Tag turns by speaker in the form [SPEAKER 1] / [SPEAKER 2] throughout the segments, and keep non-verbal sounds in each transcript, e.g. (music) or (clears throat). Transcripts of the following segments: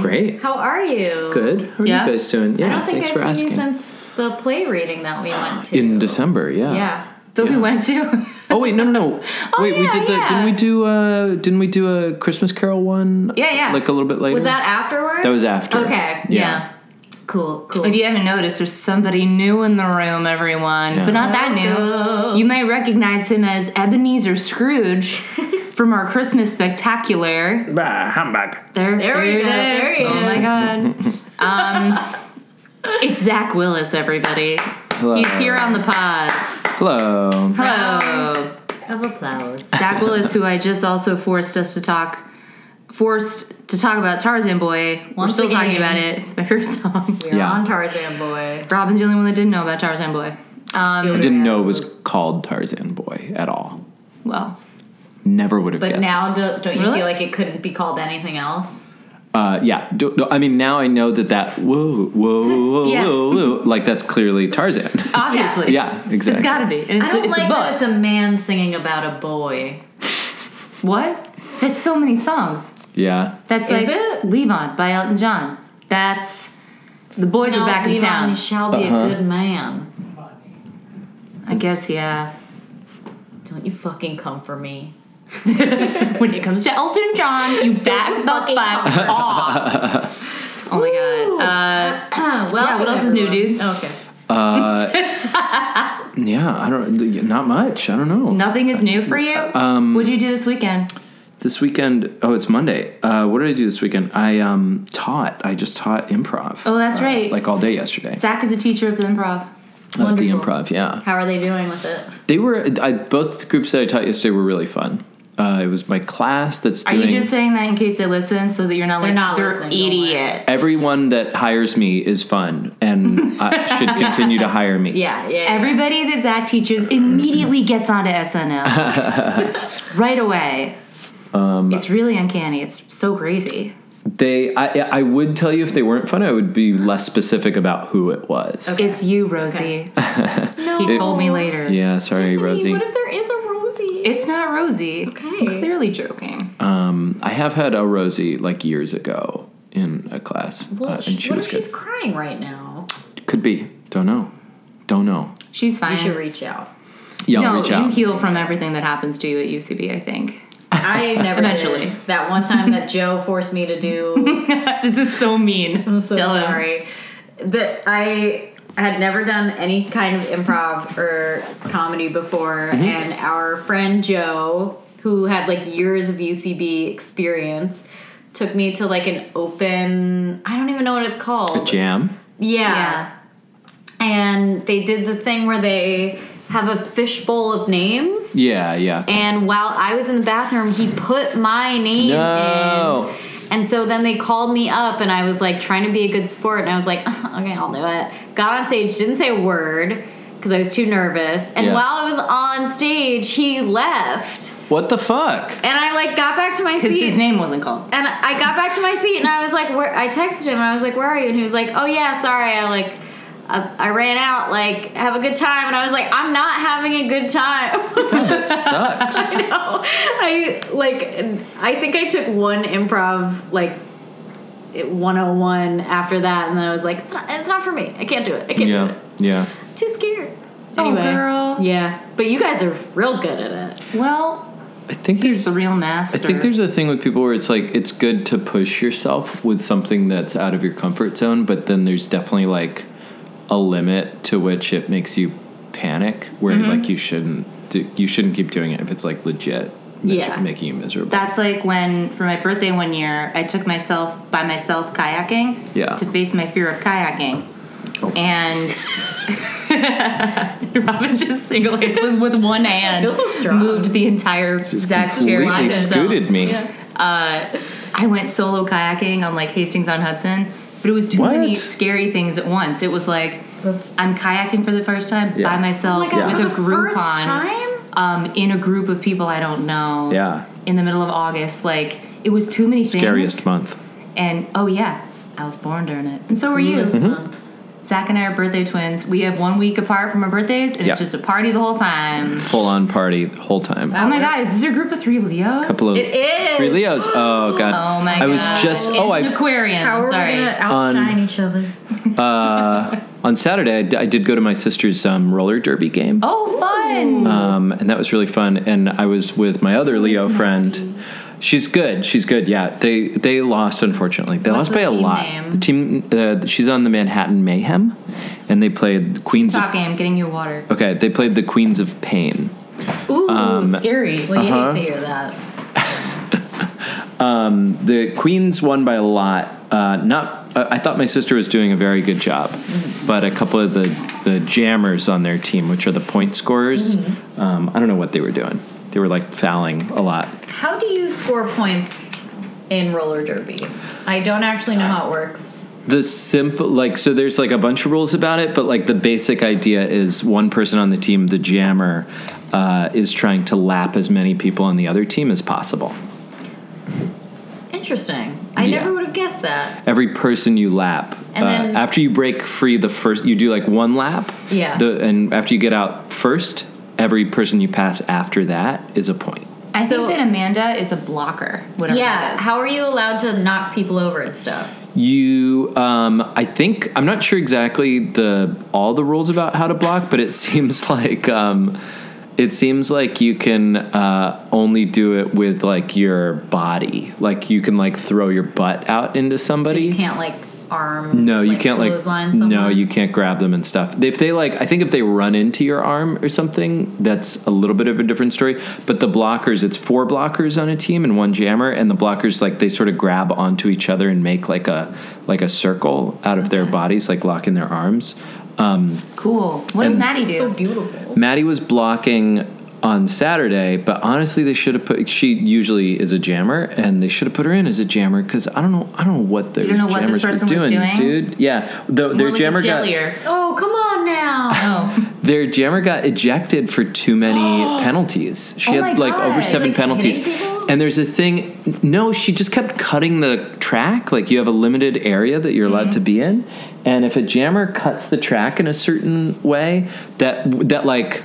[SPEAKER 1] great.
[SPEAKER 2] How are you?
[SPEAKER 1] Ah. Good. How are
[SPEAKER 3] Yeah.
[SPEAKER 1] you guys doing?
[SPEAKER 2] I
[SPEAKER 1] Yeah,
[SPEAKER 2] don't think
[SPEAKER 1] thanks for
[SPEAKER 2] I've seen
[SPEAKER 1] asking.
[SPEAKER 2] you since the play reading that we went to.
[SPEAKER 1] in December, yeah.
[SPEAKER 2] Yeah.
[SPEAKER 3] So we
[SPEAKER 1] Yeah.
[SPEAKER 3] went to.
[SPEAKER 1] Oh wait, no, no,
[SPEAKER 2] (laughs)
[SPEAKER 1] no. wait, we
[SPEAKER 2] yeah,
[SPEAKER 1] did the.
[SPEAKER 2] yeah.
[SPEAKER 1] Didn't we do? Uh, didn't we do a Christmas Carol one?
[SPEAKER 3] Yeah, yeah.
[SPEAKER 1] Like a little bit later.
[SPEAKER 2] Was that afterwards?
[SPEAKER 1] That was after.
[SPEAKER 2] Okay.
[SPEAKER 1] Yeah.
[SPEAKER 3] yeah.
[SPEAKER 2] Cool. Cool.
[SPEAKER 3] If you haven't noticed, there's somebody new in the room, everyone.
[SPEAKER 1] Yeah.
[SPEAKER 3] But not that new. You may recognize him as
[SPEAKER 2] (laughs)
[SPEAKER 3] Ebenezer Scrooge from our Christmas spectacular.
[SPEAKER 1] Bah, humbug.
[SPEAKER 3] There,
[SPEAKER 2] There he
[SPEAKER 3] it
[SPEAKER 2] is. There he
[SPEAKER 3] Oh my
[SPEAKER 2] is.
[SPEAKER 3] god. um,
[SPEAKER 1] (laughs)
[SPEAKER 3] it's Zach Willis, everybody.
[SPEAKER 1] Hello.
[SPEAKER 3] He's here on the pod.
[SPEAKER 1] Hello.
[SPEAKER 3] Hello.
[SPEAKER 2] of applause.
[SPEAKER 3] Zach Willis, who I just also forced us to talk, forced to talk about Tarzan Boy. We're
[SPEAKER 2] Once
[SPEAKER 3] still talking
[SPEAKER 2] again.
[SPEAKER 3] about it. It's my (laughs) favorite song.
[SPEAKER 2] You're
[SPEAKER 1] Yeah.
[SPEAKER 2] on Tarzan Boy.
[SPEAKER 3] Robin's the only one that didn't know about Tarzan Boy. Um,
[SPEAKER 1] I didn't know it was called Tarzan Boy at all.
[SPEAKER 3] Well,
[SPEAKER 1] Never would have
[SPEAKER 2] But
[SPEAKER 1] guessed.
[SPEAKER 2] now, do, don't you
[SPEAKER 3] Really?
[SPEAKER 2] feel like it couldn't be called anything else?
[SPEAKER 1] uh, yeah. Do, do- I mean, now I know that
[SPEAKER 2] (laughs)
[SPEAKER 1] that whoa, whoa, whoa,
[SPEAKER 3] Yeah.
[SPEAKER 1] whoa, whoa, like that's clearly Tarzan.
[SPEAKER 3] obviously.
[SPEAKER 1] yeah, exactly.
[SPEAKER 3] It's gotta be. And it's,
[SPEAKER 2] I don't
[SPEAKER 3] it's a
[SPEAKER 2] like
[SPEAKER 3] book.
[SPEAKER 2] that it's a man singing about a boy.
[SPEAKER 3] What? That's so many songs.
[SPEAKER 1] Yeah.
[SPEAKER 3] That's
[SPEAKER 2] Is
[SPEAKER 3] like
[SPEAKER 2] it?
[SPEAKER 3] Leave On by Elton John. That's The Boys Are
[SPEAKER 2] Now
[SPEAKER 3] Back in
[SPEAKER 2] Levi
[SPEAKER 3] Town.
[SPEAKER 2] shall be
[SPEAKER 1] Uh-huh.
[SPEAKER 2] a good man.
[SPEAKER 3] I guess, yeah.
[SPEAKER 2] Don't you fucking come for me.
[SPEAKER 3] (laughs)
[SPEAKER 2] (clears throat)
[SPEAKER 3] When it comes to Elton John, you back the
[SPEAKER 2] fucking
[SPEAKER 3] fuck off. (laughs) Oh my god. Uh,
[SPEAKER 2] well,
[SPEAKER 3] what else is new, dude?
[SPEAKER 2] Okay.
[SPEAKER 1] Yeah. I don't. Not much. I don't know.
[SPEAKER 3] nothing is new for you?
[SPEAKER 1] Uh,
[SPEAKER 3] Um, What'd you do this weekend?
[SPEAKER 1] This weekend. Oh, it's Monday. Uh, what did I do this weekend? I um, taught. I just taught improv.
[SPEAKER 3] Oh, that's right.
[SPEAKER 1] uh, Like all day yesterday.
[SPEAKER 3] Zach is a teacher of the improv.
[SPEAKER 1] At the
[SPEAKER 2] Wonderful.
[SPEAKER 1] improv. Yeah.
[SPEAKER 2] How are they doing with it?
[SPEAKER 1] They were I, both groups that I taught yesterday were really fun. Uh, it was my class that's
[SPEAKER 3] Are
[SPEAKER 1] doing.
[SPEAKER 3] you just saying that in case they listen so that you're not
[SPEAKER 2] They're
[SPEAKER 3] like
[SPEAKER 2] not
[SPEAKER 3] they're
[SPEAKER 2] listening, don't worry."
[SPEAKER 3] idiots?
[SPEAKER 1] Everyone that hires me is fun
[SPEAKER 2] (laughs)
[SPEAKER 1] and I should continue to hire me.
[SPEAKER 2] Yeah, yeah.
[SPEAKER 3] Everybody that Zach teaches immediately gets onto
[SPEAKER 1] (laughs)
[SPEAKER 3] SNL right away.
[SPEAKER 1] Um,
[SPEAKER 3] it's really uncanny. It's so crazy.
[SPEAKER 1] They, I, I would tell you if they weren't fun, I would be less specific about who it was.
[SPEAKER 3] It's you, Rosie.
[SPEAKER 2] no.
[SPEAKER 3] He told me later.
[SPEAKER 1] Yeah, sorry, Rosie.
[SPEAKER 2] What if there is a Rosie?
[SPEAKER 3] It's not Rosie. I'm
[SPEAKER 2] Okay.
[SPEAKER 3] clearly joking.
[SPEAKER 1] um, I have had a Rosie like years ago in a class,
[SPEAKER 2] Well,
[SPEAKER 1] uh, and she
[SPEAKER 2] what
[SPEAKER 1] was
[SPEAKER 2] if
[SPEAKER 1] good.
[SPEAKER 2] she's crying right now?
[SPEAKER 1] Could be. Don't know. Don't know.
[SPEAKER 3] She's fine.
[SPEAKER 2] You should reach (laughs) out.
[SPEAKER 1] Yeah, I'll
[SPEAKER 3] no,
[SPEAKER 1] reach
[SPEAKER 3] you
[SPEAKER 1] out.
[SPEAKER 3] heal from everything that happens to you at UCB. I think
[SPEAKER 2] I never did.
[SPEAKER 3] Eventually.
[SPEAKER 2] That one time that Joe forced me to (laughs) do.
[SPEAKER 3] this is so mean.
[SPEAKER 2] I'm so sorry. That I had never done any kind of improv or comedy before, and our friend Joe, who had like years of UCB experience, took me to like an open. I don't even know what it's called.
[SPEAKER 1] Jam.
[SPEAKER 2] yeah.
[SPEAKER 3] Yeah.
[SPEAKER 2] and they did the thing where they have a fishbowl of names.
[SPEAKER 1] Yeah, yeah.
[SPEAKER 2] And while I was in the bathroom, he put my name
[SPEAKER 1] No.
[SPEAKER 2] in. And so then they called me up, and I was like trying to be a good sport, and I was like, (laughs) okay, I'll do it. Got on stage, didn't say a word because I was too nervous. And
[SPEAKER 1] Yeah.
[SPEAKER 2] while I was on stage, he left,
[SPEAKER 1] what the
[SPEAKER 3] (laughs)
[SPEAKER 1] fuck?
[SPEAKER 2] and I like got back to my
[SPEAKER 3] Because
[SPEAKER 2] seat.
[SPEAKER 3] his name wasn't called.
[SPEAKER 2] And I got back to my seat and I was like, where, I texted him and I was like, where are you? And he was like, oh yeah, sorry, I like, I, I ran out, like, have a good time. And I was like, I'm not having a good time. (laughs)
[SPEAKER 1] That sucks.
[SPEAKER 2] I, like, I think I took one improv, like, it- 101 after that and then I was like, it's not, it's not for me. I can't do it. I can't do
[SPEAKER 1] yeah,
[SPEAKER 2] it.
[SPEAKER 1] yeah.
[SPEAKER 2] Too scared.
[SPEAKER 3] Oh,
[SPEAKER 2] Anyway,
[SPEAKER 3] girl.
[SPEAKER 2] Yeah. But you guys are real good at it.
[SPEAKER 3] Well,
[SPEAKER 1] I think
[SPEAKER 3] he's
[SPEAKER 1] there's
[SPEAKER 3] the real master.
[SPEAKER 1] I think there's a thing with people where it's like it's good to push yourself with something that's out of your comfort zone, but then there's definitely like a limit to which it makes you panic where
[SPEAKER 3] Mm-hmm.
[SPEAKER 1] like you shouldn't do, you shouldn't keep doing it if it's like legit mis-
[SPEAKER 2] Yeah.
[SPEAKER 1] making you miserable.
[SPEAKER 3] That's like when, for my birthday one year, I took myself by myself kayaking
[SPEAKER 1] Yeah.
[SPEAKER 3] to face my fear of kayaking.
[SPEAKER 1] Oh. (laughs)
[SPEAKER 3] And Robin just single handedly with one hand
[SPEAKER 2] I feel so strong.
[SPEAKER 3] moved the entire Zach's chair.
[SPEAKER 1] completely
[SPEAKER 3] onto himself.
[SPEAKER 1] scooted me.
[SPEAKER 3] I went solo kayaking on like Hastings on Hudson, but it was too many
[SPEAKER 1] What?
[SPEAKER 3] scary things at once. It was like
[SPEAKER 2] That's-
[SPEAKER 3] I'm kayaking for the first time
[SPEAKER 1] Yeah.
[SPEAKER 3] by myself
[SPEAKER 2] Oh my God,
[SPEAKER 3] with
[SPEAKER 2] for
[SPEAKER 3] a
[SPEAKER 2] the
[SPEAKER 3] Groupon
[SPEAKER 2] first time?
[SPEAKER 3] um, in a group of people I don't know.
[SPEAKER 1] Yeah.
[SPEAKER 3] In the middle of August, like it was too many things.
[SPEAKER 1] Scariest month. Mm-hmm.
[SPEAKER 3] And oh yeah, I was born during it. And so were you.
[SPEAKER 2] This month.
[SPEAKER 3] Zach and I are birthday twins. We have one week apart from our birthdays, and
[SPEAKER 1] Yeah.
[SPEAKER 3] it's just a party the whole time.
[SPEAKER 1] Full on party the whole time.
[SPEAKER 3] Oh my god, is this a group of three Leos?
[SPEAKER 1] Couple of
[SPEAKER 2] It is.
[SPEAKER 1] three Leos. Oh god.
[SPEAKER 3] Oh my god.
[SPEAKER 1] I was just
[SPEAKER 3] And
[SPEAKER 1] oh
[SPEAKER 3] an
[SPEAKER 1] I
[SPEAKER 3] Aquarian.
[SPEAKER 2] How
[SPEAKER 3] I'm
[SPEAKER 2] are
[SPEAKER 3] sorry.
[SPEAKER 2] we gonna
[SPEAKER 1] Um,
[SPEAKER 2] outshine each other?
[SPEAKER 1] on Saturday I, d- I did go to my sister's um, roller derby game.
[SPEAKER 3] Oh, fun.
[SPEAKER 1] Um, and that was really fun. And I was with my other Leo friend. She's good. She's good. Yeah, they they lost unfortunately. They
[SPEAKER 3] What's
[SPEAKER 1] lost by
[SPEAKER 3] the
[SPEAKER 1] a
[SPEAKER 3] team
[SPEAKER 1] lot.
[SPEAKER 3] name?
[SPEAKER 1] The team. Uh, she's on the Manhattan Mayhem, and they played Queens
[SPEAKER 3] Stop
[SPEAKER 1] of.
[SPEAKER 3] game, getting your water.
[SPEAKER 1] Okay, they played the Queens of Pain. Um,
[SPEAKER 3] Ooh, scary.
[SPEAKER 2] Well, you
[SPEAKER 1] uh-huh.
[SPEAKER 2] hate to hear that.
[SPEAKER 1] The Queens won by a lot. Uh, not. Uh, I thought my sister was doing a very good job, but a couple of the the jammers on their team, which are the point scorers, um, I don't know what they were doing. They were like fouling a lot.
[SPEAKER 2] How do you score points in roller derby? I don't actually know how it works.
[SPEAKER 1] the simple like so there's like a bunch of rules about it but like the basic idea is one person on the team the jammer uh, is trying to lap as many people on the other team as possible
[SPEAKER 2] Interesting. I
[SPEAKER 1] Yeah.
[SPEAKER 2] never would have guessed that.
[SPEAKER 1] every person you lap uh,
[SPEAKER 2] And then-
[SPEAKER 1] after you break free the first you do like one lap
[SPEAKER 2] Yeah.
[SPEAKER 1] the, and after you get out first every person you pass after that is a point
[SPEAKER 3] I
[SPEAKER 2] So-
[SPEAKER 3] think that Amanda is a blocker, whatever that
[SPEAKER 2] Yeah.
[SPEAKER 3] is.
[SPEAKER 2] How are you allowed to knock people over and stuff?
[SPEAKER 1] You, um, I think I'm not sure exactly the all the rules about how to block, but it (laughs) seems like um, it seems like you can uh, only do it with like your body, like you can like throw your butt out into somebody.
[SPEAKER 2] You can't like arm.
[SPEAKER 1] no, you can't like
[SPEAKER 2] clothesline
[SPEAKER 1] no,
[SPEAKER 2] someone?
[SPEAKER 1] you can't grab them and stuff. If they like, I think if they run into your arm or something, that's a little bit of a different story. But the blockers, it's four blockers on a team and one jammer, and the blockers like they sort of grab onto each other and make like a like a circle out of their bodies, like locking their arms.
[SPEAKER 3] cool. What does
[SPEAKER 1] And-
[SPEAKER 3] Maddie
[SPEAKER 2] It's so
[SPEAKER 3] do?
[SPEAKER 2] beautiful.
[SPEAKER 1] Maddie was blocking on Saturday, but honestly, they should have put. She usually is a jammer, and they should have put her in as a jammer because I don't know. I don't know what the
[SPEAKER 3] You don't know what this
[SPEAKER 1] jammers
[SPEAKER 3] person
[SPEAKER 1] were
[SPEAKER 3] was
[SPEAKER 1] doing,
[SPEAKER 3] doing?
[SPEAKER 1] dude. Yeah, the, their
[SPEAKER 3] More like a
[SPEAKER 1] jammer got
[SPEAKER 3] jellier.
[SPEAKER 2] Oh, come on (laughs) now.
[SPEAKER 3] Oh,
[SPEAKER 1] their jammer got ejected for too
[SPEAKER 3] (gasps)
[SPEAKER 1] many penalties. She
[SPEAKER 3] Oh my
[SPEAKER 1] had like
[SPEAKER 3] God.
[SPEAKER 1] over seven
[SPEAKER 2] Like,
[SPEAKER 1] penalties.
[SPEAKER 2] hitting people?
[SPEAKER 1] And there's a thing. No, she just kept cutting the track. Like you have a limited area that you're allowed to
[SPEAKER 3] Mm-hmm.
[SPEAKER 1] be in, and if a jammer cuts the track in a certain way, that that like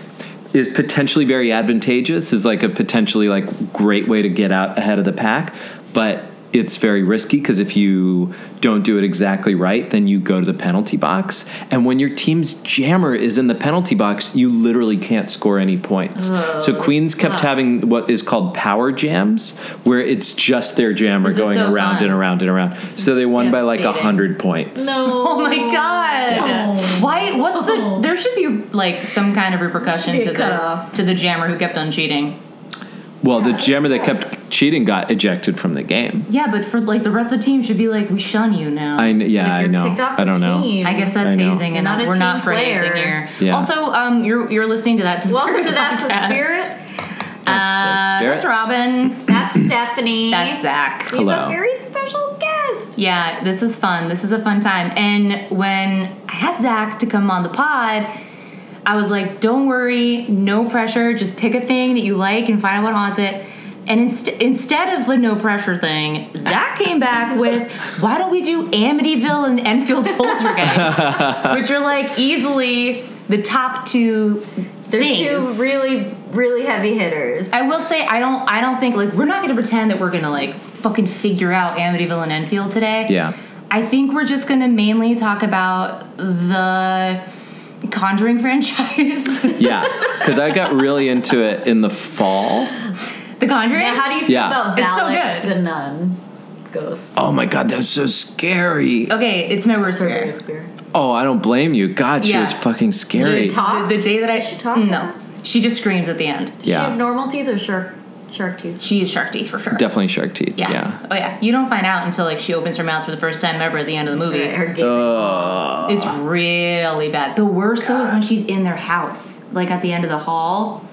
[SPEAKER 1] is potentially very advantageous. Is like a potentially like great way to get out ahead of the pack, but. It's very risky because if you don't do it exactly right, then you go to the penalty box. And when your team's jammer is in the penalty box, you literally can't score any points.
[SPEAKER 2] Oh,
[SPEAKER 1] so Queens kept
[SPEAKER 2] sucks.
[SPEAKER 1] having having what is called power jams, where it's just their jammer
[SPEAKER 2] This is
[SPEAKER 1] going
[SPEAKER 2] so
[SPEAKER 1] around
[SPEAKER 2] fun.
[SPEAKER 1] and around and around. so they won by like a
[SPEAKER 2] devastating.
[SPEAKER 1] hundred points.
[SPEAKER 2] No. (laughs)
[SPEAKER 3] oh my god!
[SPEAKER 2] Oh.
[SPEAKER 3] Why? What's
[SPEAKER 2] Oh.
[SPEAKER 3] the? There should be like some kind of repercussion
[SPEAKER 2] Should be
[SPEAKER 3] to
[SPEAKER 2] a
[SPEAKER 3] the
[SPEAKER 2] cutoff.
[SPEAKER 3] to the jammer who kept on cheating.
[SPEAKER 1] Well, the jammer that kept cheating got ejected from the game.
[SPEAKER 3] Yeah, but for like the rest of the team should be like, we shun you now.
[SPEAKER 1] I kn- yeah,
[SPEAKER 2] Like,
[SPEAKER 1] I
[SPEAKER 2] you're
[SPEAKER 1] know.
[SPEAKER 2] kicked off
[SPEAKER 1] I
[SPEAKER 2] the
[SPEAKER 1] don't know.
[SPEAKER 2] team.
[SPEAKER 3] I guess that's
[SPEAKER 1] I know.
[SPEAKER 3] hazing, and
[SPEAKER 2] Not a
[SPEAKER 3] we're not
[SPEAKER 2] team
[SPEAKER 3] for hazing
[SPEAKER 2] player.
[SPEAKER 3] here.
[SPEAKER 1] Yeah.
[SPEAKER 3] Also, um, you're you're listening to that.
[SPEAKER 2] Welcome to
[SPEAKER 3] Spirit
[SPEAKER 2] That's
[SPEAKER 3] podcast.
[SPEAKER 2] a
[SPEAKER 3] (laughs)
[SPEAKER 2] Spirit.
[SPEAKER 3] Uh,
[SPEAKER 1] That's the
[SPEAKER 3] that's
[SPEAKER 1] spirit.
[SPEAKER 3] Robin.
[SPEAKER 2] That's Stephanie.
[SPEAKER 3] That's Zach.
[SPEAKER 2] We have
[SPEAKER 1] Hello.
[SPEAKER 2] a very special guest.
[SPEAKER 3] Yeah, this is fun. This is a fun time. And when I asked Zach to come on the pod, I was like, don't worry, no pressure. Just pick a thing that you like and find out what haunts it. And inst- instead of the no pressure thing, Zach came
[SPEAKER 2] (laughs)
[SPEAKER 3] back with, why don't we do Amityville and Enfield
[SPEAKER 2] (laughs)
[SPEAKER 3] Poltergeist? which are like easily the top 2
[SPEAKER 2] They're
[SPEAKER 3] things.
[SPEAKER 2] two really, really heavy hitters.
[SPEAKER 3] I will say I don't I don't think like we're not going to pretend that we're going to like fucking figure out Amityville and Enfield today.
[SPEAKER 1] Yeah.
[SPEAKER 3] I think we're just going to mainly talk about the Conjuring (laughs) franchise.
[SPEAKER 1] Yeah, because I got really into it in the fall.
[SPEAKER 3] the Conjuring.
[SPEAKER 2] Now, how do you feel
[SPEAKER 1] Yeah.
[SPEAKER 2] about
[SPEAKER 3] It's so
[SPEAKER 2] Valak
[SPEAKER 3] good.
[SPEAKER 2] the nun ghost?
[SPEAKER 1] Oh my god, that was so scary.
[SPEAKER 3] okay, it's my worst fear.
[SPEAKER 1] Oh, I don't blame you. God, she
[SPEAKER 3] Yeah.
[SPEAKER 1] was fucking scary.
[SPEAKER 2] Did you talk?
[SPEAKER 3] The, the day that I
[SPEAKER 2] she talk?
[SPEAKER 3] No, she just screams at the end.
[SPEAKER 2] Does she
[SPEAKER 1] yeah,
[SPEAKER 2] have normal teeth or shark shark teeth?
[SPEAKER 3] She is shark teeth for sure.
[SPEAKER 1] definitely shark teeth.
[SPEAKER 3] yeah.
[SPEAKER 1] Yeah.
[SPEAKER 3] Oh yeah. You don't find out until like she opens her mouth for the first time ever at the end of the movie.
[SPEAKER 2] Her gaping.
[SPEAKER 1] Uh,
[SPEAKER 3] It's really bad. The worst though is when she's in their house, like at the end of the hall,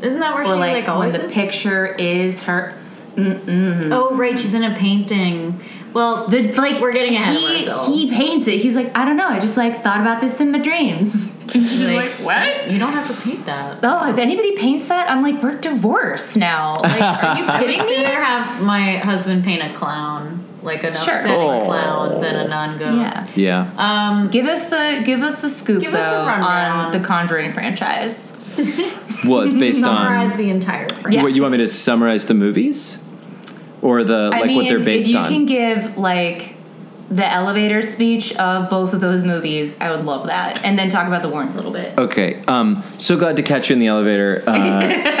[SPEAKER 2] Isn't that where she
[SPEAKER 3] or like,
[SPEAKER 2] like
[SPEAKER 3] when
[SPEAKER 2] always
[SPEAKER 3] the
[SPEAKER 2] is?
[SPEAKER 3] picture is her.
[SPEAKER 2] Oh right, she's in a painting. Well,
[SPEAKER 3] The like
[SPEAKER 2] We're getting ahead of
[SPEAKER 3] he,
[SPEAKER 2] ourselves.
[SPEAKER 3] He paints it. He's like, I don't know. I just like thought about this in my (laughs) dreams. And she's
[SPEAKER 2] Like,
[SPEAKER 3] what?
[SPEAKER 2] you don't have to paint that.
[SPEAKER 3] Oh, if anybody paints that, I'm (laughs) like, we're divorced now. Like, are you kidding
[SPEAKER 2] I'd
[SPEAKER 3] me?
[SPEAKER 2] sooner have my husband paint a clown. like an
[SPEAKER 3] Sure.
[SPEAKER 2] upsetting
[SPEAKER 1] Oh.
[SPEAKER 2] clown that a nun goes.
[SPEAKER 3] Yeah.
[SPEAKER 1] Yeah.
[SPEAKER 2] Um,
[SPEAKER 3] Give us the give us the scoop
[SPEAKER 2] Give
[SPEAKER 3] though
[SPEAKER 2] us a rundown.
[SPEAKER 3] on the Conjuring franchise.
[SPEAKER 1] well, it's based
[SPEAKER 2] summarize
[SPEAKER 1] on.
[SPEAKER 2] the entire frame.
[SPEAKER 3] Yeah.
[SPEAKER 1] What you want me to summarize the movies, or the like
[SPEAKER 3] I mean,
[SPEAKER 1] what they're based
[SPEAKER 3] if you
[SPEAKER 1] on?
[SPEAKER 3] can give like the elevator speech of both of those movies, I would love that, and then talk about the Warrens a little bit.
[SPEAKER 1] Okay. Um, so glad to catch you in the elevator, uh,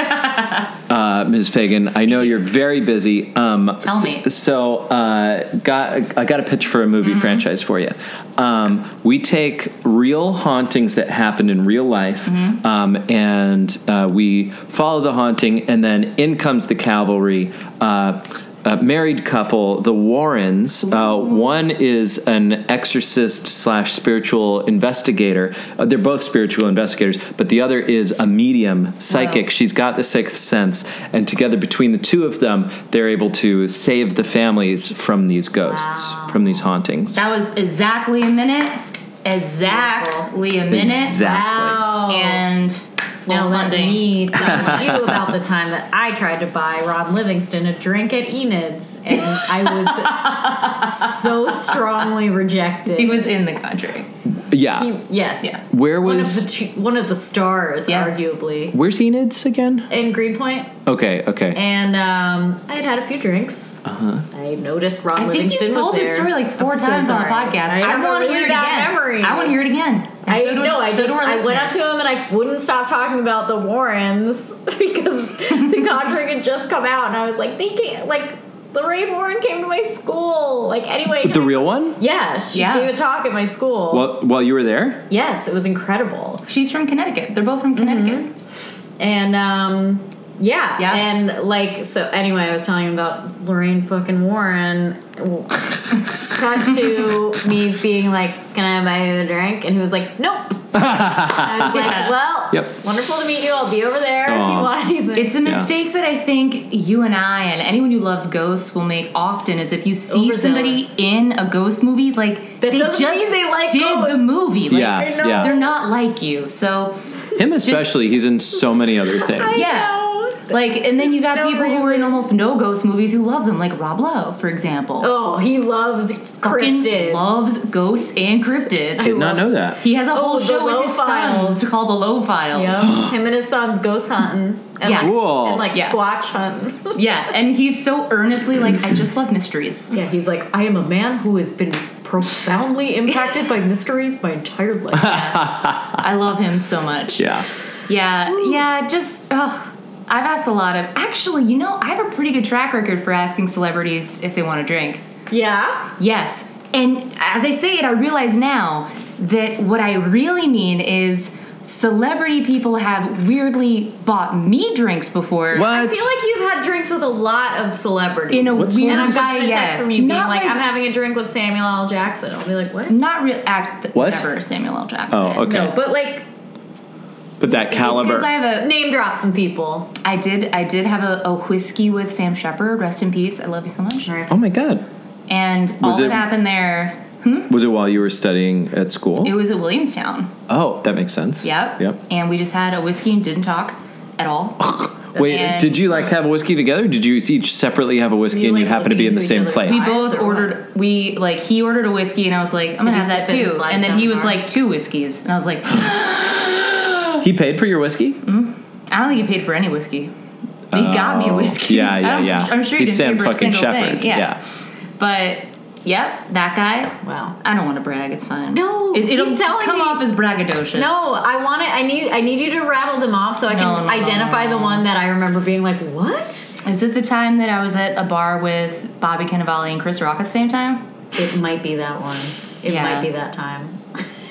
[SPEAKER 3] (laughs)
[SPEAKER 1] uh, Ms. Fagan. I know you're very busy. Um,
[SPEAKER 3] Tell
[SPEAKER 1] s-
[SPEAKER 3] me.
[SPEAKER 1] So, uh, got I got a pitch for a movie franchise for you. Um, we take real hauntings that happened in real life, um, and uh, we follow the haunting, and then in comes the cavalry. Uh, a married couple, the Warrens. Uh, one is an exorcist slash spiritual investigator. Uh, they're both spiritual investigators, but the other is a medium psychic. She's got the sixth sense, and together between the two of them, they're able to save the families from these ghosts, from these hauntings.
[SPEAKER 3] That was exactly a minute. Exactly a minute.
[SPEAKER 1] Exactly.
[SPEAKER 2] Wow.
[SPEAKER 3] And full
[SPEAKER 2] now let
[SPEAKER 3] funding.
[SPEAKER 2] me
[SPEAKER 3] (laughs)
[SPEAKER 2] tell you about the time that I tried to buy Ron Livingston a drink at Enid's, and I
[SPEAKER 3] (laughs)
[SPEAKER 2] was so strongly rejected.
[SPEAKER 3] he was in the country.
[SPEAKER 1] Yeah.
[SPEAKER 2] He- yes.
[SPEAKER 3] Yeah.
[SPEAKER 1] Where
[SPEAKER 2] one
[SPEAKER 1] was-
[SPEAKER 2] of the two, one of the stars,
[SPEAKER 3] Yes.
[SPEAKER 2] arguably,
[SPEAKER 1] Where's Enid's again?
[SPEAKER 2] in Greenpoint?
[SPEAKER 1] Okay. Okay.
[SPEAKER 2] and um, I had had a few drinks. I noticed Ron
[SPEAKER 3] Uh-huh. I think
[SPEAKER 2] Livingston
[SPEAKER 3] you've told
[SPEAKER 2] was
[SPEAKER 3] this
[SPEAKER 2] there.
[SPEAKER 3] story like 4
[SPEAKER 2] I'm so
[SPEAKER 3] times on the
[SPEAKER 2] sorry.
[SPEAKER 3] podcast.
[SPEAKER 2] I, have a
[SPEAKER 3] want to
[SPEAKER 2] really
[SPEAKER 3] hear it
[SPEAKER 2] bad
[SPEAKER 3] again.
[SPEAKER 2] memory.
[SPEAKER 3] I want to hear it again. And
[SPEAKER 2] I
[SPEAKER 3] so do-
[SPEAKER 2] no, I
[SPEAKER 3] so
[SPEAKER 2] just
[SPEAKER 3] do our
[SPEAKER 2] I went up
[SPEAKER 3] listeners.
[SPEAKER 2] to him and I wouldn't stop talking about the Warrens (laughs) because
[SPEAKER 3] (laughs)
[SPEAKER 2] The Conjuring had just come out, and I was like thinking like Lorraine Warren came to my school. Like anyway,
[SPEAKER 1] The real one?
[SPEAKER 2] yeah, she
[SPEAKER 3] Yeah.
[SPEAKER 2] gave a talk at my school.
[SPEAKER 1] While, while you were there?
[SPEAKER 2] yes, it was incredible.
[SPEAKER 3] She's from Connecticut. They're both from
[SPEAKER 2] Mm-hmm.
[SPEAKER 3] Connecticut.
[SPEAKER 2] And um yeah.
[SPEAKER 3] Yeah.
[SPEAKER 2] And like so anyway, I was telling him about Lorraine fucking (laughs) Warren. Cut to me being like, Can I buy you a drink? And he was like, Nope. I was like, Well,
[SPEAKER 1] Yep.
[SPEAKER 2] wonderful to meet you. I'll be over there if you
[SPEAKER 1] Aw.
[SPEAKER 2] want anything.
[SPEAKER 3] It's a mistake that I think you and I and anyone who loves ghosts will make often is if you see somebody
[SPEAKER 2] Overzealous.
[SPEAKER 3] in a ghost movie, like
[SPEAKER 2] That
[SPEAKER 3] they
[SPEAKER 2] doesn't
[SPEAKER 3] just
[SPEAKER 2] mean they like
[SPEAKER 3] did
[SPEAKER 2] ghosts.
[SPEAKER 3] the movie. Like,
[SPEAKER 1] Yeah.
[SPEAKER 2] I know.
[SPEAKER 1] Yeah.
[SPEAKER 3] They're not like you. So
[SPEAKER 1] Him especially. he's in so many other things.
[SPEAKER 2] I
[SPEAKER 3] yeah.
[SPEAKER 2] know.
[SPEAKER 3] like and then you got
[SPEAKER 2] No
[SPEAKER 3] people who were in almost no ghost movies who love them, like Rob Lowe, for example.
[SPEAKER 2] Oh, he loves
[SPEAKER 3] Fucking
[SPEAKER 2] cryptids.
[SPEAKER 3] loves ghosts and cryptids.
[SPEAKER 1] Did not know that.
[SPEAKER 3] He has a
[SPEAKER 2] Oh,
[SPEAKER 3] whole
[SPEAKER 2] the
[SPEAKER 3] show with his
[SPEAKER 2] Low-Files.
[SPEAKER 3] sons called the Low Files.
[SPEAKER 2] Yep. Him and his son's ghost hunting. And
[SPEAKER 3] Yeah.
[SPEAKER 2] like,
[SPEAKER 1] Cool.
[SPEAKER 2] and like
[SPEAKER 3] Yeah.
[SPEAKER 2] squatch hunting.
[SPEAKER 3] (laughs) Yeah, and he's so earnestly like, I just love mysteries.
[SPEAKER 2] Yeah, he's like, I am a man who has been profoundly impacted by mysteries my entire life.
[SPEAKER 3] I love him so much.
[SPEAKER 1] Yeah.
[SPEAKER 3] Yeah, yeah, just oh, I've asked a lot of actually, you know, I have a pretty good track record for asking celebrities if they want to drink.
[SPEAKER 2] yeah?
[SPEAKER 3] Yes. And as I say it, I realize now that what I really mean is celebrity people have weirdly bought me drinks before.
[SPEAKER 2] I
[SPEAKER 1] What?
[SPEAKER 2] feel like you've had drinks with a lot of celebrities.
[SPEAKER 3] In a
[SPEAKER 1] What's-
[SPEAKER 3] weird
[SPEAKER 2] and I've
[SPEAKER 3] way,
[SPEAKER 2] gotten a text
[SPEAKER 3] yes.
[SPEAKER 2] from you being
[SPEAKER 3] Not
[SPEAKER 2] like, I'm having a drink with Samuel L. Jackson. I'll be like, what?
[SPEAKER 3] not real act
[SPEAKER 1] What?
[SPEAKER 3] never Samuel L. Jackson.
[SPEAKER 1] Oh, okay.
[SPEAKER 2] No, but like, uh,
[SPEAKER 1] but that
[SPEAKER 3] Because
[SPEAKER 1] caliber.
[SPEAKER 3] I have a
[SPEAKER 2] name drop some people.
[SPEAKER 3] I did I did have a, a whiskey with Sam Shepard. Rest in peace. I love you so much.
[SPEAKER 1] oh my god.
[SPEAKER 3] And all
[SPEAKER 1] Was
[SPEAKER 3] that
[SPEAKER 1] it-
[SPEAKER 3] happened there, hmm?
[SPEAKER 1] Was it while you were studying at school?
[SPEAKER 3] it was at Williamstown.
[SPEAKER 1] oh, that makes sense.
[SPEAKER 3] Yep.
[SPEAKER 1] Yep.
[SPEAKER 3] And we just had a whiskey and didn't talk at all.
[SPEAKER 1] Wait,
[SPEAKER 3] And-
[SPEAKER 1] did you like have a whiskey together? Did you each separately have a whiskey
[SPEAKER 2] We,
[SPEAKER 1] and you
[SPEAKER 2] like,
[SPEAKER 1] happen to be in the
[SPEAKER 2] looking
[SPEAKER 1] same
[SPEAKER 2] into each other's
[SPEAKER 1] place?
[SPEAKER 3] we
[SPEAKER 1] (laughs)
[SPEAKER 2] eyes.
[SPEAKER 3] both
[SPEAKER 2] or
[SPEAKER 3] ordered. We like he ordered a whiskey, and I was like, I'm gonna
[SPEAKER 2] Did
[SPEAKER 3] have
[SPEAKER 2] he
[SPEAKER 3] that
[SPEAKER 2] sip it and
[SPEAKER 3] too.
[SPEAKER 2] slide
[SPEAKER 3] And then
[SPEAKER 2] down
[SPEAKER 3] he was
[SPEAKER 2] hard?
[SPEAKER 3] like two whiskeys, and I
[SPEAKER 1] (gasps)
[SPEAKER 3] was like, I
[SPEAKER 1] He paid for your whiskey?
[SPEAKER 3] don't think he paid for any whiskey. He got me a
[SPEAKER 1] Oh,
[SPEAKER 3] whiskey.
[SPEAKER 1] Yeah,
[SPEAKER 3] I
[SPEAKER 1] yeah,
[SPEAKER 3] don't-
[SPEAKER 1] yeah.
[SPEAKER 3] (laughs) I'm sure he
[SPEAKER 1] He's Sam
[SPEAKER 3] didn't pay for a
[SPEAKER 1] fucking
[SPEAKER 3] single
[SPEAKER 1] Shepard.
[SPEAKER 3] thing. Yeah. but yep, that guy.
[SPEAKER 2] Wow.
[SPEAKER 3] I don't want to brag. It's fine.
[SPEAKER 2] No,
[SPEAKER 3] it,
[SPEAKER 2] keep
[SPEAKER 3] it'll
[SPEAKER 2] telling
[SPEAKER 3] come
[SPEAKER 2] me.
[SPEAKER 3] off as braggadocious.
[SPEAKER 2] No, I want to. I need. I need you to rattle them off so I can
[SPEAKER 3] No, no, no,
[SPEAKER 2] identify the one that I remember being like, "What?"
[SPEAKER 3] is it the time that I was at a bar with Bobby Cannavale and Chris Rock at the same time?
[SPEAKER 2] It might be that one. It
[SPEAKER 3] Yeah.
[SPEAKER 2] might be that time.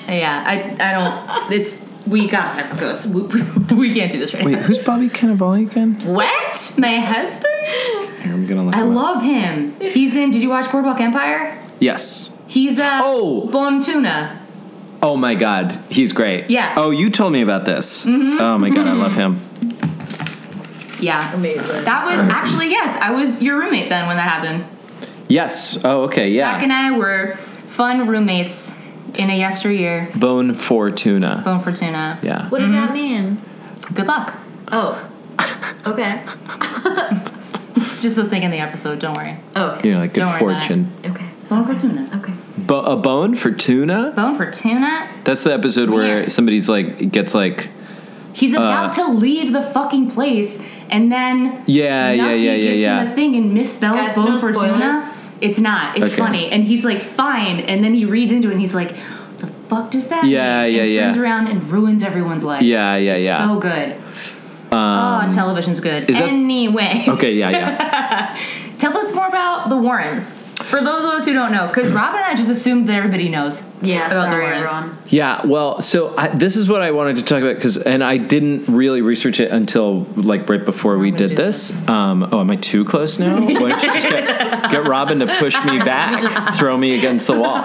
[SPEAKER 3] Yeah, I, I don't. It's we gotta talk about ghosts. We, we, we (laughs) can't do this right
[SPEAKER 1] Wait,
[SPEAKER 3] now.
[SPEAKER 1] who's Bobby Cannavale again?
[SPEAKER 3] What? My husband?
[SPEAKER 1] Here, I'm gonna look
[SPEAKER 3] I
[SPEAKER 1] him up.
[SPEAKER 3] love him. He's in. Did you watch Boardwalk Empire?
[SPEAKER 1] Yes.
[SPEAKER 3] He's uh,
[SPEAKER 1] Oh!
[SPEAKER 3] Bon Tuna.
[SPEAKER 1] Oh my god, he's great.
[SPEAKER 3] Yeah. Mm-hmm.
[SPEAKER 1] Oh, you told me about this. Oh my god, I love him.
[SPEAKER 3] Yeah,
[SPEAKER 2] Amazing.
[SPEAKER 3] That (clears throat) was actually yes. I was your roommate then when that happened.
[SPEAKER 1] Yes. Oh, okay,
[SPEAKER 3] Zach and
[SPEAKER 1] yeah.
[SPEAKER 3] I were fun roommates in a yesteryear.
[SPEAKER 1] Bone Fortuna.
[SPEAKER 3] Bon Fortuna.
[SPEAKER 1] Yeah.
[SPEAKER 2] What does Oh. that mean? (laughs)
[SPEAKER 3] Good luck.
[SPEAKER 2] Oh. Okay.
[SPEAKER 3] It's just a thing in the episode. Don't worry.
[SPEAKER 2] Okay.
[SPEAKER 1] You know, like good
[SPEAKER 3] Don't worry about
[SPEAKER 1] fortune.
[SPEAKER 2] Oh. Okay.
[SPEAKER 3] Bone for tuna.
[SPEAKER 2] Okay.
[SPEAKER 1] Bo- a bone for tuna?
[SPEAKER 3] Bone for tuna.
[SPEAKER 1] That's the episode where
[SPEAKER 3] Yeah.
[SPEAKER 1] somebody's like gets like
[SPEAKER 3] He's
[SPEAKER 1] Uh,
[SPEAKER 3] about to leave the fucking place, and then
[SPEAKER 1] Yeah, yeah,
[SPEAKER 3] Nucky
[SPEAKER 1] yeah, yeah,
[SPEAKER 3] gives
[SPEAKER 1] yeah.
[SPEAKER 3] Him a thing and misspells
[SPEAKER 2] Guys,
[SPEAKER 3] bone
[SPEAKER 2] no
[SPEAKER 3] for
[SPEAKER 2] spoilers?
[SPEAKER 3] tuna. It's not. It's
[SPEAKER 1] Okay.
[SPEAKER 3] funny, and he's like fine, and then he reads into it, and he's like, "The fuck does that?"
[SPEAKER 1] Yeah,
[SPEAKER 3] mean?
[SPEAKER 1] yeah,
[SPEAKER 3] and
[SPEAKER 1] yeah.
[SPEAKER 3] Turns around and ruins everyone's life.
[SPEAKER 1] Yeah, yeah,
[SPEAKER 3] It's
[SPEAKER 1] yeah. Um,
[SPEAKER 3] So good. oh, television's good.
[SPEAKER 1] is that-
[SPEAKER 3] anyway, (laughs)
[SPEAKER 1] Okay, yeah, (laughs) yeah.
[SPEAKER 3] tell us more about the Warrens. For those of us who don't know, because Rob and I just assumed that everybody knows.
[SPEAKER 2] Yeah.
[SPEAKER 3] about the
[SPEAKER 2] Sorry,
[SPEAKER 3] Warrens.
[SPEAKER 2] everyone.
[SPEAKER 1] yeah, well, so I, this is what I wanted to talk about cuz and I didn't really research it until like right before we did
[SPEAKER 3] gonna do
[SPEAKER 1] this. Um, oh, am I too close (laughs) now? Why don't you just get, get Robin to push (laughs) me back, throw me against the wall.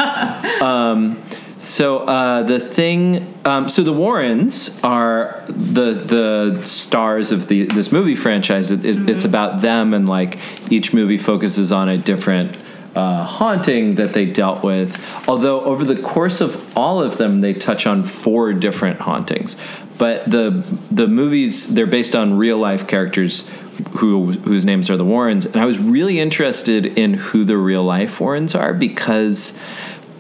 [SPEAKER 1] So uh, the thing, um, so the Warrens are the the stars of the this movie franchise. It, it, It's about them, and like each movie focuses on a different uh, haunting that they dealt with. Although over the course of all of them, they touch on four different hauntings. But the the movies they're based on real life characters who whose names are the Warrens, and I was really interested in who the real life Warrens are because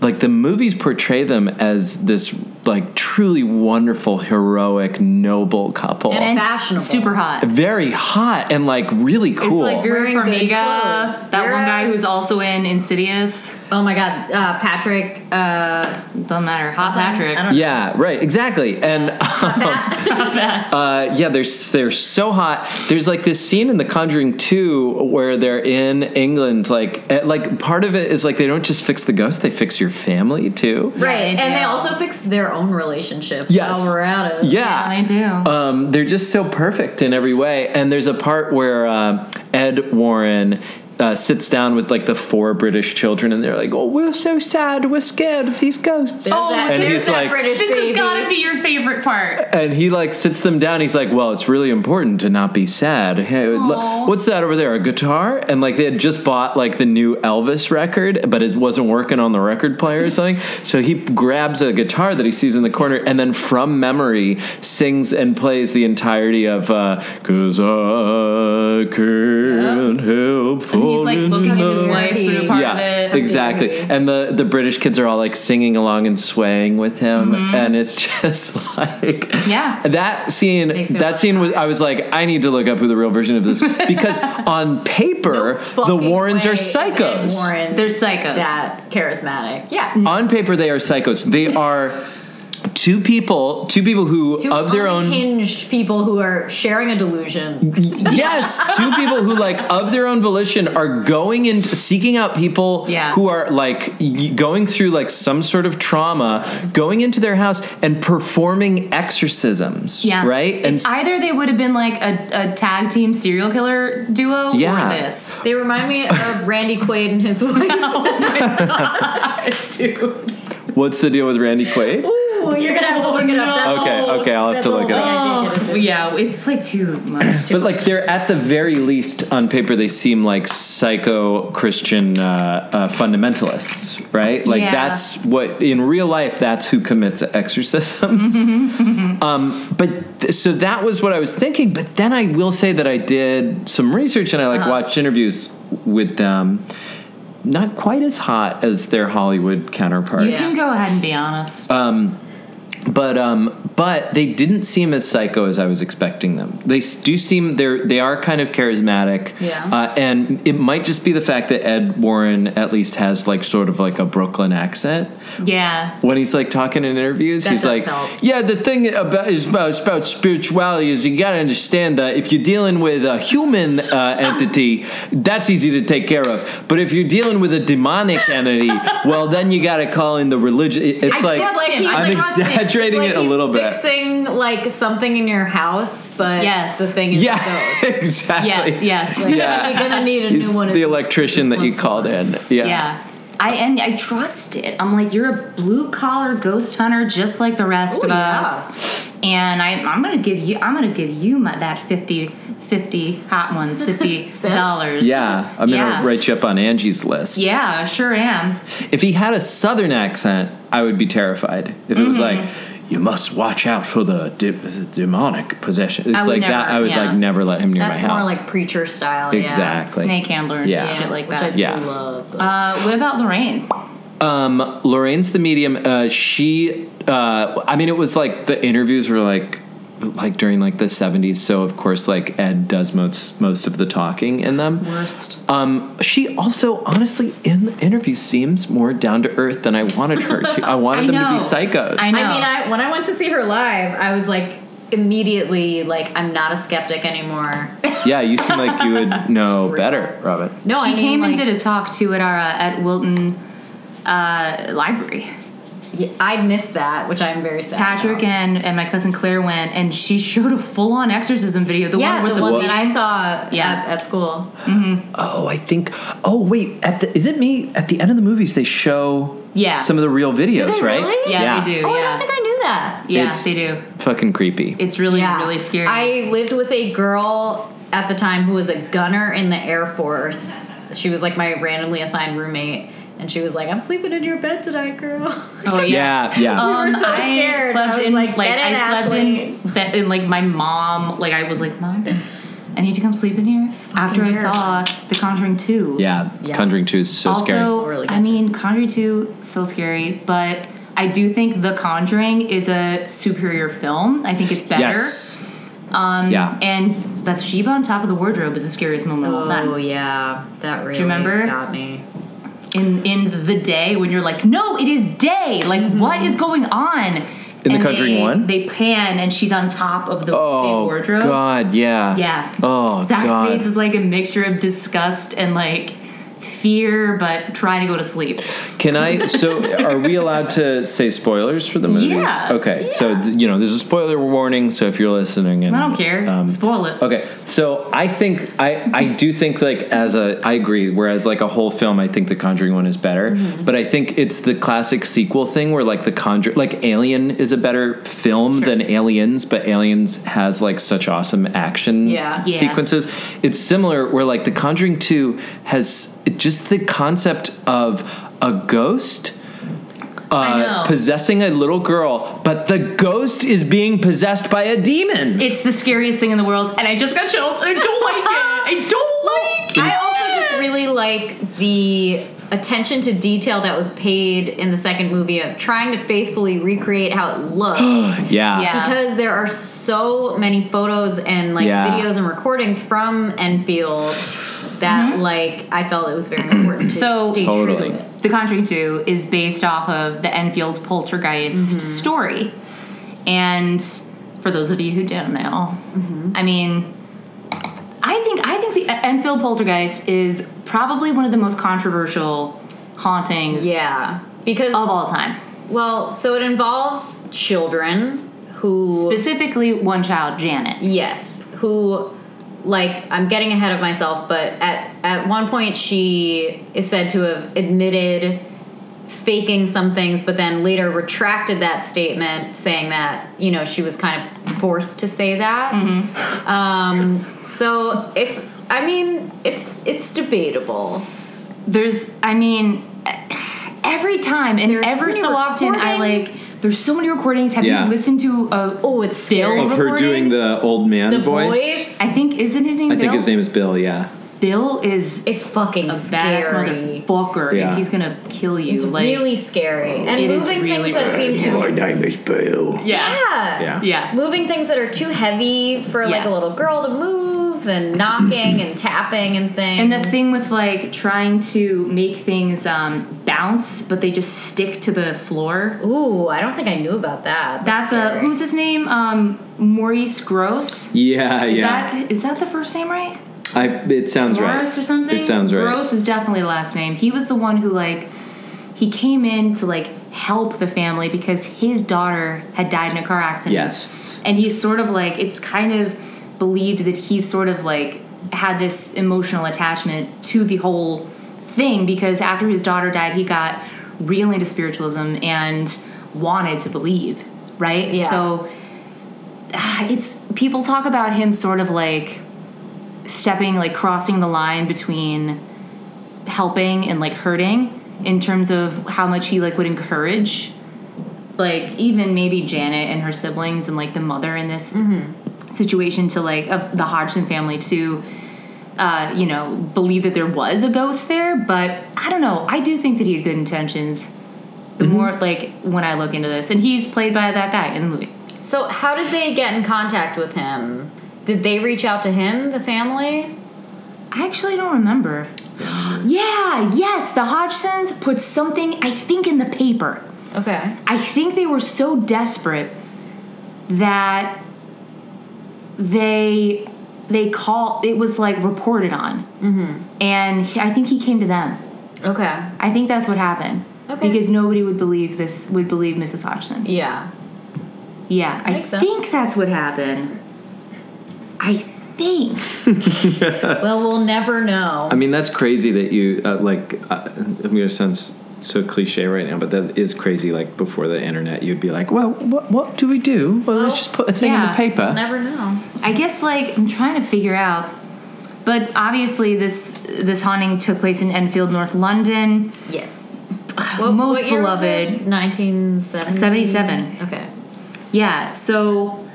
[SPEAKER 1] like the movies portray them as this like truly wonderful heroic noble couple
[SPEAKER 2] And- Fashionable.
[SPEAKER 3] super hot.
[SPEAKER 1] very hot and like really cool
[SPEAKER 3] It's like Vera
[SPEAKER 2] Wearing good
[SPEAKER 3] Farmiga,
[SPEAKER 2] clothes.
[SPEAKER 3] that one
[SPEAKER 2] Vera-
[SPEAKER 3] guy who's also in Insidious.
[SPEAKER 2] Oh my God, uh, Patrick. Uh,
[SPEAKER 3] Doesn't matter. Hot Patrick.
[SPEAKER 2] I don't know.
[SPEAKER 1] yeah right exactly and (laughs) uh, yeah they're, they're so hot there's like this scene in the conjuring 2 where they're in england like eh, like part of it is like they don't just fix the ghost they fix your family too
[SPEAKER 2] Right,
[SPEAKER 3] they
[SPEAKER 2] and they
[SPEAKER 3] do.
[SPEAKER 2] also fixed their own relationship.
[SPEAKER 1] Yes.
[SPEAKER 2] While we're at it.
[SPEAKER 1] yeah,
[SPEAKER 3] I do.
[SPEAKER 1] um, they're just so perfect in every way. And there's a part where um Ed Warren. Uh, sits down with like the four British children, and they're like, "Oh, we're so sad. We're scared of these ghosts."
[SPEAKER 2] There's
[SPEAKER 3] Oh,
[SPEAKER 2] that,
[SPEAKER 3] and
[SPEAKER 2] there's
[SPEAKER 1] he's
[SPEAKER 2] that
[SPEAKER 1] like-
[SPEAKER 2] British
[SPEAKER 3] this
[SPEAKER 2] baby.
[SPEAKER 3] has got to be your favorite part.
[SPEAKER 1] And he like sits them down. He's like, "Well, it's really important to not be sad." Hey, look-
[SPEAKER 3] Aw.
[SPEAKER 1] what's that over there? A guitar? And like they had just bought like the new Elvis record, but it wasn't working on the record player or
[SPEAKER 3] (laughs)
[SPEAKER 1] something. so he grabs a guitar that he sees in the corner, and then from memory sings and plays the entirety of uh, "Cause I Can't Help
[SPEAKER 3] And he's
[SPEAKER 1] Falling
[SPEAKER 3] like
[SPEAKER 1] in
[SPEAKER 3] looking at
[SPEAKER 1] Love."
[SPEAKER 3] his wife through a part
[SPEAKER 1] yeah,
[SPEAKER 3] of it.
[SPEAKER 1] exactly.
[SPEAKER 2] Okay.
[SPEAKER 1] And the the British kids are all like singing along and swaying with him,
[SPEAKER 2] Mm-hmm.
[SPEAKER 1] and it's (laughs) just like
[SPEAKER 3] Yeah.
[SPEAKER 1] that scene.
[SPEAKER 2] Makes me
[SPEAKER 1] That
[SPEAKER 2] wanna
[SPEAKER 1] scene was I was like, I need to look up who the real version of
[SPEAKER 2] (laughs)
[SPEAKER 1] this because on paper the
[SPEAKER 2] Fucking
[SPEAKER 1] Warrens
[SPEAKER 2] way
[SPEAKER 1] are
[SPEAKER 2] is Ed
[SPEAKER 1] psychos.
[SPEAKER 2] Warren
[SPEAKER 3] They're psychos.
[SPEAKER 2] that charismatic. Yeah.
[SPEAKER 1] On paper, they are psychos. They are two people, two people who
[SPEAKER 2] Two
[SPEAKER 1] of their own.
[SPEAKER 2] unhinged people who are sharing a
[SPEAKER 1] (laughs)
[SPEAKER 2] delusion.
[SPEAKER 1] yes, two people who like of their own volition are going and seeking out people
[SPEAKER 3] Yeah.
[SPEAKER 1] who are like y- going through like some sort of trauma, going into their house and performing exorcisms.
[SPEAKER 3] Yeah.
[SPEAKER 1] Right. and
[SPEAKER 3] It's either they would have been like a, a tag team serial killer duo
[SPEAKER 1] Yeah.
[SPEAKER 3] or this.
[SPEAKER 2] They remind me of Randy Quaid and
[SPEAKER 3] (laughs)
[SPEAKER 2] his wife.
[SPEAKER 3] Oh, Dude.
[SPEAKER 1] what's the deal with Randy Quaid?
[SPEAKER 2] Ooh, (laughs) you're gonna have to look it up. That's
[SPEAKER 1] Okay,
[SPEAKER 2] a whole-
[SPEAKER 1] okay, I'll have
[SPEAKER 2] that's
[SPEAKER 1] to
[SPEAKER 2] a
[SPEAKER 1] look
[SPEAKER 2] whole
[SPEAKER 1] it up.
[SPEAKER 2] thing I can't get
[SPEAKER 3] Oh,
[SPEAKER 2] into.
[SPEAKER 3] yeah. It's like too much.
[SPEAKER 1] But like they're at the very least on paper they seem like psycho Christian uh, uh, fundamentalists, right? Like
[SPEAKER 3] Yeah.
[SPEAKER 1] that's what in real life that's who commits exorcisms. um, but th- so that was what I was thinking. But then I will say that I did some research and I like watched interviews with them. Not quite as hot as their Hollywood counterparts.
[SPEAKER 3] you can go ahead and be honest.
[SPEAKER 1] Uh, But um, but they didn't seem as psycho as I was expecting them. They s- do seem they're they are kind of charismatic.
[SPEAKER 2] Yeah.
[SPEAKER 1] Uh, and it might just be the fact that Ed Warren at least has like sort of like a Brooklyn accent
[SPEAKER 3] yeah.
[SPEAKER 1] when he's like talking in interviews.
[SPEAKER 2] That
[SPEAKER 1] he's
[SPEAKER 2] does
[SPEAKER 1] like,
[SPEAKER 2] help.
[SPEAKER 1] yeah, the thing about is about, is about spirituality is you gotta understand that if you're dealing with a human uh, entity, that's easy to take care of. But if you're dealing with a demonic entity, well, then you gotta call in the religion. It- It's like.
[SPEAKER 3] guess like he's
[SPEAKER 1] I'm
[SPEAKER 3] like-
[SPEAKER 1] exaggerating
[SPEAKER 2] Like
[SPEAKER 1] it a
[SPEAKER 2] he's
[SPEAKER 1] little bit.
[SPEAKER 2] Fixing like something in your house, but
[SPEAKER 3] Yes.
[SPEAKER 2] the thing is
[SPEAKER 1] Yeah,
[SPEAKER 2] those.
[SPEAKER 3] Yes,
[SPEAKER 1] (laughs) exactly.
[SPEAKER 2] (laughs)
[SPEAKER 3] yes.
[SPEAKER 2] Like,
[SPEAKER 1] Yeah.
[SPEAKER 2] you're gonna need a
[SPEAKER 1] He's
[SPEAKER 2] new one. of
[SPEAKER 1] the
[SPEAKER 2] these.
[SPEAKER 1] electrician
[SPEAKER 2] This
[SPEAKER 1] that you
[SPEAKER 2] one's
[SPEAKER 1] called
[SPEAKER 2] not.
[SPEAKER 1] in. Yeah.
[SPEAKER 3] Yeah. I and I trust it. I'm like, you're a blue collar ghost hunter just like the rest
[SPEAKER 2] Ooh,
[SPEAKER 3] of
[SPEAKER 2] Oh, yeah.
[SPEAKER 3] us. And I I'm gonna give you I'm gonna give you my, that 50, 50 hot
[SPEAKER 2] (laughs)
[SPEAKER 3] ones, fifty
[SPEAKER 2] Cents?
[SPEAKER 3] dollars.
[SPEAKER 1] Yeah, I'm gonna
[SPEAKER 3] Yeah.
[SPEAKER 1] write you up on Angie's list.
[SPEAKER 3] Yeah, sure am.
[SPEAKER 1] If he had a southern accent, I would be terrified. If it was like, you must watch out for the de- is it demonic possession. It's
[SPEAKER 3] I would
[SPEAKER 1] like that.
[SPEAKER 3] never-
[SPEAKER 1] I would
[SPEAKER 3] yeah.
[SPEAKER 1] like never let him near
[SPEAKER 2] That's
[SPEAKER 1] my
[SPEAKER 2] more
[SPEAKER 1] house.
[SPEAKER 2] like preacher style. yeah.
[SPEAKER 1] Exactly.
[SPEAKER 3] snake handlers,
[SPEAKER 1] Yeah.
[SPEAKER 3] shit like
[SPEAKER 2] Which I
[SPEAKER 3] that.
[SPEAKER 2] do
[SPEAKER 1] Yeah.
[SPEAKER 2] love.
[SPEAKER 3] Uh, what about Lorraine?
[SPEAKER 1] Um, Lorraine's the medium. Uh, she, uh, I mean, it was like the interviews were like, like during like the seventies. So of course, like Ed does most most of the talking in them.
[SPEAKER 3] Worst.
[SPEAKER 1] Um, she also, honestly, in the interview seems more down to earth than I wanted her to.
[SPEAKER 3] (laughs)
[SPEAKER 1] I wanted
[SPEAKER 3] I
[SPEAKER 1] them to
[SPEAKER 3] know.
[SPEAKER 1] be psychos.
[SPEAKER 3] I know.
[SPEAKER 2] I mean, I when I went to see her live, I was like immediately like I'm not a skeptic
[SPEAKER 3] (laughs)
[SPEAKER 2] anymore.
[SPEAKER 1] yeah, you seem like you would know
[SPEAKER 2] real.
[SPEAKER 1] better, Robin.
[SPEAKER 2] No,
[SPEAKER 3] she
[SPEAKER 2] I mean,
[SPEAKER 3] came
[SPEAKER 2] like,
[SPEAKER 3] and did a talk too at our uh, at Wilton uh, Library.
[SPEAKER 2] yeah, I missed that, which I'm very sad.
[SPEAKER 3] Patrick
[SPEAKER 2] about.
[SPEAKER 3] and, and my cousin Claire went, and she (laughs) showed a full on exorcism video. The
[SPEAKER 2] yeah,
[SPEAKER 3] one with
[SPEAKER 2] the,
[SPEAKER 3] the,
[SPEAKER 2] one
[SPEAKER 3] bee.
[SPEAKER 2] that I saw
[SPEAKER 3] Yeah.
[SPEAKER 2] at, at school.
[SPEAKER 1] Oh, I think. Oh, wait. At the is it me? At the end of the movies, they show
[SPEAKER 3] Yeah.
[SPEAKER 1] some of the real videos,
[SPEAKER 2] they
[SPEAKER 1] right?
[SPEAKER 2] really?
[SPEAKER 3] Yeah, they do.
[SPEAKER 2] Oh, I
[SPEAKER 3] yeah,
[SPEAKER 2] don't think I knew that.
[SPEAKER 3] yeah,
[SPEAKER 1] It's-
[SPEAKER 3] they do.
[SPEAKER 1] Fucking creepy.
[SPEAKER 3] It's really
[SPEAKER 2] Yeah.
[SPEAKER 3] really scary.
[SPEAKER 2] I lived with a girl at the time who was a gunner in the Air Force. She was like my randomly assigned roommate, and she was like, "I'm sleeping in your bed tonight, girl." (laughs)
[SPEAKER 3] (laughs) oh
[SPEAKER 1] yeah, yeah.
[SPEAKER 2] We were so
[SPEAKER 3] I
[SPEAKER 2] scared.
[SPEAKER 3] slept
[SPEAKER 2] I was
[SPEAKER 3] in
[SPEAKER 2] like, "Get in,
[SPEAKER 3] I slept in bed in like my mom. Like I was like, mom, I need to come sleep in here after I saw The Conjuring Two.
[SPEAKER 1] Yeah,
[SPEAKER 2] Yeah.
[SPEAKER 1] Conjuring Two is so
[SPEAKER 3] also,
[SPEAKER 1] scary.
[SPEAKER 2] Really
[SPEAKER 3] I
[SPEAKER 2] good.
[SPEAKER 3] mean, Conjuring Two so scary, but I do think The Conjuring is a superior film. I think it's better.
[SPEAKER 1] Yes. Um, yeah.
[SPEAKER 3] And Bathsheba on top of the wardrobe is the scariest moment of all
[SPEAKER 2] Oh
[SPEAKER 3] time.
[SPEAKER 2] yeah, that really
[SPEAKER 3] remember?
[SPEAKER 2] got me.
[SPEAKER 3] In in the day when you're like, no, it is day. Like, what is going on?
[SPEAKER 1] Mm-hmm. In The
[SPEAKER 3] And
[SPEAKER 1] Conjuring
[SPEAKER 3] they-
[SPEAKER 1] one?
[SPEAKER 3] they pan and she's on top of the
[SPEAKER 1] oh
[SPEAKER 3] big wardrobe.
[SPEAKER 1] God. Yeah.
[SPEAKER 3] Yeah.
[SPEAKER 1] Oh
[SPEAKER 3] Zach's
[SPEAKER 1] God.
[SPEAKER 3] face is like a mixture of disgust and like fear, but trying to go to sleep.
[SPEAKER 1] Can I? So, are we allowed to say spoilers for the movies?
[SPEAKER 3] Yeah,
[SPEAKER 1] Okay. So, th- you know, there's a spoiler warning. So, if you're listening, and
[SPEAKER 3] I don't care.
[SPEAKER 1] um,
[SPEAKER 3] Spoil it.
[SPEAKER 1] Okay, so I think I I do think like as a I agree. Whereas like a whole film, I think the Conjuring one is better. But I think it's the classic sequel thing where like the Conjur like Alien is a better film than Aliens, but Aliens has like such awesome action
[SPEAKER 2] Yeah.
[SPEAKER 3] Yeah.
[SPEAKER 1] sequences. It's similar where like the Conjuring two has just the concept of a ghost.
[SPEAKER 3] I know.
[SPEAKER 1] Uh, possessing a little girl, but the ghost is being possessed by a demon.
[SPEAKER 3] It's the scariest thing in the world, and I just got chills, and I don't like it. I
[SPEAKER 1] (laughs)
[SPEAKER 3] don't like.
[SPEAKER 2] I also just really like the attention to detail that was paid in the second movie of trying to faithfully recreate how it looks.
[SPEAKER 1] yeah.
[SPEAKER 3] Yeah.
[SPEAKER 2] Because there are so many photos and like
[SPEAKER 1] Yeah.
[SPEAKER 2] videos and recordings from Enfield that like I felt it was very important to
[SPEAKER 3] So-
[SPEAKER 2] stay true
[SPEAKER 1] Totally.
[SPEAKER 2] to it.
[SPEAKER 3] The Conjuring 2 is based off of the Enfield poltergeist
[SPEAKER 2] Mm-hmm.
[SPEAKER 3] story. And for those of you who don't know,
[SPEAKER 2] Mm-hmm.
[SPEAKER 3] I mean, I think I think the Enfield poltergeist is probably one of the most controversial hauntings
[SPEAKER 2] Yeah. Because
[SPEAKER 3] of all time.
[SPEAKER 2] well, so it involves children who
[SPEAKER 3] Specifically one child, Janet.
[SPEAKER 2] Yes, who like I'm getting ahead of myself, but at at one point she is said to have admitted faking some things but then later retracted that statement saying that you know she was kind of forced to say that
[SPEAKER 3] Mm-hmm.
[SPEAKER 2] um, so it's i mean it's it's debatable
[SPEAKER 3] There's I mean every time and
[SPEAKER 2] so
[SPEAKER 3] ever
[SPEAKER 2] many
[SPEAKER 3] so often I like
[SPEAKER 2] recordings.
[SPEAKER 3] there's so many recordings. Have
[SPEAKER 1] Yeah.
[SPEAKER 3] you listened to uh, a
[SPEAKER 2] oh it's
[SPEAKER 3] Bill
[SPEAKER 2] scary
[SPEAKER 1] of her
[SPEAKER 3] recording?
[SPEAKER 1] doing the old man
[SPEAKER 2] the
[SPEAKER 1] voice.
[SPEAKER 2] voice
[SPEAKER 3] I think isn't his name
[SPEAKER 1] I
[SPEAKER 3] Bill?
[SPEAKER 1] think his name is Bill. Yeah,
[SPEAKER 3] Bill is
[SPEAKER 2] it's fucking
[SPEAKER 3] a badass
[SPEAKER 2] scary
[SPEAKER 3] motherfucker,
[SPEAKER 1] Yeah.
[SPEAKER 3] and he's gonna kill you.
[SPEAKER 2] it's
[SPEAKER 3] like,
[SPEAKER 2] really scary and
[SPEAKER 3] it is
[SPEAKER 2] moving
[SPEAKER 3] really
[SPEAKER 2] things that seem
[SPEAKER 3] bad.
[SPEAKER 2] to
[SPEAKER 4] My name is Bill.
[SPEAKER 3] yeah,
[SPEAKER 1] yeah,
[SPEAKER 3] yeah.
[SPEAKER 2] moving things that are too heavy for like
[SPEAKER 3] Yeah.
[SPEAKER 2] a little girl to move and knocking and tapping and things.
[SPEAKER 3] And the thing with like trying to make things um, bounce, but they just stick to the floor.
[SPEAKER 2] Ooh, I don't think I knew about that.
[SPEAKER 3] That's a
[SPEAKER 2] scary.
[SPEAKER 3] who's his name? Um, Maurice Gross.
[SPEAKER 1] yeah,
[SPEAKER 3] Is
[SPEAKER 1] yeah.
[SPEAKER 3] that is that the first name right?
[SPEAKER 1] I, it sounds
[SPEAKER 3] Gross
[SPEAKER 1] right.
[SPEAKER 3] or something.
[SPEAKER 1] It sounds right.
[SPEAKER 3] Gross is definitely the last name. He was the one who like he came in to like help the family because his daughter had died in a car accident.
[SPEAKER 1] Yes.
[SPEAKER 3] and he's sort of like it's kind of believed that he sort of like had this emotional attachment to the whole thing because after his daughter died he got really into spiritualism and wanted to believe right
[SPEAKER 2] Yeah.
[SPEAKER 3] so (sighs) ah, it's people talk about him sort of like stepping like crossing the line between helping and like hurting in terms of how much he like would encourage like even maybe Janet and her siblings and like the mother in this situation to like of the Hodgson family to uh, you know believe that there was a ghost there, but I don't know. I do think that he had good intentions. The more
[SPEAKER 2] Mm-hmm.
[SPEAKER 3] like when I look into this, and he's played by that guy in the movie.
[SPEAKER 2] So, how did they get in contact with him? Did they reach out to him, the family?
[SPEAKER 3] I actually don't remember. (gasps) yeah, yes, the Hodgsons put something I think in the paper.
[SPEAKER 2] Okay.
[SPEAKER 3] I think they were so desperate that they they call it was like reported on, mm-hmm. and he- I think he came to them.
[SPEAKER 2] Okay.
[SPEAKER 3] I think that's what happened
[SPEAKER 2] Okay.
[SPEAKER 3] because nobody would believe this would believe Mrs. Hodgson.
[SPEAKER 2] Yeah.
[SPEAKER 3] Yeah, I
[SPEAKER 2] Makes sense.
[SPEAKER 3] think that's what happened. I think.
[SPEAKER 2] Well, we'll never know.
[SPEAKER 1] I mean, that's crazy that you uh, like. Uh, I'm gonna sound s- so cliche right now, but that is crazy. Like before the internet, you'd be like, "Well, what what do we do? Well, let's just put a thing in
[SPEAKER 3] yeah,
[SPEAKER 1] the paper."
[SPEAKER 2] We'll never know.
[SPEAKER 3] I guess like I'm trying to figure out. But obviously, this this haunting took place in Enfield, North London.
[SPEAKER 2] Yes.
[SPEAKER 3] most
[SPEAKER 2] year was
[SPEAKER 3] beloved.
[SPEAKER 2] it? 1977.
[SPEAKER 3] 77.
[SPEAKER 2] Okay.
[SPEAKER 3] Yeah, so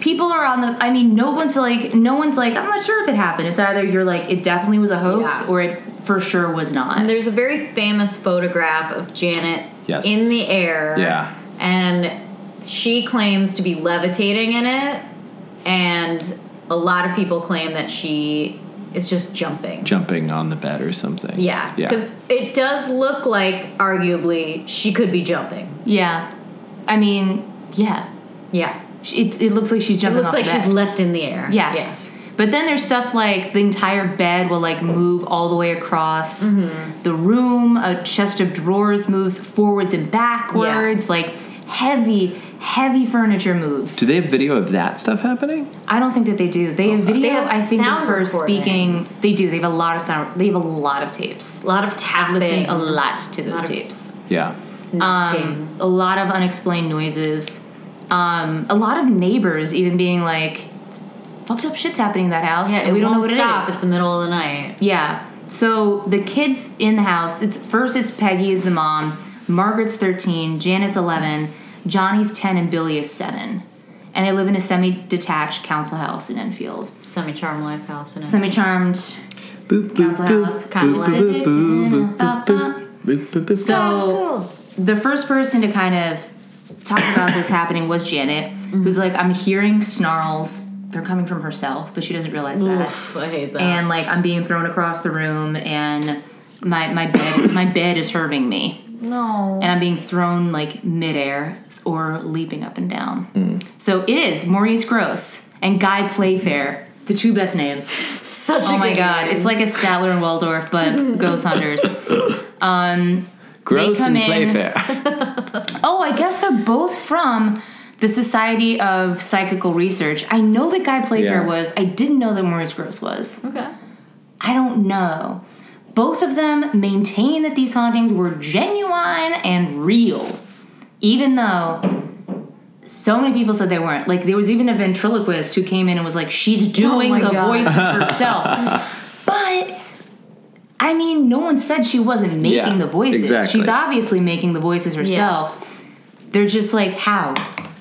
[SPEAKER 3] people are on the. I mean, no one's like, no one's like, I'm not sure if it happened. It's either you're like, it definitely was a hoax,
[SPEAKER 2] Yeah.
[SPEAKER 3] or it for sure was
[SPEAKER 2] And
[SPEAKER 3] not.
[SPEAKER 2] there's a very famous photograph of Janet
[SPEAKER 1] Yes.
[SPEAKER 2] in the air.
[SPEAKER 1] Yeah.
[SPEAKER 2] And she claims to be levitating in it. And a lot of people claim that she is just jumping.
[SPEAKER 1] Jumping on the bed or something.
[SPEAKER 2] yeah.
[SPEAKER 1] yeah.
[SPEAKER 2] Because it does look like, arguably, she could be jumping.
[SPEAKER 3] Yeah, I mean, yeah,
[SPEAKER 2] Yeah.
[SPEAKER 3] She- it, it looks like she's
[SPEAKER 2] It
[SPEAKER 3] jumping.
[SPEAKER 2] looks
[SPEAKER 3] off
[SPEAKER 2] like
[SPEAKER 3] the
[SPEAKER 2] she's
[SPEAKER 3] bed.
[SPEAKER 2] leapt in the air.
[SPEAKER 3] Yeah.
[SPEAKER 2] Yeah.
[SPEAKER 3] But then there's stuff like the entire bed will like move all the way across
[SPEAKER 2] Mm-hmm.
[SPEAKER 3] the room, a chest of drawers moves forwards and backwards, like heavy, heavy furniture moves.
[SPEAKER 1] Do they have video of that stuff happening?
[SPEAKER 3] I don't think that they do. They have video
[SPEAKER 2] They have
[SPEAKER 3] I think of
[SPEAKER 2] sound
[SPEAKER 3] her speaking.
[SPEAKER 2] recordings.
[SPEAKER 3] They do. They have a lot of sound they have a lot of tapes.
[SPEAKER 2] A lot of tapping.
[SPEAKER 3] Listening a lot to those
[SPEAKER 2] lot of
[SPEAKER 3] tapes.
[SPEAKER 1] Yeah.
[SPEAKER 2] knocking.
[SPEAKER 3] Um, a lot of unexplained noises. Um, a lot of neighbors even being like fucked up shit's happening in that house.
[SPEAKER 2] yeah,
[SPEAKER 3] and we don't know what
[SPEAKER 2] stop.
[SPEAKER 3] it is.
[SPEAKER 2] It's the middle of the night.
[SPEAKER 3] Yeah. So the kids in the house, it's first it's Peggy is the mom, Margaret's 13, Janet's 11, Johnny's 10 and Billy is 7. And they live in a semi-detached council house in Enfield.
[SPEAKER 2] Semi-charm life house. And
[SPEAKER 3] Semi-charmed.
[SPEAKER 1] Boop, boop,
[SPEAKER 3] Council
[SPEAKER 1] boop,
[SPEAKER 3] House,
[SPEAKER 1] boop,
[SPEAKER 3] Council
[SPEAKER 1] boop, boop,
[SPEAKER 3] House.
[SPEAKER 1] boop, boop, boop, boop, boop, boop.
[SPEAKER 3] So the first person to kind of talk about this happening was Janet, who's like I'm hearing snarls. They're coming from herself, but she doesn't realize that.
[SPEAKER 2] Oof, I hate that.
[SPEAKER 3] and like I'm being thrown across the room and my my bed my bed is hurting me
[SPEAKER 2] no.
[SPEAKER 3] and I'm being thrown like midair or leaping up and down. So it is Maurice Gross and Guy Playfair, the two best names.
[SPEAKER 2] Such a
[SPEAKER 3] Oh my
[SPEAKER 2] good
[SPEAKER 3] god,
[SPEAKER 2] name.
[SPEAKER 3] it's like a Statler and Waldorf, but ghost hunters.
[SPEAKER 1] Gross
[SPEAKER 3] come
[SPEAKER 1] and (laughs)
[SPEAKER 3] in-
[SPEAKER 1] playfair.
[SPEAKER 3] Oh, I guess they're both from the Society of Psychical Research. I know that Guy Playfair
[SPEAKER 1] Yeah.
[SPEAKER 3] was. I didn't know that Maurice Gross was.
[SPEAKER 2] okay.
[SPEAKER 3] I don't know. Both of them maintain that these hauntings were genuine and real, even though so many people said they weren't. Like, there was even a ventriloquist who came in and was like, she's doing
[SPEAKER 2] Oh my
[SPEAKER 3] the
[SPEAKER 2] God.
[SPEAKER 3] voices
[SPEAKER 2] (laughs)
[SPEAKER 3] herself. but, I mean, no one said she wasn't making
[SPEAKER 1] Yeah,
[SPEAKER 3] the voices.
[SPEAKER 1] exactly.
[SPEAKER 3] She's obviously making the voices herself. They're just like, how?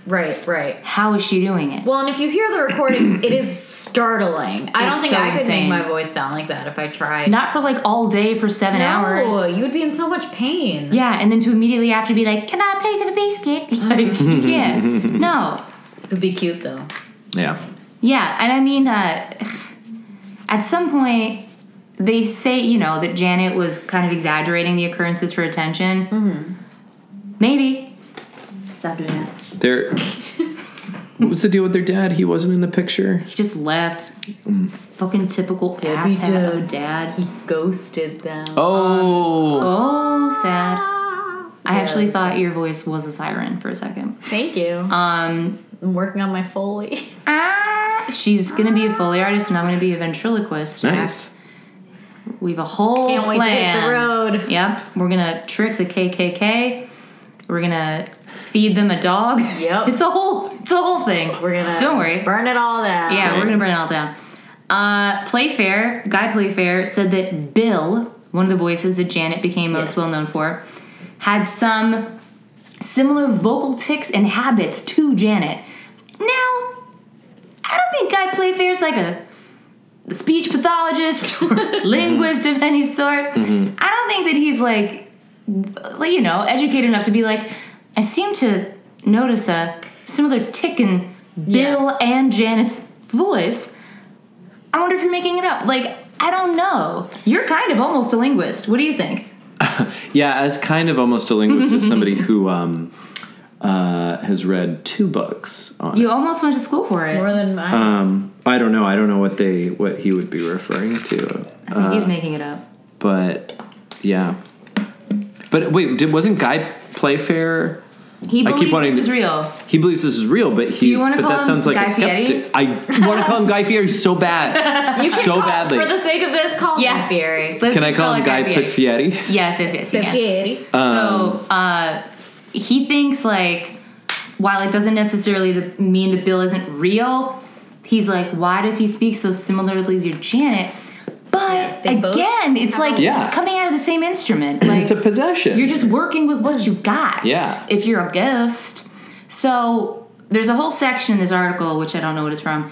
[SPEAKER 2] Right, right.
[SPEAKER 3] How is she doing it?
[SPEAKER 2] Well, and if you hear the recordings, it is startling. I don't
[SPEAKER 3] It's
[SPEAKER 2] think
[SPEAKER 3] so
[SPEAKER 2] I could
[SPEAKER 3] insane.
[SPEAKER 2] make my voice sound like that if I tried.
[SPEAKER 3] Not for like all day for seven
[SPEAKER 2] no,
[SPEAKER 3] hours.
[SPEAKER 2] you would be in so much pain.
[SPEAKER 3] Yeah, and then to immediately after be like, "Can I please have a biscuit?" (laughs) Like, you
[SPEAKER 2] (laughs)
[SPEAKER 3] can't. No.
[SPEAKER 2] It'd be cute though.
[SPEAKER 1] yeah.
[SPEAKER 3] Yeah, and I mean, uh, at some point, they say you know that Janet was kind of exaggerating the occurrences for attention. Mm-hmm. Maybe. Stop doing that.
[SPEAKER 1] They're. (laughs) what was the deal with their dad? He wasn't in the picture.
[SPEAKER 3] He just left. Fucking typical
[SPEAKER 2] he
[SPEAKER 3] asshat of a
[SPEAKER 2] did.
[SPEAKER 3] dad.
[SPEAKER 2] Ghosted them.
[SPEAKER 1] Oh.
[SPEAKER 3] Oh, sad. I
[SPEAKER 2] Yeah,
[SPEAKER 3] actually
[SPEAKER 2] that's-
[SPEAKER 3] thought your voice was a siren for a second.
[SPEAKER 2] Thank you.
[SPEAKER 3] Um, ah,
[SPEAKER 2] I'm working on my foley.
[SPEAKER 3] She's gonna be a foley artist, and I'm gonna be a ventriloquist.
[SPEAKER 1] nice.
[SPEAKER 3] We have a
[SPEAKER 2] (laughs)
[SPEAKER 3] whole
[SPEAKER 2] Can't wait
[SPEAKER 3] plan.
[SPEAKER 2] to hit the road.
[SPEAKER 3] Yep, we're gonna trick the KKK. We're gonna feed them a dog.
[SPEAKER 2] Yep.
[SPEAKER 3] (laughs) it's a whole, it's a whole thing.
[SPEAKER 2] We're gonna.
[SPEAKER 3] Don't worry.
[SPEAKER 2] Burn it all down.
[SPEAKER 3] yeah,
[SPEAKER 1] Right.
[SPEAKER 3] we're gonna burn it all down. Uh, Playfair, guy Playfair, said that Bill, one of the voices that Janet became most
[SPEAKER 2] Yes.
[SPEAKER 3] well known for, had some similar vocal tics and habits to Janet. Now, I don't think Guy Playfair's like a
[SPEAKER 1] (laughs)
[SPEAKER 3] speech pathologist or linguist of any sort.
[SPEAKER 1] Mm-hmm.
[SPEAKER 3] I don't think that he's like, like, you know, educated enough to be like, I seem to notice a similar tick in Bill and Janet's voice. I wonder if you're making it up. Like, I don't know. You're kind of almost a linguist. What do you think?
[SPEAKER 1] Yeah, as kind of almost a linguist, as somebody who um, uh, has read two books on.
[SPEAKER 3] You almost went to school for it.
[SPEAKER 2] More than mine.
[SPEAKER 1] Um, I don't know. I don't know what they what he would be referring to,
[SPEAKER 3] I think
[SPEAKER 1] Uh,
[SPEAKER 3] he's making it up.
[SPEAKER 1] but yeah. But wait, did, wasn't Guy Playfair?
[SPEAKER 3] He
[SPEAKER 1] I
[SPEAKER 3] believes
[SPEAKER 1] keep wanting
[SPEAKER 3] this
[SPEAKER 1] to-
[SPEAKER 3] is real.
[SPEAKER 1] He believes this is real, but he's.
[SPEAKER 3] you wanna
[SPEAKER 1] but
[SPEAKER 3] call
[SPEAKER 1] that
[SPEAKER 3] him
[SPEAKER 1] sounds like
[SPEAKER 3] Guy
[SPEAKER 1] a
[SPEAKER 3] Fieri?
[SPEAKER 1] skeptic. I want to call him Guy Fieri so bad,
[SPEAKER 2] you can
[SPEAKER 1] so
[SPEAKER 2] call,
[SPEAKER 1] badly.
[SPEAKER 2] For the sake of this, call
[SPEAKER 3] Yeah.
[SPEAKER 2] me Fieri.
[SPEAKER 3] Let's
[SPEAKER 1] Can I
[SPEAKER 3] just
[SPEAKER 1] call him
[SPEAKER 3] it
[SPEAKER 1] Guy
[SPEAKER 3] Fieri.
[SPEAKER 1] Fieri?
[SPEAKER 3] Yes, yes, yes. You can.
[SPEAKER 2] Fieri. Um,
[SPEAKER 3] so uh, he thinks like while it doesn't necessarily th- mean the bill isn't real he's like why does he speak so similarly to janet but
[SPEAKER 2] they both
[SPEAKER 3] again it's like
[SPEAKER 1] Yeah.
[SPEAKER 3] it's coming out of the same
[SPEAKER 2] (clears throat)
[SPEAKER 3] instrument like
[SPEAKER 1] It's a possession.
[SPEAKER 3] you're just working with what you got
[SPEAKER 1] Yeah.
[SPEAKER 3] if you're a ghost so there's a whole section in this article which i don't know what it's from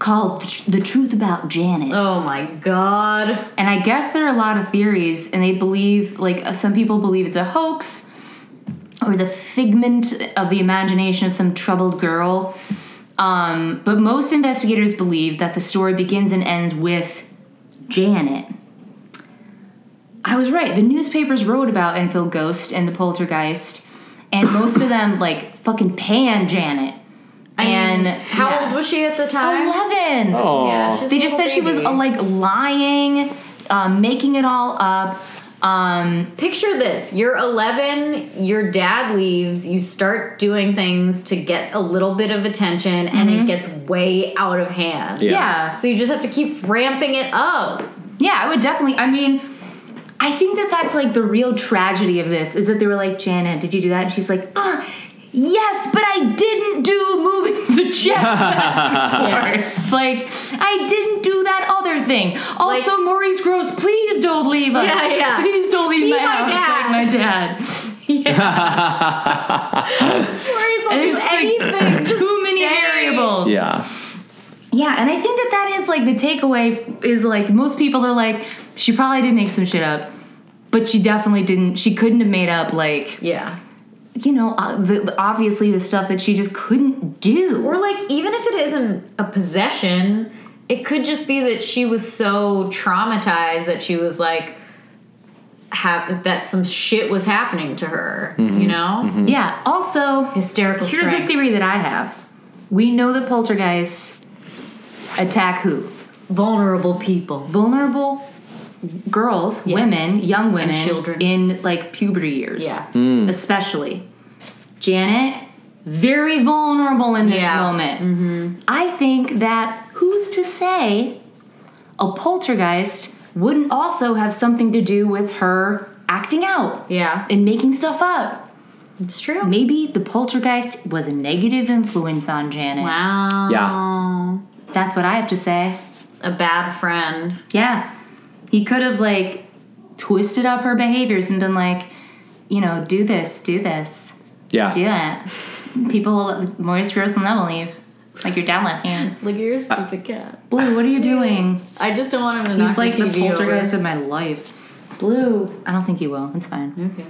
[SPEAKER 3] called the, Tr- the truth about janet
[SPEAKER 2] Oh my god.
[SPEAKER 3] and I guess there are a lot of theories, and they believe, like, uh, some people believe it's a hoax or the figment of the imagination of some troubled girl. Um, but most investigators believe that the story begins and ends with Janet. I was right. The newspapers wrote about Enfield Ghost and the Poltergeist, and most of them, like, fucking pan Janet.
[SPEAKER 2] I mean,
[SPEAKER 3] And
[SPEAKER 2] how
[SPEAKER 3] yeah.
[SPEAKER 2] old was she at the time?
[SPEAKER 3] 11!
[SPEAKER 1] Oh,
[SPEAKER 2] Yeah, she's
[SPEAKER 3] They
[SPEAKER 2] a
[SPEAKER 3] just said
[SPEAKER 2] little
[SPEAKER 3] she was
[SPEAKER 2] baby.
[SPEAKER 3] uh, like lying, um, making it all up. Um,
[SPEAKER 2] Picture this. You're 11, your dad leaves, you start doing things to get a little bit of attention, and it gets way out of hand.
[SPEAKER 1] Yeah.
[SPEAKER 3] yeah.
[SPEAKER 2] So you just have to keep ramping it up.
[SPEAKER 3] Yeah, I would definitely. I mean, I think that that's like the real tragedy of this is that they were like, Janet, did you do that? And she's like, ah, yes, but I didn't do moving (laughs) the
[SPEAKER 2] (laughs)
[SPEAKER 3] jet. like, I didn't do that other thing. Also,
[SPEAKER 2] Like-
[SPEAKER 3] Maurice Gross, please don't leave us.
[SPEAKER 2] Yeah, yeah.
[SPEAKER 3] Please don't leave
[SPEAKER 2] Be
[SPEAKER 3] my,
[SPEAKER 2] my
[SPEAKER 3] house
[SPEAKER 2] dad."
[SPEAKER 3] like my dad. (laughs) Yeah,
[SPEAKER 2] Worries
[SPEAKER 3] And
[SPEAKER 2] there's
[SPEAKER 3] there's, like,
[SPEAKER 2] anything. just
[SPEAKER 3] too many
[SPEAKER 2] stay.
[SPEAKER 3] variables.
[SPEAKER 1] yeah.
[SPEAKER 3] Yeah, and I think that that is like the takeaway is like most people are like, she probably did make some shit up, but she definitely didn't. She couldn't have made up like
[SPEAKER 2] Yeah.
[SPEAKER 3] you know uh, the, obviously the stuff that she just couldn't do.
[SPEAKER 2] Or like even if it isn't a possession, it could just be that she was so traumatized that she was like hap- that some shit was happening to her, you know?
[SPEAKER 3] yeah. Also,
[SPEAKER 2] Hysterical
[SPEAKER 3] Mm-hmm. here's a
[SPEAKER 2] strength.
[SPEAKER 3] theory that I have. We know that poltergeists attack who
[SPEAKER 2] Vulnerable people.
[SPEAKER 3] vulnerable girls,
[SPEAKER 2] Yes.
[SPEAKER 3] women, young women,
[SPEAKER 2] children.
[SPEAKER 3] in like puberty years,
[SPEAKER 2] Yeah.
[SPEAKER 3] especially. Janet, very vulnerable in this
[SPEAKER 2] Yeah. Mm-hmm.
[SPEAKER 3] moment. I think that who's to say a poltergeist wouldn't also have something to do with her acting out
[SPEAKER 2] Yeah.
[SPEAKER 3] and making stuff up.
[SPEAKER 2] It's true.
[SPEAKER 3] Maybe the poltergeist was a negative influence on Janet.
[SPEAKER 2] Wow.
[SPEAKER 1] Yeah.
[SPEAKER 3] That's what I have to say.
[SPEAKER 2] A bad friend.
[SPEAKER 3] Yeah. He could have like twisted up her behaviors and been like, you know, do this, do this,
[SPEAKER 1] Yeah.
[SPEAKER 3] do it. People will, Maurice Gross will never leave. Like your dad left hand.
[SPEAKER 2] Look at
[SPEAKER 1] Uh,
[SPEAKER 2] your stupid cat.
[SPEAKER 3] Blue, what are you doing?
[SPEAKER 2] I just don't want him to knock
[SPEAKER 3] He's like
[SPEAKER 2] the
[SPEAKER 3] the
[SPEAKER 2] TV
[SPEAKER 3] poltergeist
[SPEAKER 2] over.
[SPEAKER 3] of my life. Blue. I don't think he will. It's fine.
[SPEAKER 2] Okay.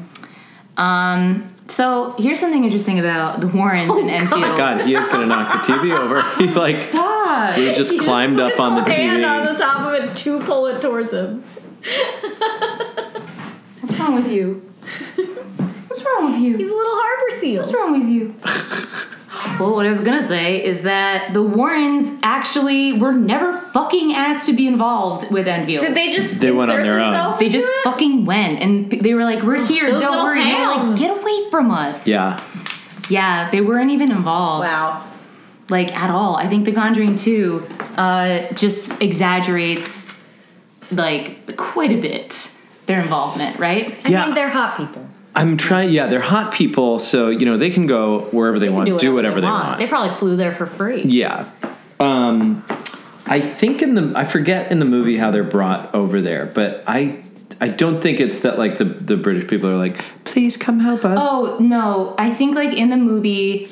[SPEAKER 3] Um, so here's something interesting about the Warrens and Enfield.
[SPEAKER 1] God, he is gonna knock the TV over. (laughs) He like
[SPEAKER 3] Stop.
[SPEAKER 1] he just
[SPEAKER 2] He just
[SPEAKER 1] climbed
[SPEAKER 2] put
[SPEAKER 1] up
[SPEAKER 2] his
[SPEAKER 1] on the
[SPEAKER 2] whole hand on
[SPEAKER 1] TV.
[SPEAKER 2] the top of it to pull it towards (laughs) him.
[SPEAKER 3] What's wrong with you? What's wrong with you?
[SPEAKER 2] He's a little harbor seal.
[SPEAKER 3] What's wrong with you? (laughs) well, what I was gonna say is that the Warrens actually were never fucking asked to be involved with Enfield.
[SPEAKER 2] Did they just
[SPEAKER 1] They went on
[SPEAKER 2] insert
[SPEAKER 1] their own.
[SPEAKER 2] themselves
[SPEAKER 3] They
[SPEAKER 2] into
[SPEAKER 3] just
[SPEAKER 2] it?
[SPEAKER 3] fucking went, and p- they were like, "We're here,
[SPEAKER 2] Those
[SPEAKER 3] don't
[SPEAKER 2] little
[SPEAKER 3] worry." And we're like,
[SPEAKER 2] hounds.
[SPEAKER 3] "Get away from us!"
[SPEAKER 1] Yeah.
[SPEAKER 3] yeah, they weren't even involved,
[SPEAKER 2] Wow.
[SPEAKER 3] like at all. I think The Conjuring Two uh, just exaggerates, like, quite a bit their involvement, right?
[SPEAKER 2] I
[SPEAKER 1] Yeah.
[SPEAKER 2] mean, they're hot people.
[SPEAKER 1] I'm trying. Yeah, they're hot people, so you know they can go wherever they,
[SPEAKER 2] They
[SPEAKER 1] want,
[SPEAKER 2] can
[SPEAKER 1] Uh, do whatever they want.
[SPEAKER 2] They probably flew there for free. (laughs)
[SPEAKER 1] yeah. Um, I think in the I forget in the movie how they're brought over there, but I I don't think it's that like the the British people are like, please come help us.
[SPEAKER 3] Oh no, I think like in the movie,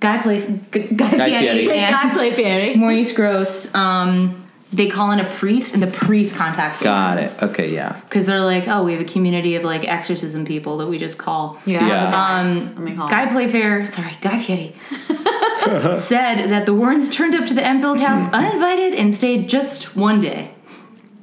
[SPEAKER 3] Guy Play Guy, Guy Fieri,
[SPEAKER 1] Fieri.
[SPEAKER 2] I
[SPEAKER 3] and
[SPEAKER 2] play Fanny.
[SPEAKER 3] Maurice Gross, um, they call in a priest, and the priest contacts.
[SPEAKER 1] Got it. Okay, yeah.
[SPEAKER 3] Because they're like, oh, we have a community of like exorcism people that we just call.
[SPEAKER 2] Yeah.
[SPEAKER 1] Yeah.
[SPEAKER 2] Um, Let me call
[SPEAKER 3] Guy Playfair, sorry, Guy Fieri, (laughs) said that the Warrens turned up to the Enfield
[SPEAKER 1] Hmm.
[SPEAKER 3] house uninvited and stayed just one day.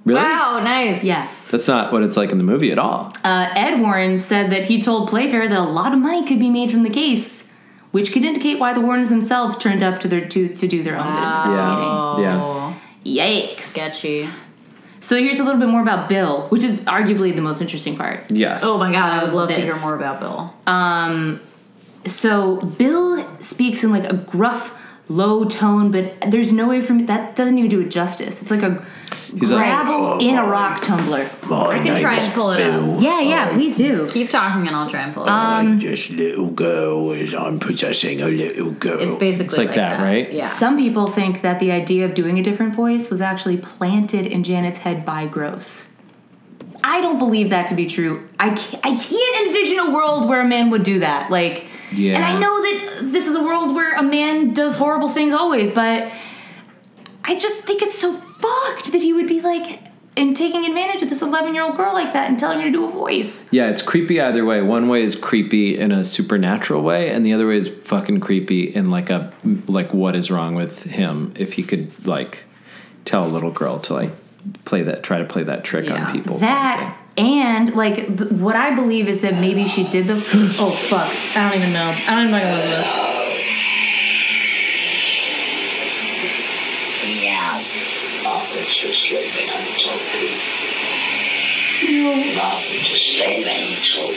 [SPEAKER 1] Really?
[SPEAKER 2] Wow, nice.
[SPEAKER 3] Yes.
[SPEAKER 1] That's not what it's like in the movie at all.
[SPEAKER 3] Uh, Ed Warren said that he told Playfair that a lot of money could be made from the case, which could indicate why the Warrens themselves turned up to their to, to do their own bit of investigating.
[SPEAKER 2] Wow.
[SPEAKER 1] Yeah.
[SPEAKER 3] Yikes!
[SPEAKER 2] Oh, Sketchy.
[SPEAKER 3] So here's a little bit more about Bill, which is arguably the most interesting part.
[SPEAKER 1] Yes.
[SPEAKER 2] Oh my god, I would
[SPEAKER 3] Of
[SPEAKER 2] love to
[SPEAKER 3] this.
[SPEAKER 2] hear more about Bill.
[SPEAKER 3] So Bill speaks in like a gruff, low tone, but there's no way for me that doesn't even do it justice. It's like a
[SPEAKER 1] He's like,
[SPEAKER 3] gravel
[SPEAKER 1] "Oh,
[SPEAKER 3] in a rock tumbler.
[SPEAKER 2] I can try and pull it up.
[SPEAKER 3] Yeah, yeah, please do.
[SPEAKER 2] Keep talking and I'll try and pull it up.
[SPEAKER 4] Um, this little girl is I'm possessing a little girl.
[SPEAKER 2] It's basically
[SPEAKER 1] It's like that, right?
[SPEAKER 2] Yeah.
[SPEAKER 3] Some people think that the idea of doing a different voice was actually planted in Janet's head by Gross. I don't believe that to be true. I can't, I can't envision a world where a man would do that. Like,
[SPEAKER 1] Yeah.
[SPEAKER 3] and I know that this is a world where a man does horrible things always, but I just think it's so fucked that he would be like and taking advantage of this 11 year old girl like that and telling her to do a voice.
[SPEAKER 1] Yeah, it's creepy either way. One way is creepy in a supernatural way, and the other way is fucking creepy in like a like what is wrong with him if he could like tell a little girl to like play that try to play that trick
[SPEAKER 2] Yeah.
[SPEAKER 1] on people.
[SPEAKER 3] That and like th- what I believe is that maybe she did the (gasps) oh fuck I don't even know I don't even know what it was.
[SPEAKER 5] Meow. Martha's just sleeping on the top of No. Martha's just sleeping on the top of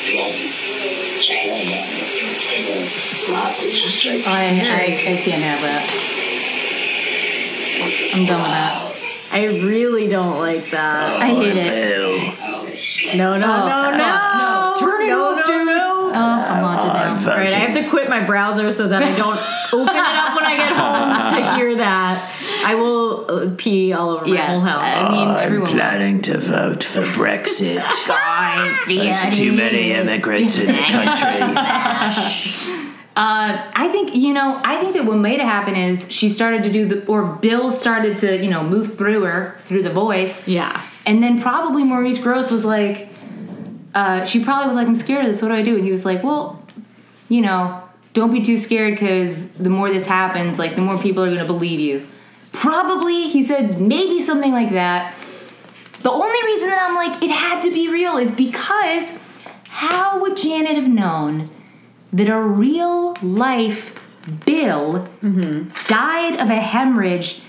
[SPEAKER 5] the Martha's just sleeping.
[SPEAKER 3] I, I, I can't have that. I'm done with that.
[SPEAKER 2] I really don't like that.
[SPEAKER 3] I hate it.
[SPEAKER 2] No, no,
[SPEAKER 3] Oh,
[SPEAKER 2] no, no,
[SPEAKER 3] no. Turn it
[SPEAKER 2] no, off, no, no.
[SPEAKER 3] Oh, I'm haunted now.
[SPEAKER 2] All right, I have to quit my browser so that I (laughs) don't open it up when I get home
[SPEAKER 1] (laughs)
[SPEAKER 2] to hear that. I will uh, pee all over my whole
[SPEAKER 3] Yeah,
[SPEAKER 2] house.
[SPEAKER 3] I mean,
[SPEAKER 4] I'm
[SPEAKER 3] everyone.
[SPEAKER 4] planning to vote
[SPEAKER 2] (laughs)
[SPEAKER 4] for Brexit. There's
[SPEAKER 3] There's
[SPEAKER 4] too many immigrants in the country.
[SPEAKER 3] Uh, I think you know. I think that what might have happened is she started to do the, or Bill started to you know move through her through the voice.
[SPEAKER 2] Yeah.
[SPEAKER 3] And then probably Maurice Gross was like, uh, she probably was like, I'm scared of this. What do I do? And he was like, well, you know, don't be too scared because the more this happens, like the more people are going to believe you. Probably, he said, maybe something like that. The only reason that I'm like, it had to be real is because how would Janet have known that a real life Bill
[SPEAKER 2] Mm-hmm.
[SPEAKER 3] died of a hemorrhage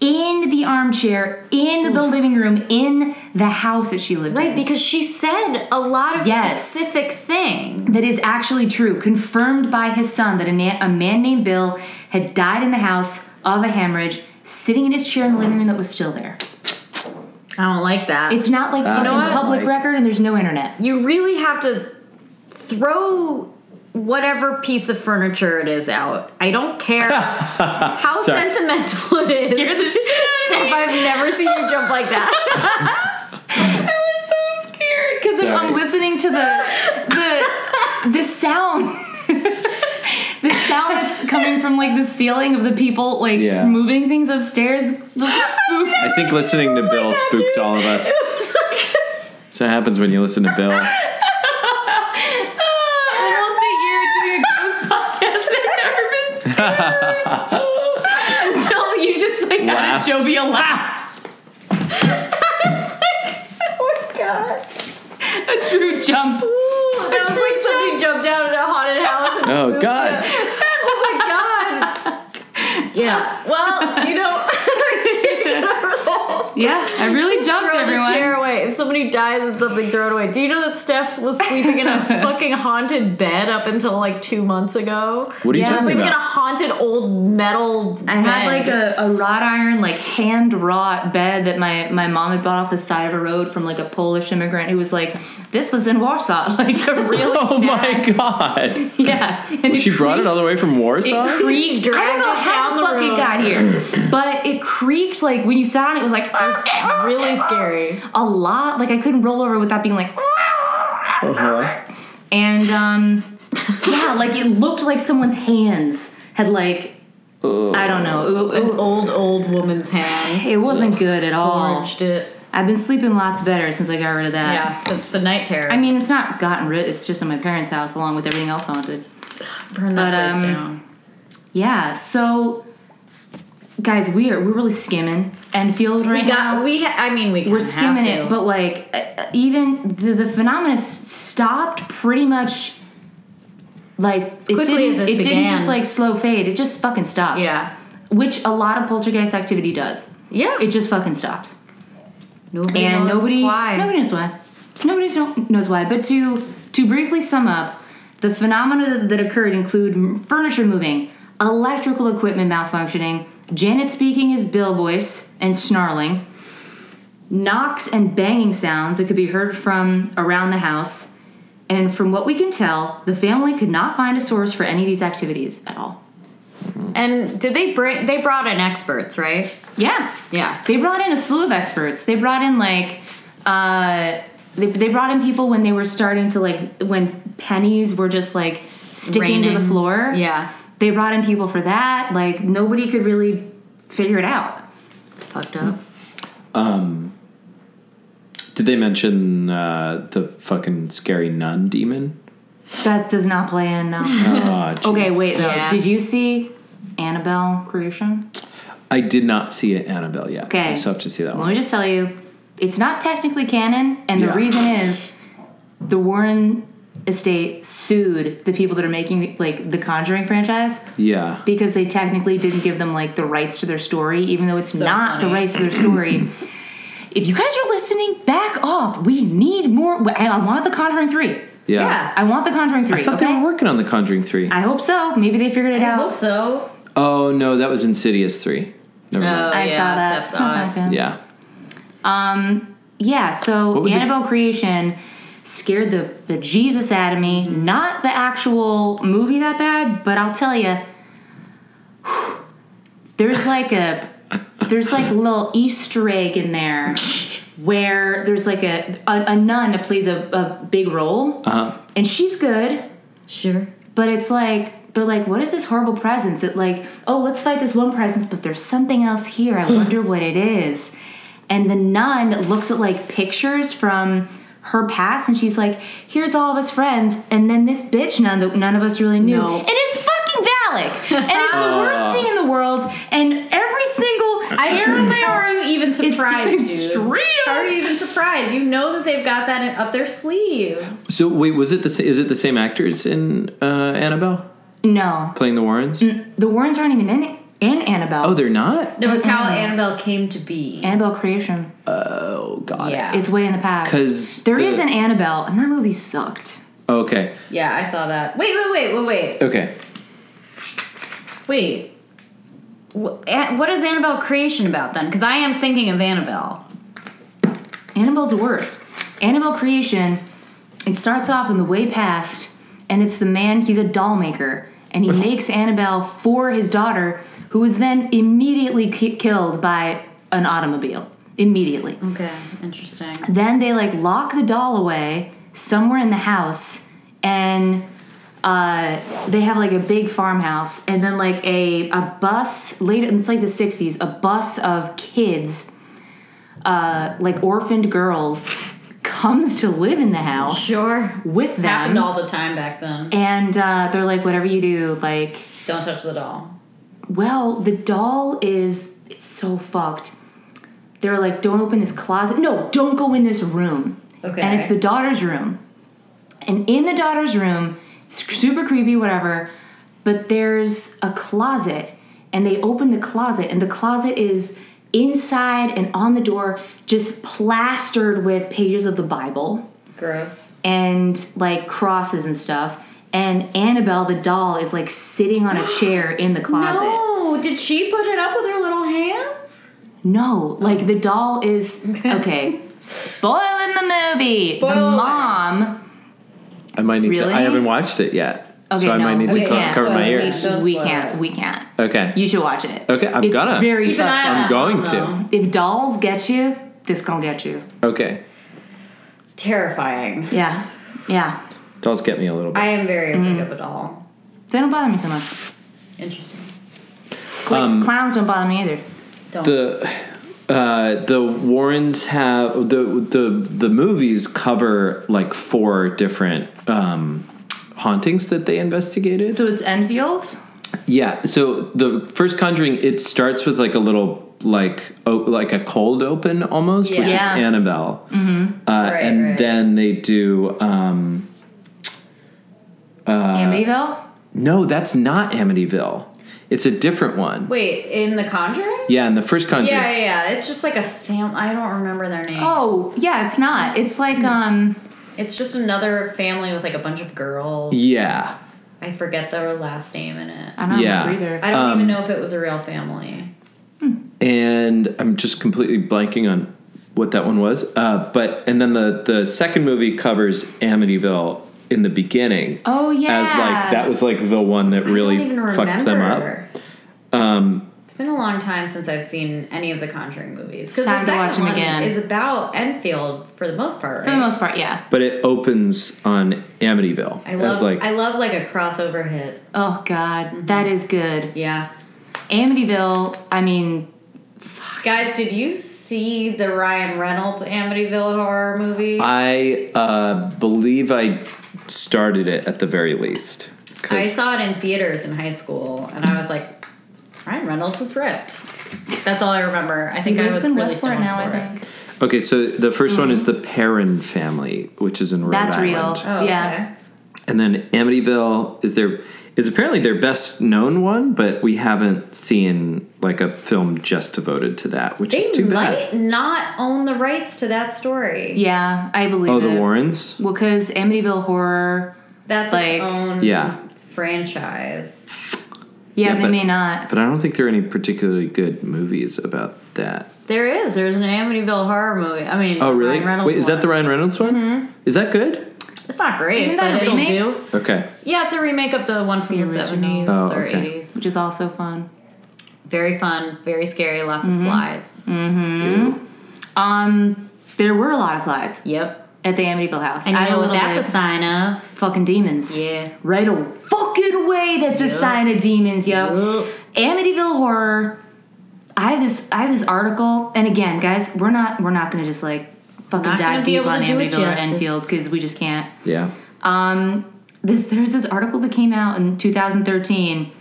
[SPEAKER 3] in the armchair, in the living room, in the house that she lived
[SPEAKER 2] Right,
[SPEAKER 3] in?
[SPEAKER 2] because she said a lot of
[SPEAKER 3] Yes.
[SPEAKER 2] specific things.
[SPEAKER 3] that is actually true, confirmed by his son that a, na- a man named Bill had died in the house of a hemorrhage, sitting in his chair in the living room that was still there.
[SPEAKER 2] I don't like that.
[SPEAKER 3] It's not like fucking
[SPEAKER 1] know what?
[SPEAKER 3] public
[SPEAKER 1] Like-
[SPEAKER 3] record and there's no internet.
[SPEAKER 2] you really have to throw whatever piece of furniture it is out. I don't
[SPEAKER 1] (laughs)
[SPEAKER 2] care how
[SPEAKER 1] Sorry.
[SPEAKER 2] sentimental it is. (laughs) Steph, I've never seen you jump like
[SPEAKER 3] (laughs)
[SPEAKER 2] that.
[SPEAKER 3] so scared because I'm, I'm
[SPEAKER 1] Sorry.
[SPEAKER 3] listening to the the the sound. (laughs) the sound that's coming from like the ceiling of the people like
[SPEAKER 1] Yeah.
[SPEAKER 3] moving things upstairs
[SPEAKER 1] (laughs)
[SPEAKER 3] like, spooked. (laughs)
[SPEAKER 1] I think listening to Bill spooked all of us. So it happens when you listen to
[SPEAKER 3] (laughs)
[SPEAKER 1] Bill.
[SPEAKER 3] almost a year doing a ghost podcast and I've never been scared
[SPEAKER 2] (laughs)
[SPEAKER 3] until you just like had a
[SPEAKER 1] Laughed.
[SPEAKER 3] jovial laugh.
[SPEAKER 2] (laughs)
[SPEAKER 3] I was like, oh my god, a true jump.
[SPEAKER 2] That was like somebody jumped out at a haunted house. And
[SPEAKER 1] Oh God!
[SPEAKER 2] oh my god. Yeah. Well, you (laughs)
[SPEAKER 3] (laughs)
[SPEAKER 2] know,
[SPEAKER 3] Yeah, I really jumped,
[SPEAKER 2] throw
[SPEAKER 3] everyone.
[SPEAKER 2] the chair away. If somebody dies and something, throw it away. Do you know that Steph was sleeping in
[SPEAKER 3] (laughs)
[SPEAKER 2] a fucking haunted bed up until like two months ago?
[SPEAKER 1] What are you
[SPEAKER 3] Yeah.
[SPEAKER 1] talking
[SPEAKER 2] sleeping in a
[SPEAKER 1] about?
[SPEAKER 2] haunted old metal.
[SPEAKER 3] I had
[SPEAKER 2] bed.
[SPEAKER 3] like a, a wrought iron, like hand wrought bed that my, my mom had bought off the side of a road from like a Polish immigrant who was like, "This was in Warsaw, (laughs) like a really
[SPEAKER 2] (laughs)
[SPEAKER 1] Oh my
[SPEAKER 3] bad-
[SPEAKER 1] God!
[SPEAKER 3] yeah." And
[SPEAKER 1] She brought it all the way from Warsaw.
[SPEAKER 3] It creaked.
[SPEAKER 2] Dragged
[SPEAKER 3] I don't know
[SPEAKER 2] it down
[SPEAKER 3] how the
[SPEAKER 2] the
[SPEAKER 3] fuck it
[SPEAKER 2] road.
[SPEAKER 3] got here, but it creaked like when you sat on it. It was like
[SPEAKER 2] It's really scary.
[SPEAKER 3] a lot. Like I couldn't roll over without being like, and um, (laughs) yeah, like it looked like someone's hands had like, I don't know, it, it-
[SPEAKER 2] Old, old woman's hands.
[SPEAKER 3] it wasn't good at all.
[SPEAKER 2] Forged it.
[SPEAKER 3] I've been sleeping lots better since I got rid of that.
[SPEAKER 2] Yeah, the, the night terror.
[SPEAKER 3] I mean, it's not gotten rid. It's just in my parents' house along with everything else haunted.
[SPEAKER 2] burn that
[SPEAKER 3] but,
[SPEAKER 2] place
[SPEAKER 3] um,
[SPEAKER 2] down.
[SPEAKER 3] Yeah. So, guys, we are we're really skimming Enfield right
[SPEAKER 2] We
[SPEAKER 3] now.
[SPEAKER 2] got. We. ha- I mean, we.
[SPEAKER 3] we're
[SPEAKER 2] kinda
[SPEAKER 3] skimming
[SPEAKER 2] have
[SPEAKER 3] it,
[SPEAKER 2] to.
[SPEAKER 3] but like uh, uh, even the the phenomena s- stopped pretty much. Like it
[SPEAKER 2] quickly
[SPEAKER 3] didn't,
[SPEAKER 2] as it
[SPEAKER 3] didn't just
[SPEAKER 2] began.
[SPEAKER 3] like slow fade. It just fucking stopped.
[SPEAKER 2] yeah,
[SPEAKER 3] Which a lot of poltergeist activity does.
[SPEAKER 2] yeah.
[SPEAKER 3] It just fucking stops.
[SPEAKER 2] nobody
[SPEAKER 3] and
[SPEAKER 2] knows
[SPEAKER 3] nobody
[SPEAKER 2] Why?
[SPEAKER 3] nobody knows why nobody kno- knows why but to to briefly sum up the phenomena that- that occurred include m- furniture moving electrical equipment malfunctioning janet speaking his bill voice and snarling knocks and banging sounds that could be heard from around the house and from what we can tell the family could not find a source for any of these activities at all
[SPEAKER 2] And did they bring? They brought in experts, right?
[SPEAKER 3] yeah
[SPEAKER 2] Yeah.
[SPEAKER 3] They brought in a slew of experts. They brought in like uh they, they brought in people when they were starting to like when pennies were just like sticking to the
[SPEAKER 2] Raining.
[SPEAKER 3] floor.
[SPEAKER 2] Yeah.
[SPEAKER 3] They brought in people for that. Like nobody could really figure it out.
[SPEAKER 2] It's fucked up.
[SPEAKER 1] Did they mention uh, the fucking scary nun
[SPEAKER 3] (laughs)
[SPEAKER 1] demon?
[SPEAKER 3] That does not play in um, no.
[SPEAKER 1] Ah, jeez.
[SPEAKER 3] (laughs) okay, wait though.
[SPEAKER 2] Yeah.
[SPEAKER 3] Did you see Annabelle creation?
[SPEAKER 1] I did not see it, Annabelle yet.
[SPEAKER 3] Okay.
[SPEAKER 1] I still have to see that
[SPEAKER 3] Let me
[SPEAKER 1] one.
[SPEAKER 3] just tell you, it's not technically canon, and the
[SPEAKER 1] Yeah.
[SPEAKER 3] reason is the Warren estate sued the people that are making like the Conjuring franchise
[SPEAKER 1] Yeah.
[SPEAKER 3] because they technically didn't give them like the rights to their story, even though it's
[SPEAKER 2] So
[SPEAKER 3] not the
[SPEAKER 2] funny.
[SPEAKER 3] rights to their story. if you guys are listening, back off. We need more. I, I want the Conjuring three.
[SPEAKER 1] Yeah.
[SPEAKER 3] I want the Conjuring three.
[SPEAKER 1] I thought
[SPEAKER 3] okay?
[SPEAKER 1] they were working on The Conjuring 3.
[SPEAKER 3] I hope so. Maybe they figured it
[SPEAKER 2] I
[SPEAKER 3] out.
[SPEAKER 2] hope so.
[SPEAKER 1] oh, no, that was Insidious 3. Never mind.
[SPEAKER 3] I saw that.
[SPEAKER 2] Steph
[SPEAKER 3] It's not that good.
[SPEAKER 1] Yeah.
[SPEAKER 3] Um, yeah, so
[SPEAKER 1] What would the-
[SPEAKER 3] Annabelle Creation scared the, the Jesus out of me. Not the actual movie that bad, but I'll tell you, (sighs) there's like a there's like a little Easter egg in there where there's like a a, a nun that plays a, a big role,
[SPEAKER 1] Uh-huh.
[SPEAKER 3] and she's good
[SPEAKER 2] Sure.
[SPEAKER 3] but it's like they're like what is this horrible presence it like oh let's fight this one presence but there's something else here i wonder what it is and the nun looks at like pictures from her past and she's like here's all of us friends and then this bitch nun that none of us really knew
[SPEAKER 2] No.
[SPEAKER 3] and it's fucking Valak and it's the worst thing in the world and every single
[SPEAKER 2] How
[SPEAKER 3] I
[SPEAKER 2] are you even surprised, dude?
[SPEAKER 3] straight
[SPEAKER 2] How are
[SPEAKER 3] up
[SPEAKER 2] you even surprised? You know that they've got that in, up their sleeve.
[SPEAKER 1] So wait, was it the sa- is it the same actors in uh, Annabelle
[SPEAKER 3] no
[SPEAKER 1] playing the Warrens?
[SPEAKER 3] the Warrens aren't even in it in Annabelle
[SPEAKER 1] Oh, they're not.
[SPEAKER 2] No, it's how Annabelle came to be.
[SPEAKER 3] Annabelle creation
[SPEAKER 1] Oh God.
[SPEAKER 2] Yeah.
[SPEAKER 3] it's way in the past
[SPEAKER 1] Because
[SPEAKER 3] There is an Annabelle, and that movie sucked.
[SPEAKER 1] Oh, Okay.
[SPEAKER 2] Yeah, I saw that. Wait, wait, wait, wait, wait.
[SPEAKER 1] Okay.
[SPEAKER 2] Wait. Wh- An- Eh, What is Annabelle creation about then? Because I am thinking of Annabelle.
[SPEAKER 3] Annabelle's worse. Annabelle creation, it starts off in the way past, and it's the man, he's a doll maker,
[SPEAKER 2] (laughs)
[SPEAKER 3] and he makes Annabelle for his daughter, who is then immediately ki- killed by an automobile. Immediately.
[SPEAKER 2] Okay, interesting.
[SPEAKER 3] Then they like lock the doll away somewhere in the house, and uh, they have like a big farmhouse, and then like a a bus later. It's like the '60s. A bus of kids, uh, like orphaned girls, (laughs) comes to live in the house
[SPEAKER 2] Sure.
[SPEAKER 3] with them,
[SPEAKER 2] Happened all the time back then.
[SPEAKER 3] and uh, they're like, whatever you do, like
[SPEAKER 2] Don't touch the doll.
[SPEAKER 3] well, the doll is it's so fucked. They're like, don't open this closet. No, don't go in this room.
[SPEAKER 2] Okay.
[SPEAKER 3] And it's the daughter's room. And in the daughter's room, it's super creepy, whatever, but there's a closet. And they open the closet, and the closet is inside and on the door, just plastered with pages of the Bible
[SPEAKER 2] Gross.
[SPEAKER 3] and like crosses and stuff. And Annabelle, the doll, is like sitting on a chair in the closet.
[SPEAKER 2] (gasps) No, Oh, did she put it up with her little hands?
[SPEAKER 3] No, like the doll is
[SPEAKER 2] Okay.
[SPEAKER 3] okay. Spoiling the movie.
[SPEAKER 2] Spoiler.
[SPEAKER 3] The mom.
[SPEAKER 1] I might need to.
[SPEAKER 3] Really?
[SPEAKER 1] I haven't watched it yet,
[SPEAKER 3] Okay,
[SPEAKER 1] so I
[SPEAKER 3] no,
[SPEAKER 1] might need
[SPEAKER 3] we
[SPEAKER 1] to co-
[SPEAKER 3] can't.
[SPEAKER 1] cover my
[SPEAKER 2] Spoiler.
[SPEAKER 1] ears.
[SPEAKER 2] Don't
[SPEAKER 3] we
[SPEAKER 2] spoil
[SPEAKER 3] can't.
[SPEAKER 2] it.
[SPEAKER 3] We can't.
[SPEAKER 1] Okay.
[SPEAKER 3] You should watch it.
[SPEAKER 1] Okay, I'm
[SPEAKER 3] it's
[SPEAKER 1] gonna.
[SPEAKER 3] Very
[SPEAKER 2] Keep an
[SPEAKER 3] fucked
[SPEAKER 2] eye
[SPEAKER 3] up.
[SPEAKER 2] on
[SPEAKER 1] I'm going
[SPEAKER 2] Oh,
[SPEAKER 1] to.
[SPEAKER 3] If dolls get you, this gonna get you.
[SPEAKER 1] Okay.
[SPEAKER 2] terrifying.
[SPEAKER 3] Yeah. Yeah.
[SPEAKER 1] Dolls get me a little bit.
[SPEAKER 2] I am very afraid of it all.
[SPEAKER 3] They don't bother me so much.
[SPEAKER 2] Interesting.
[SPEAKER 3] Like,
[SPEAKER 1] Um,
[SPEAKER 3] clowns don't bother me either.
[SPEAKER 2] Don't.
[SPEAKER 1] the uh, the Warrens have the the the movies cover like four different um, hauntings that they investigated.
[SPEAKER 3] So it's Enfield.
[SPEAKER 1] yeah, so the first Conjuring it starts with like a little like o like a cold open almost, which is
[SPEAKER 3] Yeah.
[SPEAKER 1] Annabelle, uh,
[SPEAKER 2] Mm-hmm. Right,
[SPEAKER 1] and
[SPEAKER 2] right.
[SPEAKER 1] then they do um, Uh,
[SPEAKER 3] Amityville.
[SPEAKER 1] no, that's not Amityville. It's a different one.
[SPEAKER 2] Wait, in The Conjuring?
[SPEAKER 1] Yeah, in the first Conjuring.
[SPEAKER 2] Yeah, yeah, yeah. It's just like a fam. I don't remember their name.
[SPEAKER 3] Oh yeah, it's not. It's like
[SPEAKER 2] Hmm.
[SPEAKER 3] um.
[SPEAKER 2] It's just another family with like a bunch of girls.
[SPEAKER 1] yeah.
[SPEAKER 2] I forget their last name in it.
[SPEAKER 3] I don't
[SPEAKER 1] Yeah.
[SPEAKER 3] remember either.
[SPEAKER 2] I don't even know if it was a real family.
[SPEAKER 1] and I'm just completely blanking on what that one was. Uh, but and then the the second movie covers Amityville in the beginning
[SPEAKER 3] oh yeah.
[SPEAKER 1] as like that was like the one
[SPEAKER 2] I
[SPEAKER 1] that
[SPEAKER 2] don't
[SPEAKER 1] really
[SPEAKER 2] even
[SPEAKER 1] fucked them up. Um,
[SPEAKER 2] remember. it's been a long time since I've seen any of the Conjuring movies. Because
[SPEAKER 3] Time to
[SPEAKER 2] the second
[SPEAKER 3] watch 'em
[SPEAKER 2] one
[SPEAKER 3] again.
[SPEAKER 2] is about Enfield for the most part, right?
[SPEAKER 3] for the most part, yeah.
[SPEAKER 1] But it opens on Amityville
[SPEAKER 2] I love,
[SPEAKER 1] as like
[SPEAKER 2] I love like a crossover hit.
[SPEAKER 3] Oh god, that is good.
[SPEAKER 2] Yeah,
[SPEAKER 3] Amityville. I mean,
[SPEAKER 2] guys, did you see the Ryan Reynolds Amityville horror movie?
[SPEAKER 1] I uh, believe I started it at the very least. 'Cause-
[SPEAKER 2] I saw it in theaters in high school, and I was like, Ryan Reynolds is ripped. That's all I remember. I think I was really stoned for it.
[SPEAKER 1] Okay, so the 1st one is the Perrin family, which is in Rhode
[SPEAKER 3] That's
[SPEAKER 1] Island.
[SPEAKER 3] real.
[SPEAKER 2] Mm-hmm. Oh,
[SPEAKER 3] yeah.
[SPEAKER 1] And then Amityville is their is apparently their best known one, but we haven't seen like a film just devoted to that, which
[SPEAKER 2] okay.
[SPEAKER 1] is
[SPEAKER 2] They
[SPEAKER 1] too
[SPEAKER 2] might
[SPEAKER 1] bad.
[SPEAKER 2] not own the rights to that story.
[SPEAKER 3] Yeah, I believe.
[SPEAKER 1] Oh, the
[SPEAKER 3] it.
[SPEAKER 1] Warrens.
[SPEAKER 3] Well, because Amityville horror.
[SPEAKER 2] That's
[SPEAKER 3] Like-
[SPEAKER 2] its own
[SPEAKER 1] Yeah.
[SPEAKER 2] franchise.
[SPEAKER 3] Yeah,
[SPEAKER 1] Yeah,
[SPEAKER 3] they
[SPEAKER 1] but-
[SPEAKER 3] may not.
[SPEAKER 1] But I don't think there are any particularly good movies about that.
[SPEAKER 2] There is. There's an Amityville horror movie. I mean,
[SPEAKER 1] Oh, really?
[SPEAKER 2] Ryan Reynolds
[SPEAKER 1] Wait, is that the
[SPEAKER 2] one. Mm-hmm.
[SPEAKER 1] Ryan Reynolds one? Is that good?
[SPEAKER 2] It's not great,
[SPEAKER 3] Isn't that
[SPEAKER 2] but
[SPEAKER 3] a
[SPEAKER 2] it'll
[SPEAKER 3] remake?
[SPEAKER 2] do.
[SPEAKER 1] Okay.
[SPEAKER 2] Yeah, it's a remake of the one from the,
[SPEAKER 3] The original.
[SPEAKER 2] 70s
[SPEAKER 1] Oh,
[SPEAKER 2] or
[SPEAKER 1] okay.
[SPEAKER 2] 80s.
[SPEAKER 3] which is also fun.
[SPEAKER 2] Very fun, very scary, lots of flies.
[SPEAKER 3] Um, there were a lot of flies
[SPEAKER 2] Yep.
[SPEAKER 3] at the Amityville house.
[SPEAKER 2] And you
[SPEAKER 3] I
[SPEAKER 2] know what
[SPEAKER 3] literally-
[SPEAKER 2] that's a sign of?
[SPEAKER 3] fucking demons.
[SPEAKER 2] Yeah.
[SPEAKER 3] Right a fucking way that's a sign of demons, yo. Amityville horror. I have this I have this article and again, guys, we're not we're not gonna just like fucking
[SPEAKER 2] Not gonna
[SPEAKER 3] dive
[SPEAKER 2] be
[SPEAKER 3] deep
[SPEAKER 2] able
[SPEAKER 3] on
[SPEAKER 2] to do it
[SPEAKER 3] Amityville or
[SPEAKER 2] justice.
[SPEAKER 3] Enfield because we just can't.
[SPEAKER 1] Yeah.
[SPEAKER 3] Um this there's this article that came out in 2013
[SPEAKER 2] What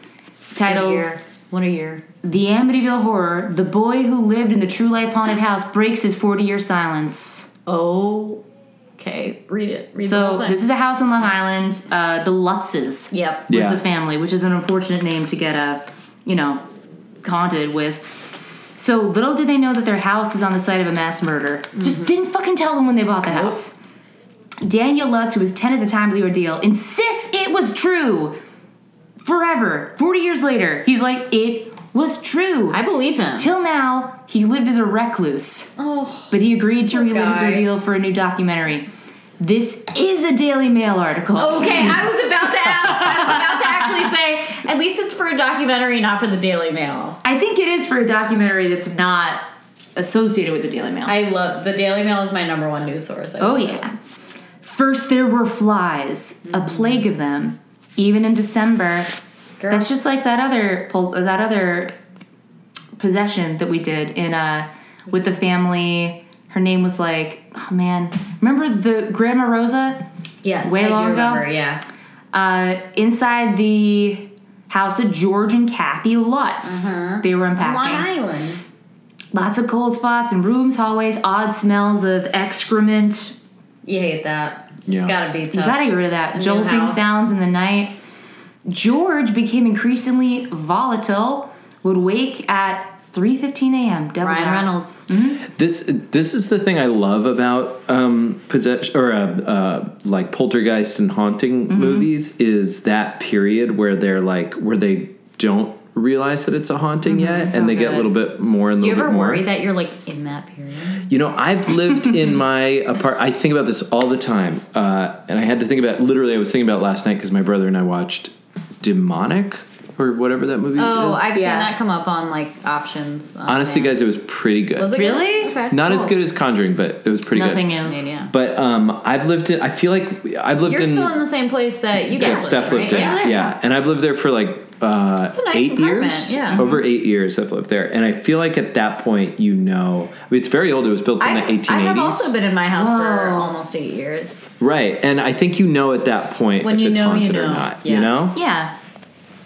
[SPEAKER 2] a
[SPEAKER 3] titled
[SPEAKER 2] year. What a year.
[SPEAKER 3] The Amityville Horror, The Boy Who Lived in the True Life Haunted House Breaks His 40 Year Silence.
[SPEAKER 2] Oh, okay. Read it. Read the whole
[SPEAKER 3] So
[SPEAKER 2] thing.
[SPEAKER 3] this is a house on Long Island. Uh, the Lutzes.
[SPEAKER 2] Yep.
[SPEAKER 3] Was
[SPEAKER 1] Yeah.
[SPEAKER 3] the family, which is an unfortunate name to get a, you know, haunted with. So little did they know that their house is on the site of a mass murder. Just didn't fucking tell them when they bought the house. Daniel Lutz, who was 10 at the time of the ordeal, insists it was true. Forever. 40 years later, he's like, it was true.
[SPEAKER 2] I believe him.
[SPEAKER 3] Till now, he lived as a recluse
[SPEAKER 2] oh,
[SPEAKER 3] but he agreed to relive his
[SPEAKER 2] guy.
[SPEAKER 3] ordeal for a new documentary. This is a Daily Mail article.
[SPEAKER 2] okay. I was about to ask. I was about to actually say. At least it's for a documentary, not for the Daily Mail.
[SPEAKER 3] I think it is for a documentary that's not associated with the Daily Mail.
[SPEAKER 2] I love the Daily Mail is my number one news source. I
[SPEAKER 3] oh
[SPEAKER 2] love it.
[SPEAKER 3] yeah. First there were flies, a
[SPEAKER 2] Mm-hmm.
[SPEAKER 3] plague of them, even in December.
[SPEAKER 2] Girl.
[SPEAKER 3] That's just like that other pol- that other possession that we did in uh with the family. Her name was like, oh man, remember the Grandma Rosa?
[SPEAKER 2] yes.
[SPEAKER 3] way
[SPEAKER 2] I do
[SPEAKER 3] long ago?
[SPEAKER 2] remember. Yeah.
[SPEAKER 3] uh, inside the house of George and Kathy Lutz. They were unpacking.
[SPEAKER 2] Long Island.
[SPEAKER 3] Lots of cold spots in rooms, hallways, odd smells of excrement.
[SPEAKER 2] You hate that.
[SPEAKER 1] Yeah.
[SPEAKER 2] It's gotta be tough.
[SPEAKER 3] You gotta get rid of that. Jolting
[SPEAKER 2] house.
[SPEAKER 3] sounds in the night. George became increasingly volatile, would wake at 3.15 a.m. Devil's
[SPEAKER 2] Ryan
[SPEAKER 3] hour.
[SPEAKER 2] Reynolds.
[SPEAKER 1] This this is the thing I love about um, possession or uh, uh, like poltergeist and haunting
[SPEAKER 2] Mm-hmm.
[SPEAKER 1] movies is that period where they're like where they don't realize that it's a haunting yet,
[SPEAKER 3] so
[SPEAKER 1] and they get a
[SPEAKER 3] good.
[SPEAKER 1] little bit more and a
[SPEAKER 2] Mm-hmm. Do you
[SPEAKER 1] little
[SPEAKER 2] ever
[SPEAKER 1] bit more.
[SPEAKER 2] worry that you're like in that period?
[SPEAKER 1] You know,
[SPEAKER 2] (laughs)
[SPEAKER 1] I've lived in my apart. I think about this all the time, uh, and I had to think about. Literally, I was thinking about it last night because my brother and I watched Demonic or whatever that movie
[SPEAKER 2] Oh,
[SPEAKER 1] is.
[SPEAKER 2] I've
[SPEAKER 6] Yeah.
[SPEAKER 2] seen that come up on like options. on
[SPEAKER 1] Honestly,
[SPEAKER 2] there.
[SPEAKER 1] guys, it was pretty good.
[SPEAKER 2] Was it
[SPEAKER 3] Really?
[SPEAKER 2] good? Okay,
[SPEAKER 1] Not as
[SPEAKER 2] cool.
[SPEAKER 1] good as Conjuring, but it was pretty
[SPEAKER 3] Nothing
[SPEAKER 1] good.
[SPEAKER 2] I mean,
[SPEAKER 3] else.
[SPEAKER 2] yeah.
[SPEAKER 1] But um, I've lived in. I feel like I've lived
[SPEAKER 2] You're
[SPEAKER 1] in.
[SPEAKER 2] still in the same place that you
[SPEAKER 1] that
[SPEAKER 2] guys
[SPEAKER 1] Steph
[SPEAKER 2] lived,
[SPEAKER 1] lived
[SPEAKER 2] right?
[SPEAKER 1] in. Yeah. and I've lived there for like uh,
[SPEAKER 2] a nice
[SPEAKER 1] eight
[SPEAKER 2] apartment,
[SPEAKER 1] years.
[SPEAKER 2] yeah.
[SPEAKER 1] over eight years I've lived there, and I feel like at that point you know I mean, it's very old. It was built in
[SPEAKER 2] I,
[SPEAKER 1] the eighteen eighties.
[SPEAKER 2] I have also been in my house for
[SPEAKER 3] Whoa.
[SPEAKER 2] almost eight years.
[SPEAKER 1] right, and I think you know at that point
[SPEAKER 2] When
[SPEAKER 1] if
[SPEAKER 2] you
[SPEAKER 1] it's
[SPEAKER 2] know, you
[SPEAKER 1] haunted or
[SPEAKER 2] know.
[SPEAKER 1] not. You
[SPEAKER 2] Yeah.
[SPEAKER 1] know,
[SPEAKER 3] Yeah.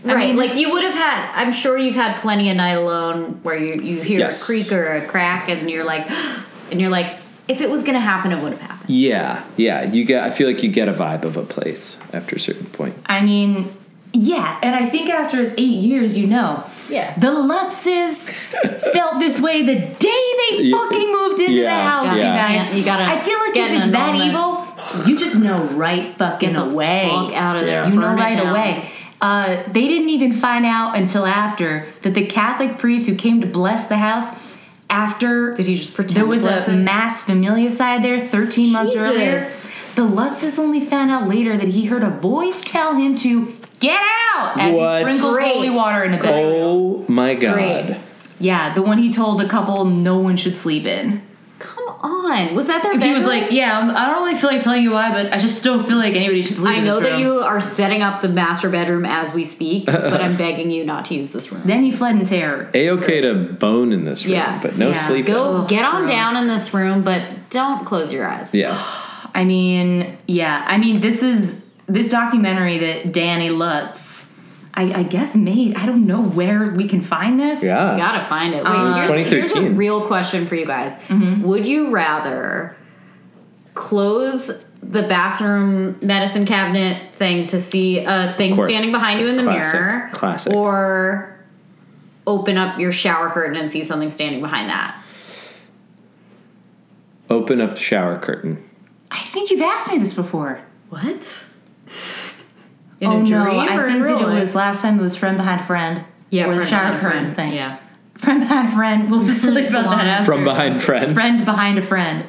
[SPEAKER 3] I
[SPEAKER 2] right,
[SPEAKER 3] mean,
[SPEAKER 2] like
[SPEAKER 3] it's-
[SPEAKER 2] you would have had. I'm sure you've had plenty of night alone where you you hear
[SPEAKER 1] Yes.
[SPEAKER 2] a creak or a crack, and you're like, (gasps) and you're like, if it was gonna happen, it would have happened.
[SPEAKER 1] yeah, yeah. You get. I feel like you get a vibe of a place after a certain point.
[SPEAKER 3] I mean, yeah, and I think after eight years, you know.
[SPEAKER 2] Yeah.
[SPEAKER 3] The Lutzes felt this way the day they
[SPEAKER 1] Yeah.
[SPEAKER 3] fucking moved into
[SPEAKER 1] Yeah.
[SPEAKER 3] the house,
[SPEAKER 1] Yeah.
[SPEAKER 3] you guys.
[SPEAKER 2] You gotta
[SPEAKER 3] I feel like
[SPEAKER 2] get
[SPEAKER 3] if it's
[SPEAKER 2] an
[SPEAKER 3] that
[SPEAKER 2] annulment.
[SPEAKER 3] evil, you just know right fucking
[SPEAKER 2] Get the
[SPEAKER 3] away.
[SPEAKER 2] fuck out of there.
[SPEAKER 1] Yeah.
[SPEAKER 3] You know
[SPEAKER 2] Burn it
[SPEAKER 3] right
[SPEAKER 2] down.
[SPEAKER 3] away. Uh, they didn't even find out until after that the Catholic priest who came to bless the house after
[SPEAKER 2] Did he just pretend
[SPEAKER 3] there
[SPEAKER 2] to
[SPEAKER 3] was
[SPEAKER 2] bless
[SPEAKER 3] a
[SPEAKER 2] it?
[SPEAKER 3] mass familicide there 13 months
[SPEAKER 2] Jesus.
[SPEAKER 3] earlier. The Lutzes only found out later that he heard a voice tell him to get out as
[SPEAKER 1] What?
[SPEAKER 3] he sprinkles
[SPEAKER 2] Great.
[SPEAKER 3] holy water in a bed.
[SPEAKER 1] Oh my god.
[SPEAKER 2] Great.
[SPEAKER 3] Yeah, the one he told the couple no one should sleep in.
[SPEAKER 2] Come on, was that their?
[SPEAKER 3] He was
[SPEAKER 2] bedroom?
[SPEAKER 3] like, "Yeah, I'm, I don't really feel like telling you why, but I just don't feel like anybody should sleep
[SPEAKER 2] I
[SPEAKER 3] in
[SPEAKER 2] know
[SPEAKER 3] this
[SPEAKER 2] that
[SPEAKER 3] room."
[SPEAKER 2] you are setting up the master bedroom as we
[SPEAKER 3] (laughs)
[SPEAKER 2] speak, but I'm begging you not to use this room.
[SPEAKER 3] Then he fled in terror.
[SPEAKER 1] A okay to bone in this room,
[SPEAKER 2] Yeah.
[SPEAKER 1] but no
[SPEAKER 3] Yeah.
[SPEAKER 1] sleep.
[SPEAKER 2] Go
[SPEAKER 3] Ugh,
[SPEAKER 2] get on
[SPEAKER 3] gross.
[SPEAKER 2] down in this room, but don't close your eyes. (gasps)
[SPEAKER 1] Yeah,
[SPEAKER 3] I mean, yeah. I mean, this is this documentary that Danny Lutz, I, I guess, made. I don't know where we can find this.
[SPEAKER 2] You
[SPEAKER 1] yeah.
[SPEAKER 2] gotta find it. Wait,
[SPEAKER 1] Um,
[SPEAKER 3] Uh,
[SPEAKER 2] here's, here's a
[SPEAKER 1] 2013.
[SPEAKER 2] real question for you guys.
[SPEAKER 3] Mm-hmm.
[SPEAKER 2] Would you rather close the bathroom medicine cabinet thing to see a thing
[SPEAKER 1] course.
[SPEAKER 2] standing behind you in the
[SPEAKER 1] Classic.
[SPEAKER 2] mirror?
[SPEAKER 1] Classic.
[SPEAKER 2] Or open up your shower curtain and see something standing behind that?
[SPEAKER 1] Open up shower curtain.
[SPEAKER 3] I think you've asked me this before.
[SPEAKER 2] What? In
[SPEAKER 3] oh
[SPEAKER 2] a dream
[SPEAKER 3] no, I
[SPEAKER 2] or in
[SPEAKER 3] think
[SPEAKER 2] real
[SPEAKER 3] that it
[SPEAKER 2] life?
[SPEAKER 3] was last time. It was friend behind friend.
[SPEAKER 2] yeah,
[SPEAKER 3] or the
[SPEAKER 2] friend
[SPEAKER 3] shower
[SPEAKER 2] behind
[SPEAKER 3] curtain
[SPEAKER 2] friend.
[SPEAKER 3] thing.
[SPEAKER 2] Yeah.
[SPEAKER 3] friend behind
[SPEAKER 2] (laughs)
[SPEAKER 3] friend. We'll just leave about that. After.
[SPEAKER 1] From behind friend.
[SPEAKER 3] friend behind a friend.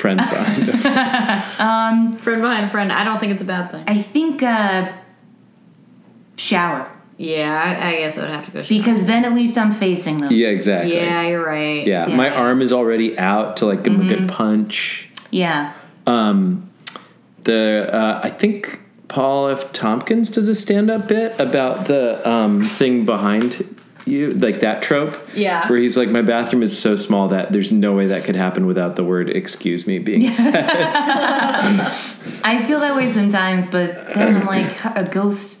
[SPEAKER 1] Friend behind a
[SPEAKER 2] Friend behind friend. I don't think it's a bad thing.
[SPEAKER 3] I think uh, shower
[SPEAKER 2] Yeah, I, I guess I would have to go. shower.
[SPEAKER 3] because then at least I'm facing
[SPEAKER 1] (laughs)
[SPEAKER 3] them.
[SPEAKER 1] Yeah, exactly.
[SPEAKER 2] Yeah, you're right.
[SPEAKER 1] Yeah,
[SPEAKER 3] Yeah.
[SPEAKER 1] my arm is already out to like give him a good punch.
[SPEAKER 3] Yeah.
[SPEAKER 1] The uh, I think Paul F. Tompkins does a stand up bit about the um, thing behind you, like that trope.
[SPEAKER 2] Yeah.
[SPEAKER 1] where he's like, my bathroom is so small that there's no way that could happen without the word "excuse me" being said.
[SPEAKER 3] I feel that way sometimes, but then I'm like a ghost.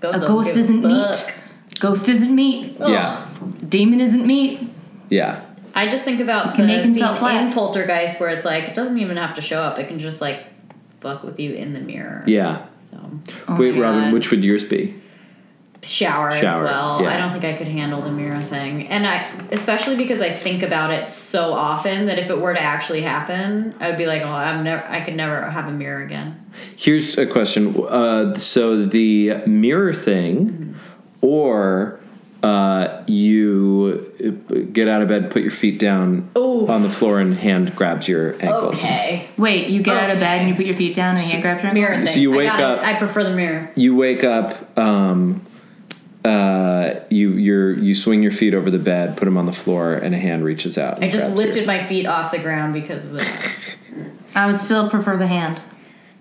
[SPEAKER 3] A ghost isn't meat. Ghost isn't meat.
[SPEAKER 1] Yeah,
[SPEAKER 3] Demon isn't meat.
[SPEAKER 1] yeah,
[SPEAKER 2] I just think about
[SPEAKER 3] can
[SPEAKER 2] the
[SPEAKER 3] make
[SPEAKER 2] scene
[SPEAKER 3] himself flat.
[SPEAKER 2] in Poltergeist where it's like it doesn't even have to show up; it can just like fuck with you in the mirror.
[SPEAKER 1] yeah.
[SPEAKER 2] So
[SPEAKER 3] Oh
[SPEAKER 1] Wait,
[SPEAKER 3] my
[SPEAKER 1] Robin,
[SPEAKER 3] God.
[SPEAKER 1] which would yours be?
[SPEAKER 2] shower,
[SPEAKER 1] Shower,
[SPEAKER 2] as well.
[SPEAKER 1] yeah.
[SPEAKER 2] I don't think I could handle the mirror thing, and I especially because I think about it so often that if it were to actually happen, I would be like, "Oh, I'm never. I could never have a mirror again."
[SPEAKER 1] Here's a question. Uh, so the mirror thing, or uh, you get out of bed, put your feet down
[SPEAKER 2] Oof.
[SPEAKER 1] on the floor, and hand grabs your ankles.
[SPEAKER 2] Okay,
[SPEAKER 3] Wait, you get out of bed and you put your feet down and hand grabs your
[SPEAKER 2] mirror
[SPEAKER 3] ankle?
[SPEAKER 2] thing.
[SPEAKER 1] you
[SPEAKER 2] I
[SPEAKER 1] wake
[SPEAKER 2] gotta-
[SPEAKER 1] up-
[SPEAKER 2] I prefer the mirror.
[SPEAKER 1] You wake up. Um, uh, you you're, you swing your feet over the bed, put them on the floor, and a hand reaches out. and
[SPEAKER 2] I just
[SPEAKER 1] grabs you.
[SPEAKER 2] lifted my feet off the ground because of that.
[SPEAKER 3] I would still prefer the hand.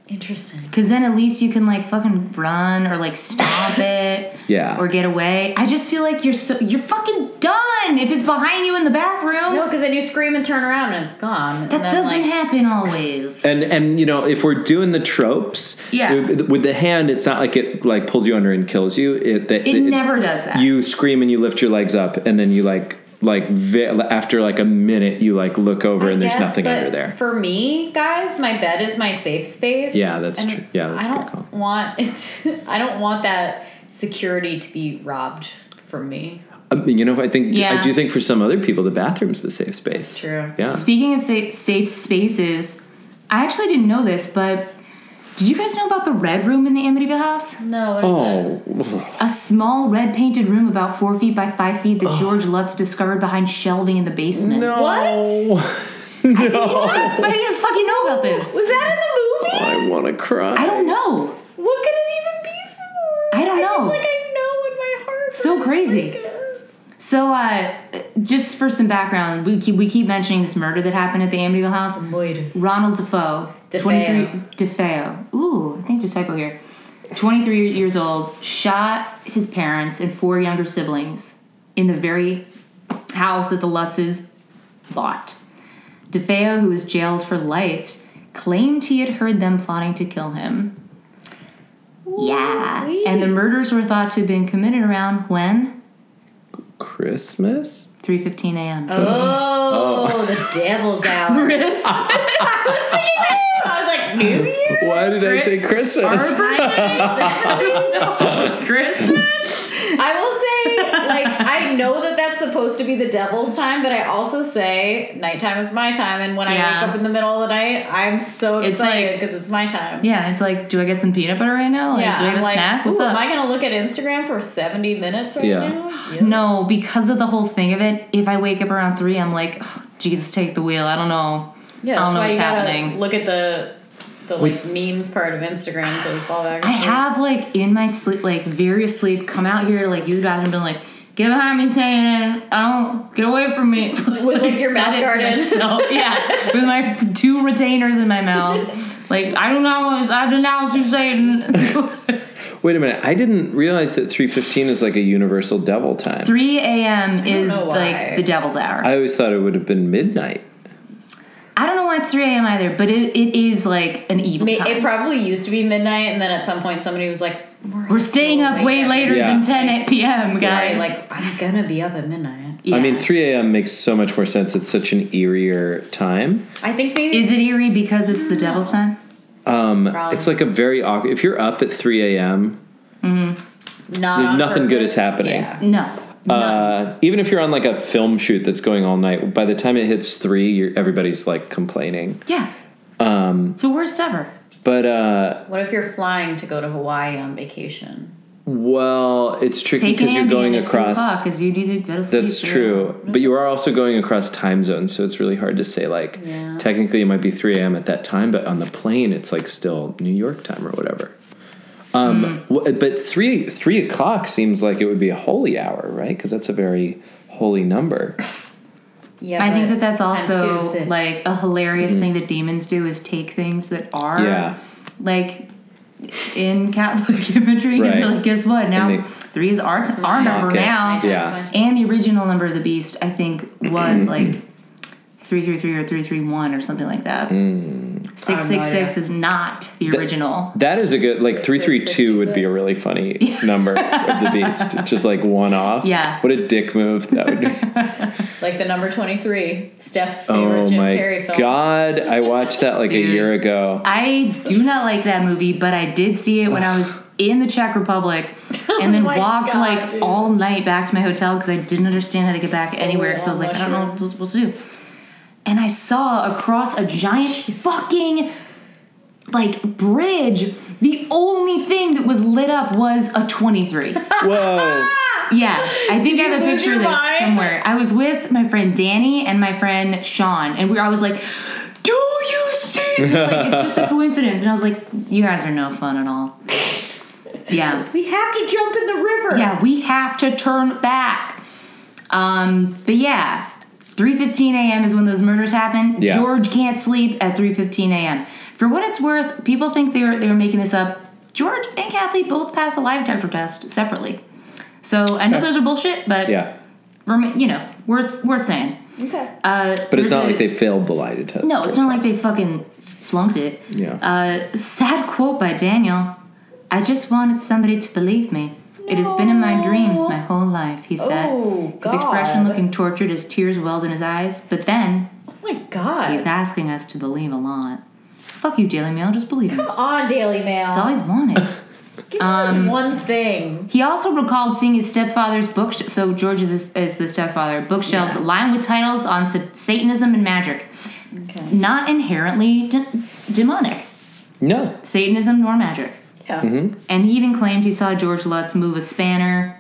[SPEAKER 2] Interesting.
[SPEAKER 3] Because then at least you can like fucking run or like stop it.
[SPEAKER 1] Yeah.
[SPEAKER 3] Or get away. I just feel like you're so you're fucking done if it's behind you in the bathroom.
[SPEAKER 2] No, because then you scream and turn around and it's gone. and
[SPEAKER 3] that
[SPEAKER 2] then,
[SPEAKER 3] doesn't
[SPEAKER 2] like,
[SPEAKER 3] happen always.
[SPEAKER 1] And and you know if we're doing the tropes,
[SPEAKER 3] Yeah.
[SPEAKER 1] it- With the hand, it's not like it like pulls you under and kills you. It that
[SPEAKER 3] It never does that.
[SPEAKER 1] you scream and you lift your legs up and then you like like ve- after like a minute you like look over and there's
[SPEAKER 2] Yes,
[SPEAKER 1] nothing
[SPEAKER 2] but
[SPEAKER 1] under there
[SPEAKER 2] For me, guys, my bed is my safe space.
[SPEAKER 1] Yeah, that's
[SPEAKER 2] and
[SPEAKER 1] true. Yeah, that's
[SPEAKER 2] I
[SPEAKER 1] a good
[SPEAKER 2] don't
[SPEAKER 1] call.
[SPEAKER 2] want (laughs) it. I don't want that security to be robbed from me.
[SPEAKER 1] I mean, Um, you know i think i
[SPEAKER 3] Yeah.
[SPEAKER 1] do think for some other people the bathroom's the safe space
[SPEAKER 2] true.
[SPEAKER 1] yeah
[SPEAKER 3] Speaking of safe, safe spaces, I actually didn't know this, but did you guys know about the red room in the Amityville house?
[SPEAKER 2] No. What is it?
[SPEAKER 1] oh
[SPEAKER 3] A small red painted room about four feet by five feet that George Lutz discovered behind shelving in the basement. (laughs)
[SPEAKER 1] no (laughs)
[SPEAKER 3] I
[SPEAKER 1] no
[SPEAKER 3] didn't fucking know about this.
[SPEAKER 2] Was that in the movie?
[SPEAKER 1] i want to cry
[SPEAKER 3] I don't know.
[SPEAKER 2] What could it even be for?
[SPEAKER 3] I don't
[SPEAKER 2] feel
[SPEAKER 3] know.
[SPEAKER 2] like I know in my heart
[SPEAKER 3] so crazy. So, uh, just for some background, we keep we keep mentioning this murder that happened at the Amityville house. Ronald Defoe,
[SPEAKER 2] DeFeo.
[SPEAKER 3] 23 DeFeo. Ooh, I think there's a typo here. 23 years old, shot his parents and four younger siblings in the very house that the Lutzes bought. DeFeo, who was jailed for life, claimed he had heard them plotting to kill him. Yeah. And the murders were thought to have been committed around when?
[SPEAKER 1] Christmas?
[SPEAKER 3] 3.15 a.m.
[SPEAKER 2] Oh, the devil's out.
[SPEAKER 3] Chris.
[SPEAKER 2] (laughs) I was like, New Year?
[SPEAKER 1] Why did I say Christmas?
[SPEAKER 3] (laughs) Christmas?
[SPEAKER 2] I will say, like, I know that that's supposed to be the devil's time, but I also say nighttime is my time, and when I
[SPEAKER 3] Yeah.
[SPEAKER 2] wake up in the middle of the night, I'm so
[SPEAKER 3] It's
[SPEAKER 2] excited
[SPEAKER 3] like-
[SPEAKER 2] because it's my time.
[SPEAKER 3] Yeah, it's like, do I get some peanut butter right now? Like,
[SPEAKER 2] Yeah,
[SPEAKER 3] do I get
[SPEAKER 2] I'm
[SPEAKER 3] a
[SPEAKER 2] like,
[SPEAKER 3] snack? What's
[SPEAKER 2] "Ooh,
[SPEAKER 3] up?
[SPEAKER 2] Am I gonna look at Instagram for seventy minutes right
[SPEAKER 1] Yeah.
[SPEAKER 3] (sighs)
[SPEAKER 2] now? Yeah.
[SPEAKER 3] No, because of the whole thing of it, if I wake up around three, I'm like, "Ugh, Jesus, take the wheel. I don't know.
[SPEAKER 2] yeah, that's
[SPEAKER 3] I don't know
[SPEAKER 2] why
[SPEAKER 3] what's
[SPEAKER 2] you gotta
[SPEAKER 3] happening.
[SPEAKER 2] Look at the the like memes part of
[SPEAKER 3] (sighs)
[SPEAKER 2] Instagram to fall back.
[SPEAKER 3] I have like in my sleep, like various sleep, come out here to like use the bathroom, been like, get behind me, Satan. I don't get away
[SPEAKER 2] (laughs)
[SPEAKER 3] from me. With
[SPEAKER 2] like,
[SPEAKER 3] (laughs)
[SPEAKER 2] your mouth guarded. (laughs)
[SPEAKER 3] yeah, with my f- two retainers in my mouth. Like I don't know, I denounce you,
[SPEAKER 2] (laughs)
[SPEAKER 3] Satan.
[SPEAKER 1] Wait a minute. I didn't realize that 315 is like a universal devil time.
[SPEAKER 3] 3 a.m. is
[SPEAKER 2] know why.
[SPEAKER 3] like the devil's hour.
[SPEAKER 1] I always thought it would have been midnight.
[SPEAKER 3] I don't know why it's 3 a.m. either, but it, it is like an evil
[SPEAKER 2] Ma-
[SPEAKER 3] time.
[SPEAKER 2] It probably used to be midnight, and then at some point somebody was like, "We're,
[SPEAKER 3] We're staying up way later
[SPEAKER 1] Yeah.
[SPEAKER 3] than 10 at p.m.,
[SPEAKER 2] Sorry,
[SPEAKER 3] guys.
[SPEAKER 2] like I'm gonna be up at midnight.
[SPEAKER 3] yeah.
[SPEAKER 1] I mean, 3 a.m. makes so much more sense. It's such an eerier time.
[SPEAKER 2] I think maybe
[SPEAKER 3] is it eerie because it's the devil's time?
[SPEAKER 2] probably
[SPEAKER 1] It's like a very awkward. If you're up at 3 a.m.,
[SPEAKER 2] not
[SPEAKER 1] there's
[SPEAKER 2] on
[SPEAKER 1] nothing good is
[SPEAKER 2] purpose.
[SPEAKER 1] happening.
[SPEAKER 2] Yeah.
[SPEAKER 3] No.
[SPEAKER 1] uh, even if you're on like a film shoot that's going all night, by the time it hits 3, you're, everybody's like complaining.
[SPEAKER 3] Yeah. Um, it's the worst ever.
[SPEAKER 1] But, uh,
[SPEAKER 2] What if you're flying to go to Hawaii on vacation?
[SPEAKER 1] well, it's tricky
[SPEAKER 3] Take
[SPEAKER 1] because you're
[SPEAKER 3] Ambien
[SPEAKER 1] going
[SPEAKER 3] at 2 o'clock
[SPEAKER 1] across.
[SPEAKER 3] 'cause you need to go to sleep
[SPEAKER 1] That's
[SPEAKER 3] for-
[SPEAKER 1] true. But you are also going across time zones, so it's really hard to say like
[SPEAKER 2] Yeah.
[SPEAKER 1] technically it might be 3 a.m. at that time, but on the plane it's like still New York time or whatever. Um,
[SPEAKER 3] Hmm.
[SPEAKER 1] wh- but three three o'clock seems like it would be a holy hour, right? Because that's a very holy number.
[SPEAKER 2] Yeah,
[SPEAKER 3] I think that
[SPEAKER 2] but
[SPEAKER 3] that's
[SPEAKER 2] times two is
[SPEAKER 3] also
[SPEAKER 2] six.
[SPEAKER 3] like a hilarious thing that demons do is take things that are
[SPEAKER 1] Mm-hmm. Yeah.
[SPEAKER 3] like in Catholic (laughs) imagery and
[SPEAKER 1] Right.
[SPEAKER 3] they're like, guess what? Now
[SPEAKER 1] they-
[SPEAKER 3] three is our, t- our
[SPEAKER 1] Knock
[SPEAKER 3] number
[SPEAKER 1] it.
[SPEAKER 3] now.
[SPEAKER 2] Times
[SPEAKER 1] Yeah.
[SPEAKER 2] one.
[SPEAKER 3] And the original number of the beast, I think, was like three three three or three three one or something like that. Six six six is not the original.
[SPEAKER 1] That is a good like three three two would be a really
[SPEAKER 3] (laughs)
[SPEAKER 1] funny number of the beast. Just like one off.
[SPEAKER 3] Yeah.
[SPEAKER 1] What a dick move that
[SPEAKER 3] (laughs)
[SPEAKER 1] would be.
[SPEAKER 2] like the number twenty-three, Steph's favorite
[SPEAKER 1] oh
[SPEAKER 2] Jim
[SPEAKER 1] my
[SPEAKER 2] Carrey film.
[SPEAKER 1] god. I watched that like a
[SPEAKER 3] Dude.
[SPEAKER 1] year
[SPEAKER 3] (laughs)
[SPEAKER 1] ago.
[SPEAKER 3] I do not like that movie, but I did see it when I was in the Czech Republic,
[SPEAKER 2] (laughs)
[SPEAKER 3] and then
[SPEAKER 2] Oh my
[SPEAKER 3] walked
[SPEAKER 2] God,
[SPEAKER 3] like
[SPEAKER 2] dude.
[SPEAKER 3] all night back to my hotel because I didn't understand how to get back anywhere because I was
[SPEAKER 2] on
[SPEAKER 3] like, I don't know what to- what to do. And I saw across a giant fucking like bridge. The only thing that was lit up was a twenty-three.
[SPEAKER 1] Whoa.
[SPEAKER 3] Yeah, I think I have a
[SPEAKER 2] lose
[SPEAKER 3] picture
[SPEAKER 2] your
[SPEAKER 3] of this
[SPEAKER 2] mind?
[SPEAKER 3] somewhere. I was with my friend Danny and my friend Sean, and we were, I was like, "Do you see?" Like, it's just a coincidence, and I was like, "You guys are no fun at all." Yeah,
[SPEAKER 2] We have to jump in the river.
[SPEAKER 3] yeah, we have to turn back. Um, but yeah, three fifteen a.m. is when those murders happen.
[SPEAKER 1] Yeah.
[SPEAKER 3] George can't sleep at three fifteen a.m. For what it's worth, people think they're they're making this up. George and Kathy both pass a lie detector test separately. So I know those are bullshit, but
[SPEAKER 1] Yeah.
[SPEAKER 3] remi- you know, worth worth saying.
[SPEAKER 2] Okay.
[SPEAKER 3] Uh,
[SPEAKER 1] But it's not like they failed the lie detector.
[SPEAKER 3] No, it's not like they fucking flunked it.
[SPEAKER 1] Yeah.
[SPEAKER 3] Uh, sad quote by Daniel. I just wanted somebody to believe me. It has been in my dreams my whole life, he said.
[SPEAKER 2] Oh,
[SPEAKER 3] his expression
[SPEAKER 2] God.
[SPEAKER 3] looking tortured as tears welled in his eyes. But then
[SPEAKER 2] oh my god.
[SPEAKER 3] he's asking us to believe a lot. Fuck you, Daily Mail. Just believe him.
[SPEAKER 2] Come on, Daily Mail.
[SPEAKER 3] That's all he wanted.
[SPEAKER 2] Give
[SPEAKER 3] um,
[SPEAKER 2] us one thing.
[SPEAKER 3] He also recalled seeing his stepfather's book. So George is, is the stepfather. Bookshelves lined with titles on sa- Satanism and magic,
[SPEAKER 2] Okay.
[SPEAKER 3] not inherently de- demonic.
[SPEAKER 1] No.
[SPEAKER 3] Satanism nor magic.
[SPEAKER 2] Yeah.
[SPEAKER 1] Mm-hmm.
[SPEAKER 3] And he even claimed he saw George Lutz move a spanner,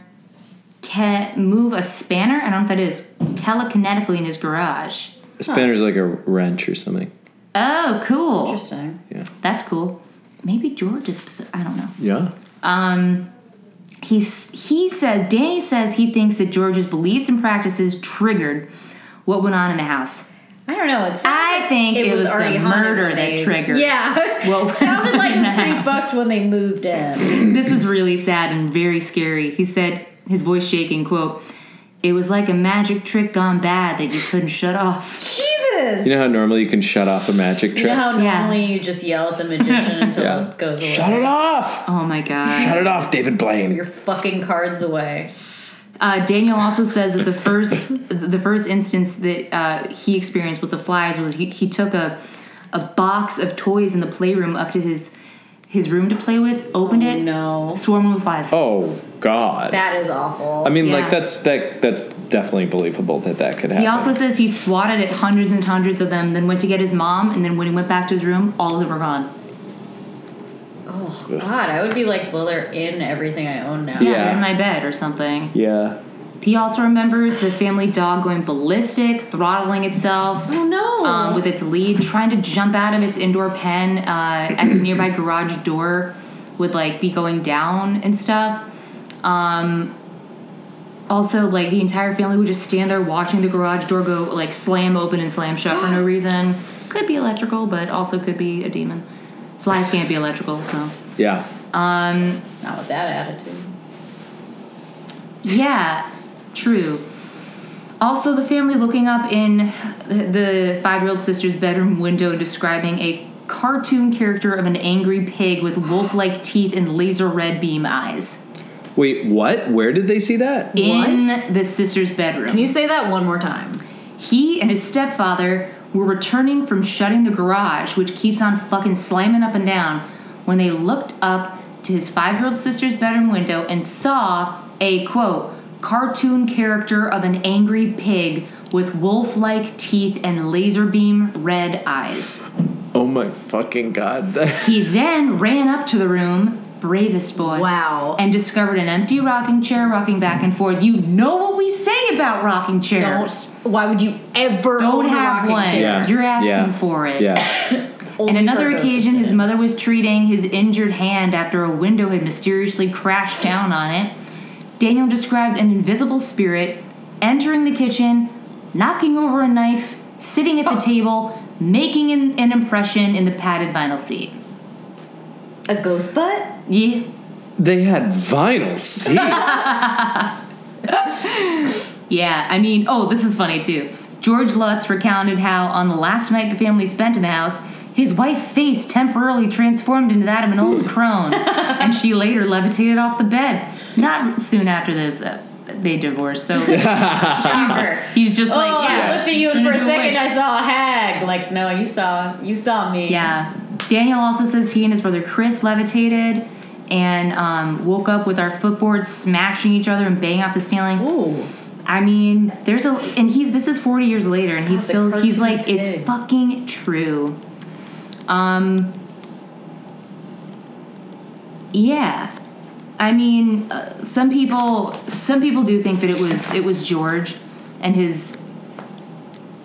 [SPEAKER 3] ca- move a spanner. I don't know what that is. Telekinetically in his garage.
[SPEAKER 1] A spanner's like a wrench or something.
[SPEAKER 3] Oh, cool.
[SPEAKER 2] Interesting.
[SPEAKER 3] That's cool. Maybe George is. possess- I don't know.
[SPEAKER 1] Yeah.
[SPEAKER 3] Um, He's, he said, Danny says he thinks that George's beliefs and practices triggered what went on in the house.
[SPEAKER 2] I don't know. It's
[SPEAKER 3] I think it, was, the
[SPEAKER 2] haunted
[SPEAKER 3] murder
[SPEAKER 2] when
[SPEAKER 3] that
[SPEAKER 2] they-
[SPEAKER 3] triggered.
[SPEAKER 2] Yeah.
[SPEAKER 3] (laughs) Well,
[SPEAKER 2] Well, sounded like it
[SPEAKER 3] in the (laughs)
[SPEAKER 2] was pretty
[SPEAKER 3] house.
[SPEAKER 2] buffed when they moved in.
[SPEAKER 3] this is really sad and very scary. He said, his voice shaking, quote, it was like a magic trick gone bad that you couldn't shut off.
[SPEAKER 2] Jesus.
[SPEAKER 1] You know how normally you can shut off a magic trick?
[SPEAKER 2] You know how
[SPEAKER 3] Yeah.
[SPEAKER 2] normally you just yell at the magician until
[SPEAKER 1] Yeah.
[SPEAKER 2] it goes away.
[SPEAKER 1] Shut it off!
[SPEAKER 3] Oh my god.
[SPEAKER 1] Shut it off, David Blaine.
[SPEAKER 2] Your fucking cards away.
[SPEAKER 3] Uh, Daniel also says that the first the first instance that uh, he experienced with the flies was he, he took a a box of toys in the playroom up to his his room to play with, opened it,
[SPEAKER 2] No,
[SPEAKER 3] swarmed with flies.
[SPEAKER 1] Oh God.
[SPEAKER 2] that is awful.
[SPEAKER 1] I mean,
[SPEAKER 3] Yeah.
[SPEAKER 1] like that's that that's definitely believable that that could happen.
[SPEAKER 3] He also says he swatted at hundreds and hundreds of them, then went to get his mom, and then when he went back to his room, all of them were gone.
[SPEAKER 2] oh God, I would be like, well, they're in everything I own now.
[SPEAKER 3] Yeah,
[SPEAKER 1] Yeah.
[SPEAKER 3] they're in my bed or something.
[SPEAKER 1] yeah.
[SPEAKER 3] He also remembers the family dog going ballistic, throttling itself,
[SPEAKER 2] Oh no.
[SPEAKER 3] um, with its lead, trying to jump out of its indoor pen uh, as a nearby garage door would like be going down and stuff. Um, also, like the entire family would just stand there watching the garage door go like slam open and slam shut for no reason. Could be electrical, but also could be a demon. Flies can't be electrical, so
[SPEAKER 1] Yeah.
[SPEAKER 3] um,
[SPEAKER 2] Not with that attitude.
[SPEAKER 3] Yeah, true. Also, the family looking up in the five year old sister's bedroom window and describing a cartoon character of an angry pig with wolf like teeth and laser red beam eyes
[SPEAKER 1] Wait, what? Where did they see that?
[SPEAKER 3] in
[SPEAKER 2] What?
[SPEAKER 3] the sister's bedroom.
[SPEAKER 2] Can you say that one more time?
[SPEAKER 3] he and his stepfather were returning from shutting the garage, which keeps on fucking slamming up and down, when they looked up to his five year old sister's bedroom window and saw a quote, cartoon character of an angry pig with wolf like teeth and laser beam red eyes.
[SPEAKER 1] Oh my fucking god. (laughs)
[SPEAKER 3] He then ran up to the room, bravest boy.
[SPEAKER 2] Wow.
[SPEAKER 3] And discovered an empty rocking chair rocking back and forth. You know what we say about rocking chairs.
[SPEAKER 2] Don't. Why would you ever own
[SPEAKER 3] Don't
[SPEAKER 2] a
[SPEAKER 3] have
[SPEAKER 2] rocking
[SPEAKER 3] one.
[SPEAKER 2] chair?
[SPEAKER 1] yeah.
[SPEAKER 3] You're asking
[SPEAKER 1] yeah.
[SPEAKER 3] for it.
[SPEAKER 1] Yeah.
[SPEAKER 3] On
[SPEAKER 2] Only
[SPEAKER 3] another
[SPEAKER 2] for ghosts
[SPEAKER 3] occasion,
[SPEAKER 2] to
[SPEAKER 3] his
[SPEAKER 2] sit.
[SPEAKER 3] mother was treating his injured hand after a window had mysteriously crashed down on it. Daniel described an invisible spirit entering the kitchen, knocking over a knife,
[SPEAKER 2] (laughs)
[SPEAKER 3] sitting at the table, making an, an impression in the padded vinyl seat.
[SPEAKER 2] a ghost butt.
[SPEAKER 3] Yeah.
[SPEAKER 1] They had vinyl seats.
[SPEAKER 3] Yeah, I mean, oh, this is funny too. George Lutz recounted how on the last night the family spent in the house, his wife's face temporarily transformed into that of an old crone, and she later levitated off the bed. Not soon after this, uh, they divorced. So
[SPEAKER 2] Shocker.
[SPEAKER 3] he's just like,
[SPEAKER 2] oh,
[SPEAKER 3] yeah.
[SPEAKER 2] I looked at you and
[SPEAKER 3] turned
[SPEAKER 2] for a
[SPEAKER 3] into
[SPEAKER 2] second
[SPEAKER 3] witch.
[SPEAKER 2] I saw a hag. Like, no, you saw you saw me.
[SPEAKER 3] Yeah. Daniel also says he and his brother Chris levitated and um, woke up with our footboards smashing each other and banging off the ceiling.
[SPEAKER 2] Ooh.
[SPEAKER 3] I mean, there's a and he this is 40 years later and
[SPEAKER 2] God, the
[SPEAKER 3] he's still he's
[SPEAKER 2] cartoon
[SPEAKER 3] like
[SPEAKER 2] pig.
[SPEAKER 3] it's fucking true. Um Yeah. I mean, uh, some people some people do think that it was it was George and his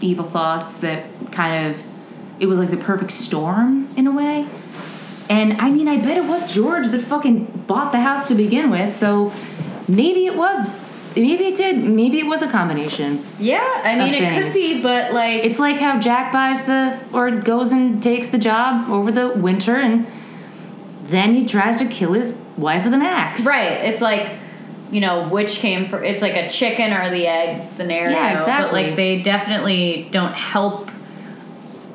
[SPEAKER 3] evil thoughts that kind of it was like the perfect storm in a way. And I mean, I bet it was George that fucking bought the house to begin with, so maybe it was. Maybe it did. Maybe it was a combination.
[SPEAKER 2] Yeah, I mean
[SPEAKER 3] Of
[SPEAKER 2] it could
[SPEAKER 3] things.
[SPEAKER 2] be, but like
[SPEAKER 3] It's like how Jack buys the or goes and takes the job over the winter, and then he tries to kill his wife with an axe.
[SPEAKER 2] Right. It's like, you know, which came for it's like a chicken or the egg scenario.
[SPEAKER 3] Yeah, exactly.
[SPEAKER 2] But like they definitely don't help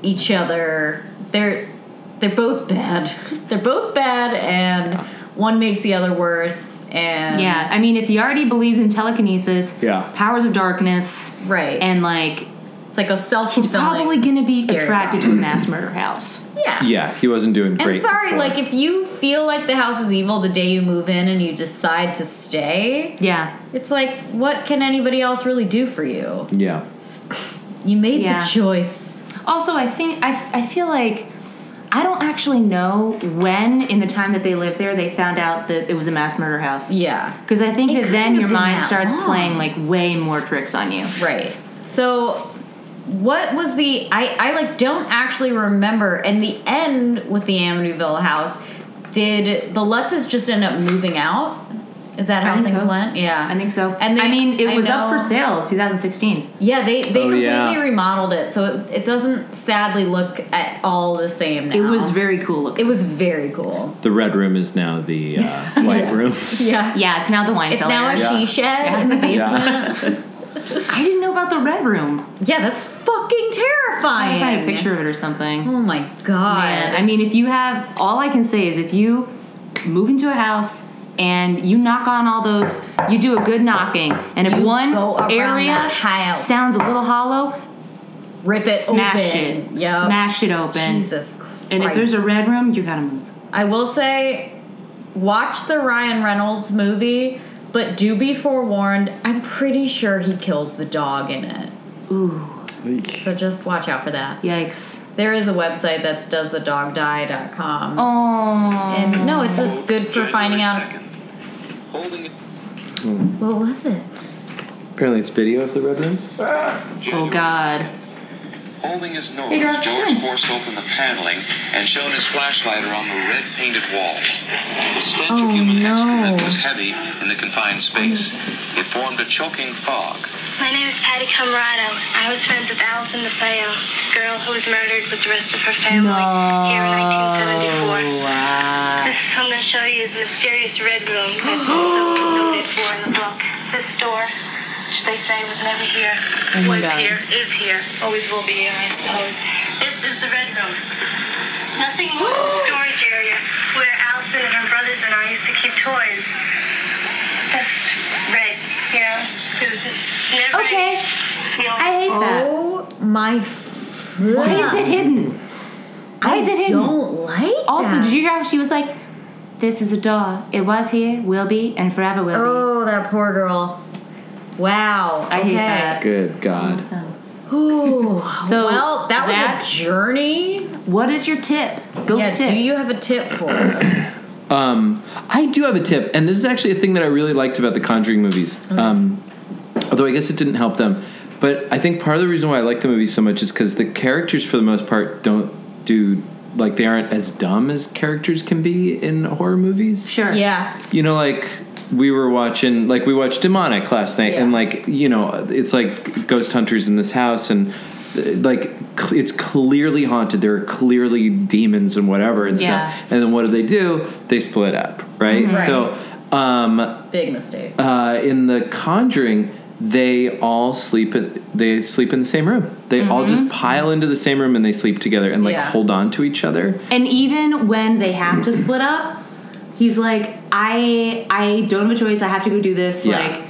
[SPEAKER 2] each other. They're they're both bad. (laughs) They're both bad and one makes the other worse and
[SPEAKER 3] Yeah. I mean, if he already believes in telekinesis,
[SPEAKER 1] Yeah.
[SPEAKER 3] powers of darkness,
[SPEAKER 2] Right.
[SPEAKER 3] and like
[SPEAKER 2] it's like a self
[SPEAKER 3] he's probably gonna be
[SPEAKER 2] Scary
[SPEAKER 3] attracted to the mass murder house.
[SPEAKER 2] Yeah.
[SPEAKER 1] (laughs) yeah, he wasn't doing great.
[SPEAKER 2] And sorry,
[SPEAKER 1] before.
[SPEAKER 2] like if you feel like the house is evil the day you move in and you decide to stay,
[SPEAKER 3] Yeah.
[SPEAKER 2] it's like what can anybody else really do for you?
[SPEAKER 1] Yeah.
[SPEAKER 2] You made
[SPEAKER 3] Yeah.
[SPEAKER 2] the choice.
[SPEAKER 3] Also, I think I, I feel like I don't actually know when in the time that they lived there they found out that it was a mass murder house.
[SPEAKER 2] Yeah.
[SPEAKER 3] Because I think
[SPEAKER 2] It
[SPEAKER 3] that
[SPEAKER 2] couldn't
[SPEAKER 3] then your
[SPEAKER 2] have been
[SPEAKER 3] mind
[SPEAKER 2] that
[SPEAKER 3] starts
[SPEAKER 2] long.
[SPEAKER 3] playing like way more tricks on you.
[SPEAKER 2] Right. So what was the I I like don't actually remember and the end with the Amityville house did the Lutzes just end up moving out Is that
[SPEAKER 3] I
[SPEAKER 2] how
[SPEAKER 3] think
[SPEAKER 2] things
[SPEAKER 3] so.
[SPEAKER 2] went? Yeah,
[SPEAKER 3] I think so.
[SPEAKER 2] And
[SPEAKER 3] And
[SPEAKER 2] they-
[SPEAKER 3] I mean, it
[SPEAKER 2] I
[SPEAKER 3] was up
[SPEAKER 2] know-
[SPEAKER 3] for sale 2016.
[SPEAKER 2] Yeah, they they
[SPEAKER 1] Oh,
[SPEAKER 2] completely
[SPEAKER 1] yeah.
[SPEAKER 2] remodeled it, so it, it doesn't sadly look at all the same now.
[SPEAKER 3] It was very cool looking.
[SPEAKER 2] it was very cool.
[SPEAKER 1] The red room is now
[SPEAKER 2] (laughs)
[SPEAKER 1] the uh, white room. (laughs)
[SPEAKER 2] Yeah,
[SPEAKER 3] yeah, it's now the wine
[SPEAKER 2] it's
[SPEAKER 3] cellar.
[SPEAKER 2] now a
[SPEAKER 1] Yeah.
[SPEAKER 2] she shed in the basement. Yeah,
[SPEAKER 3] I didn't know about the red room.
[SPEAKER 2] that's fucking
[SPEAKER 3] I
[SPEAKER 2] terrifying.
[SPEAKER 3] had a picture of it or something.
[SPEAKER 2] Oh my god!
[SPEAKER 3] Man, I mean, if you have, all I can say is if you move into a house and you knock on all those, you do a good knocking, and if one
[SPEAKER 2] go around
[SPEAKER 3] area
[SPEAKER 2] that house.
[SPEAKER 3] sounds a little hollow,
[SPEAKER 2] rip it,
[SPEAKER 3] smash
[SPEAKER 2] open.
[SPEAKER 3] it,
[SPEAKER 2] Yep.
[SPEAKER 3] smash it open.
[SPEAKER 2] Jesus Christ!
[SPEAKER 3] And if there's a red room, you gotta move.
[SPEAKER 2] I will say, watch the Ryan Reynolds movie, but do be forewarned. I'm pretty sure he kills the dog in it, so just watch out for that.
[SPEAKER 3] Yikes!
[SPEAKER 2] There is a website that's doesthedogdie.com.
[SPEAKER 3] Oh,
[SPEAKER 2] And no, it's just good for finding out. Oh,
[SPEAKER 6] Holding it.
[SPEAKER 2] What was it?
[SPEAKER 1] Apparently, it's video of the red room.
[SPEAKER 3] oh God!
[SPEAKER 6] Holding his nose,
[SPEAKER 3] Hey, Doc.
[SPEAKER 6] George forced open the paneling and shone his flashlight around the red painted wall. The stench
[SPEAKER 2] Oh,
[SPEAKER 6] of human
[SPEAKER 2] no. Oh,
[SPEAKER 6] excrement was heavy in the confined space. It formed a choking fog.
[SPEAKER 7] My name is Patty Camarado. I was friends with Allison DeFeo, the girl who was murdered with the rest of her family here in 1974.
[SPEAKER 3] wow!
[SPEAKER 7] This is what I'm going to show you is the mysterious red room
[SPEAKER 2] (gasps)
[SPEAKER 7] that's also noted for in the book. This door, which they say was never here,
[SPEAKER 2] Oh my
[SPEAKER 7] was
[SPEAKER 2] God.
[SPEAKER 7] here, is here, always will be here, I suppose. This is the red room. Nothing more than a storage area where Allison and her brothers and I used to keep toys. That's red, you know? 'cause it's never
[SPEAKER 3] Okay,
[SPEAKER 7] you know,
[SPEAKER 3] I hate that.
[SPEAKER 2] Oh my.
[SPEAKER 3] Why is it hidden? Why is it hidden?
[SPEAKER 2] Don't like.
[SPEAKER 3] Also,
[SPEAKER 2] that.
[SPEAKER 3] did you hear how she was like, "This is a doll. It was here, will be, and forever will be."
[SPEAKER 2] Oh, that poor girl. Wow.
[SPEAKER 3] I
[SPEAKER 2] okay.
[SPEAKER 3] hate that.
[SPEAKER 1] Good God.
[SPEAKER 2] Oh. Ooh.
[SPEAKER 3] So,
[SPEAKER 2] well, that
[SPEAKER 3] Zach-
[SPEAKER 2] was a journey.
[SPEAKER 3] What is your tip? Go
[SPEAKER 2] yeah.
[SPEAKER 3] tip.
[SPEAKER 2] Do you have a tip for us?
[SPEAKER 3] (clears throat)
[SPEAKER 1] Um, I do have a tip, and this is actually a thing that I really liked about the Conjuring movies. Um, although I guess it didn't help them, but I think part of the reason why I like the movies so much is because the characters, for the most part, don't do like they aren't as dumb as characters can be in horror movies.
[SPEAKER 3] sure.
[SPEAKER 2] yeah.
[SPEAKER 1] you know, like we were watching, like we watched Demonic last night, and like you know, it's like ghost hunters in this house, and uh, like cl- it's clearly haunted. There are clearly demons and whatever and
[SPEAKER 3] Yeah. Mm-hmm.
[SPEAKER 1] stuff. And then what do they do? They split up, right?
[SPEAKER 2] Right.
[SPEAKER 1] So, um,
[SPEAKER 2] Big mistake.
[SPEAKER 1] uh, in The Conjuring. They all sleep. In, they sleep in the same room. They
[SPEAKER 3] Mm-hmm.
[SPEAKER 1] all just pile into the same room and they sleep together and like
[SPEAKER 2] Yeah.
[SPEAKER 1] hold on to each other.
[SPEAKER 3] And even when they have to split up, he's like, I I don't have a choice. I have to go do this.
[SPEAKER 1] Yeah.
[SPEAKER 3] Like,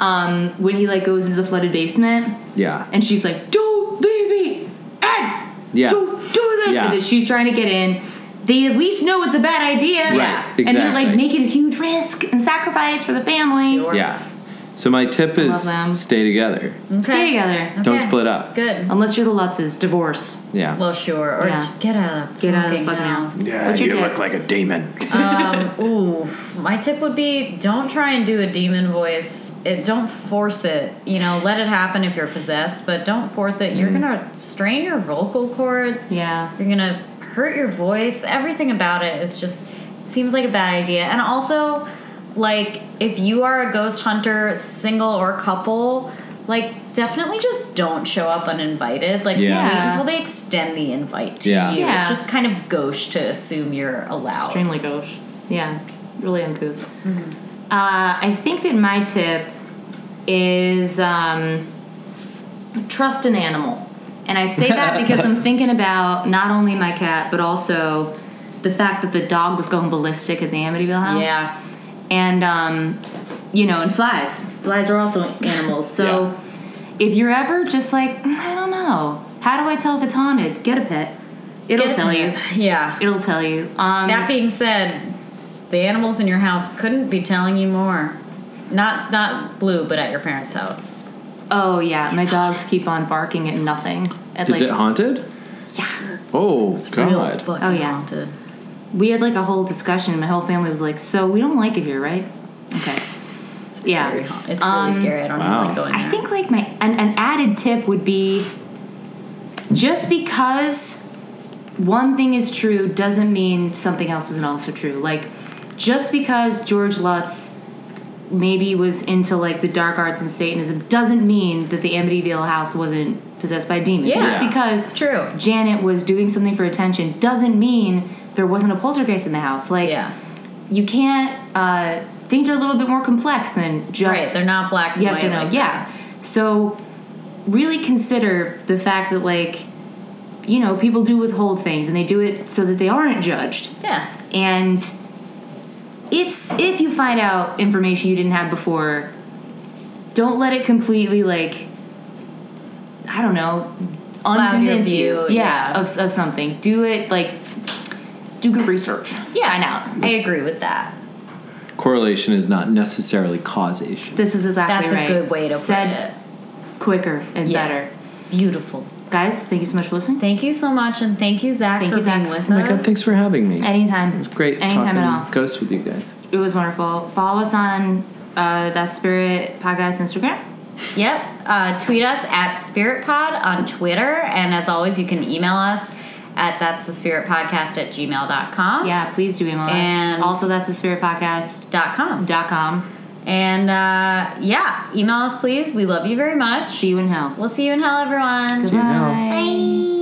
[SPEAKER 3] um, when he like goes into the flooded basement,
[SPEAKER 1] Yeah,
[SPEAKER 3] and she's like, "Don't leave me, Ed.
[SPEAKER 1] Yeah.
[SPEAKER 3] Don't do this."
[SPEAKER 1] Yeah.
[SPEAKER 3] Because she's trying to get in. They at least know it's a bad idea.
[SPEAKER 1] Right,
[SPEAKER 3] And they're like
[SPEAKER 1] exactly.
[SPEAKER 3] making a huge risk and sacrifice for the family.
[SPEAKER 2] Sure.
[SPEAKER 1] Um, yeah. So my tip
[SPEAKER 3] them.
[SPEAKER 1] is stay together.
[SPEAKER 3] Stay
[SPEAKER 2] Okay.
[SPEAKER 3] together.
[SPEAKER 1] Don't
[SPEAKER 2] Okay.
[SPEAKER 1] split up.
[SPEAKER 2] Good.
[SPEAKER 3] Unless you're the Lutzes, divorce.
[SPEAKER 1] Yeah.
[SPEAKER 2] Well, sure. Or
[SPEAKER 3] Yeah.
[SPEAKER 2] just get out of the
[SPEAKER 3] Get out of the
[SPEAKER 2] fucking
[SPEAKER 3] fucking
[SPEAKER 2] house. (laughs)
[SPEAKER 3] house. What's your tip?
[SPEAKER 4] like a demon.
[SPEAKER 2] Uh, Ooh, my tip would be don't try and do a demon voice. It, don't force it. You know, let it happen if you're possessed, but don't force it.
[SPEAKER 3] Mm.
[SPEAKER 2] You're gonna strain your vocal cords.
[SPEAKER 3] yeah.
[SPEAKER 2] You're gonna hurt your voice. Everything about it is just seems like a bad idea. And also, like if you are a ghost hunter, single or couple, like definitely just don't show up uninvited. Like
[SPEAKER 1] Yeah.
[SPEAKER 2] wait
[SPEAKER 3] Yeah.
[SPEAKER 2] until they extend the invite to
[SPEAKER 1] Yeah.
[SPEAKER 2] you. It's
[SPEAKER 3] Yeah.
[SPEAKER 2] just kind of gauche to assume you're allowed.
[SPEAKER 3] Extremely gauche. Yeah, really uncouth.
[SPEAKER 2] Mm-hmm.
[SPEAKER 3] Uh, I think that my tip is um, trust an animal. And I say that
[SPEAKER 2] (laughs)
[SPEAKER 3] because I'm thinking about not only my cat, but also the fact that the dog was going ballistic at the Amityville house.
[SPEAKER 2] Yeah.
[SPEAKER 3] And, um, you know, and flies. Flies are also
[SPEAKER 2] (laughs)
[SPEAKER 3] animals. So if you're ever just like, "Mm, I don't know, how do I tell if it's haunted? Get a pet. It'll tell you.
[SPEAKER 2] (laughs) Yeah.
[SPEAKER 3] It'll tell you. Um,
[SPEAKER 2] That being said, the animals in your house couldn't be telling you more. Not not blue, but at your parents' house.
[SPEAKER 3] Oh yeah, my dogs keep on barking at nothing. At
[SPEAKER 1] Is
[SPEAKER 3] like
[SPEAKER 1] it haunted?
[SPEAKER 3] yeah,
[SPEAKER 1] Oh
[SPEAKER 2] Real
[SPEAKER 1] God!
[SPEAKER 2] fucking
[SPEAKER 3] Oh, yeah.
[SPEAKER 2] haunted.
[SPEAKER 3] we had like a whole discussion. My whole family was like, "So we don't like it here, right?" Okay. yeah,
[SPEAKER 2] Very haunted. It's
[SPEAKER 3] Um,
[SPEAKER 2] really scary. I don't
[SPEAKER 1] wow.
[SPEAKER 2] know like going there.
[SPEAKER 3] I think like my an, an added tip would be just because one thing is true doesn't mean something else isn't also true. Like just because George Lutz maybe was into like the dark arts and Satanism doesn't mean that the Amityville house wasn't possessed by demons.
[SPEAKER 2] Yeah.
[SPEAKER 3] Just
[SPEAKER 1] Yeah.
[SPEAKER 3] because
[SPEAKER 2] It's true.
[SPEAKER 3] Janet was doing something for attention doesn't mean there wasn't a poltergeist in the house. Like
[SPEAKER 2] Yeah.
[SPEAKER 3] you can't uh, things are a little bit more complex than just
[SPEAKER 2] Right. They're not black and
[SPEAKER 3] yes
[SPEAKER 2] white.
[SPEAKER 3] or no.
[SPEAKER 2] like
[SPEAKER 3] yeah. So really consider the fact that like you know people do withhold things and they do it so that they aren't judged.
[SPEAKER 2] that. Yeah.
[SPEAKER 3] And if if you find out information you didn't have before, don't let it completely like I don't know
[SPEAKER 2] your
[SPEAKER 3] unconvince you.
[SPEAKER 2] view,
[SPEAKER 3] Yeah,
[SPEAKER 2] yeah.
[SPEAKER 3] Of, of something. Do it like do good research.
[SPEAKER 2] Yeah.
[SPEAKER 3] find out.
[SPEAKER 2] I agree with that.
[SPEAKER 1] Correlation is not necessarily causation.
[SPEAKER 3] This is exactly
[SPEAKER 2] That's
[SPEAKER 3] right.
[SPEAKER 2] a good way to
[SPEAKER 3] Said
[SPEAKER 2] put
[SPEAKER 3] quicker and
[SPEAKER 2] it.
[SPEAKER 3] better.
[SPEAKER 2] Beautiful.
[SPEAKER 3] Guys, thank you so much for listening.
[SPEAKER 2] Thank you so much, and thank you, Zach,
[SPEAKER 3] Thank
[SPEAKER 2] for
[SPEAKER 3] you, Zach.
[SPEAKER 2] being with
[SPEAKER 1] Oh my
[SPEAKER 2] us.
[SPEAKER 1] god, thanks for having me.
[SPEAKER 3] Anytime.
[SPEAKER 1] It was great
[SPEAKER 3] Anytime
[SPEAKER 1] talking
[SPEAKER 3] at all.
[SPEAKER 1] ghosts with you guys.
[SPEAKER 3] It was wonderful. Follow us on uh, that spirit podcast Instagram.
[SPEAKER 2] Yep. Uh, tweet us at Spirit Pod on Twitter. And as always, you can email us at that's the spirit podcast at gmail.com.
[SPEAKER 3] Yeah, please do email us.
[SPEAKER 2] And-
[SPEAKER 3] also, that's the spirit podcast
[SPEAKER 2] Dot com.
[SPEAKER 3] dot com.
[SPEAKER 2] And uh, yeah, email us, please. We love you very much.
[SPEAKER 3] See you in hell.
[SPEAKER 2] We'll see you in hell, everyone.
[SPEAKER 1] See you now.
[SPEAKER 2] Bye.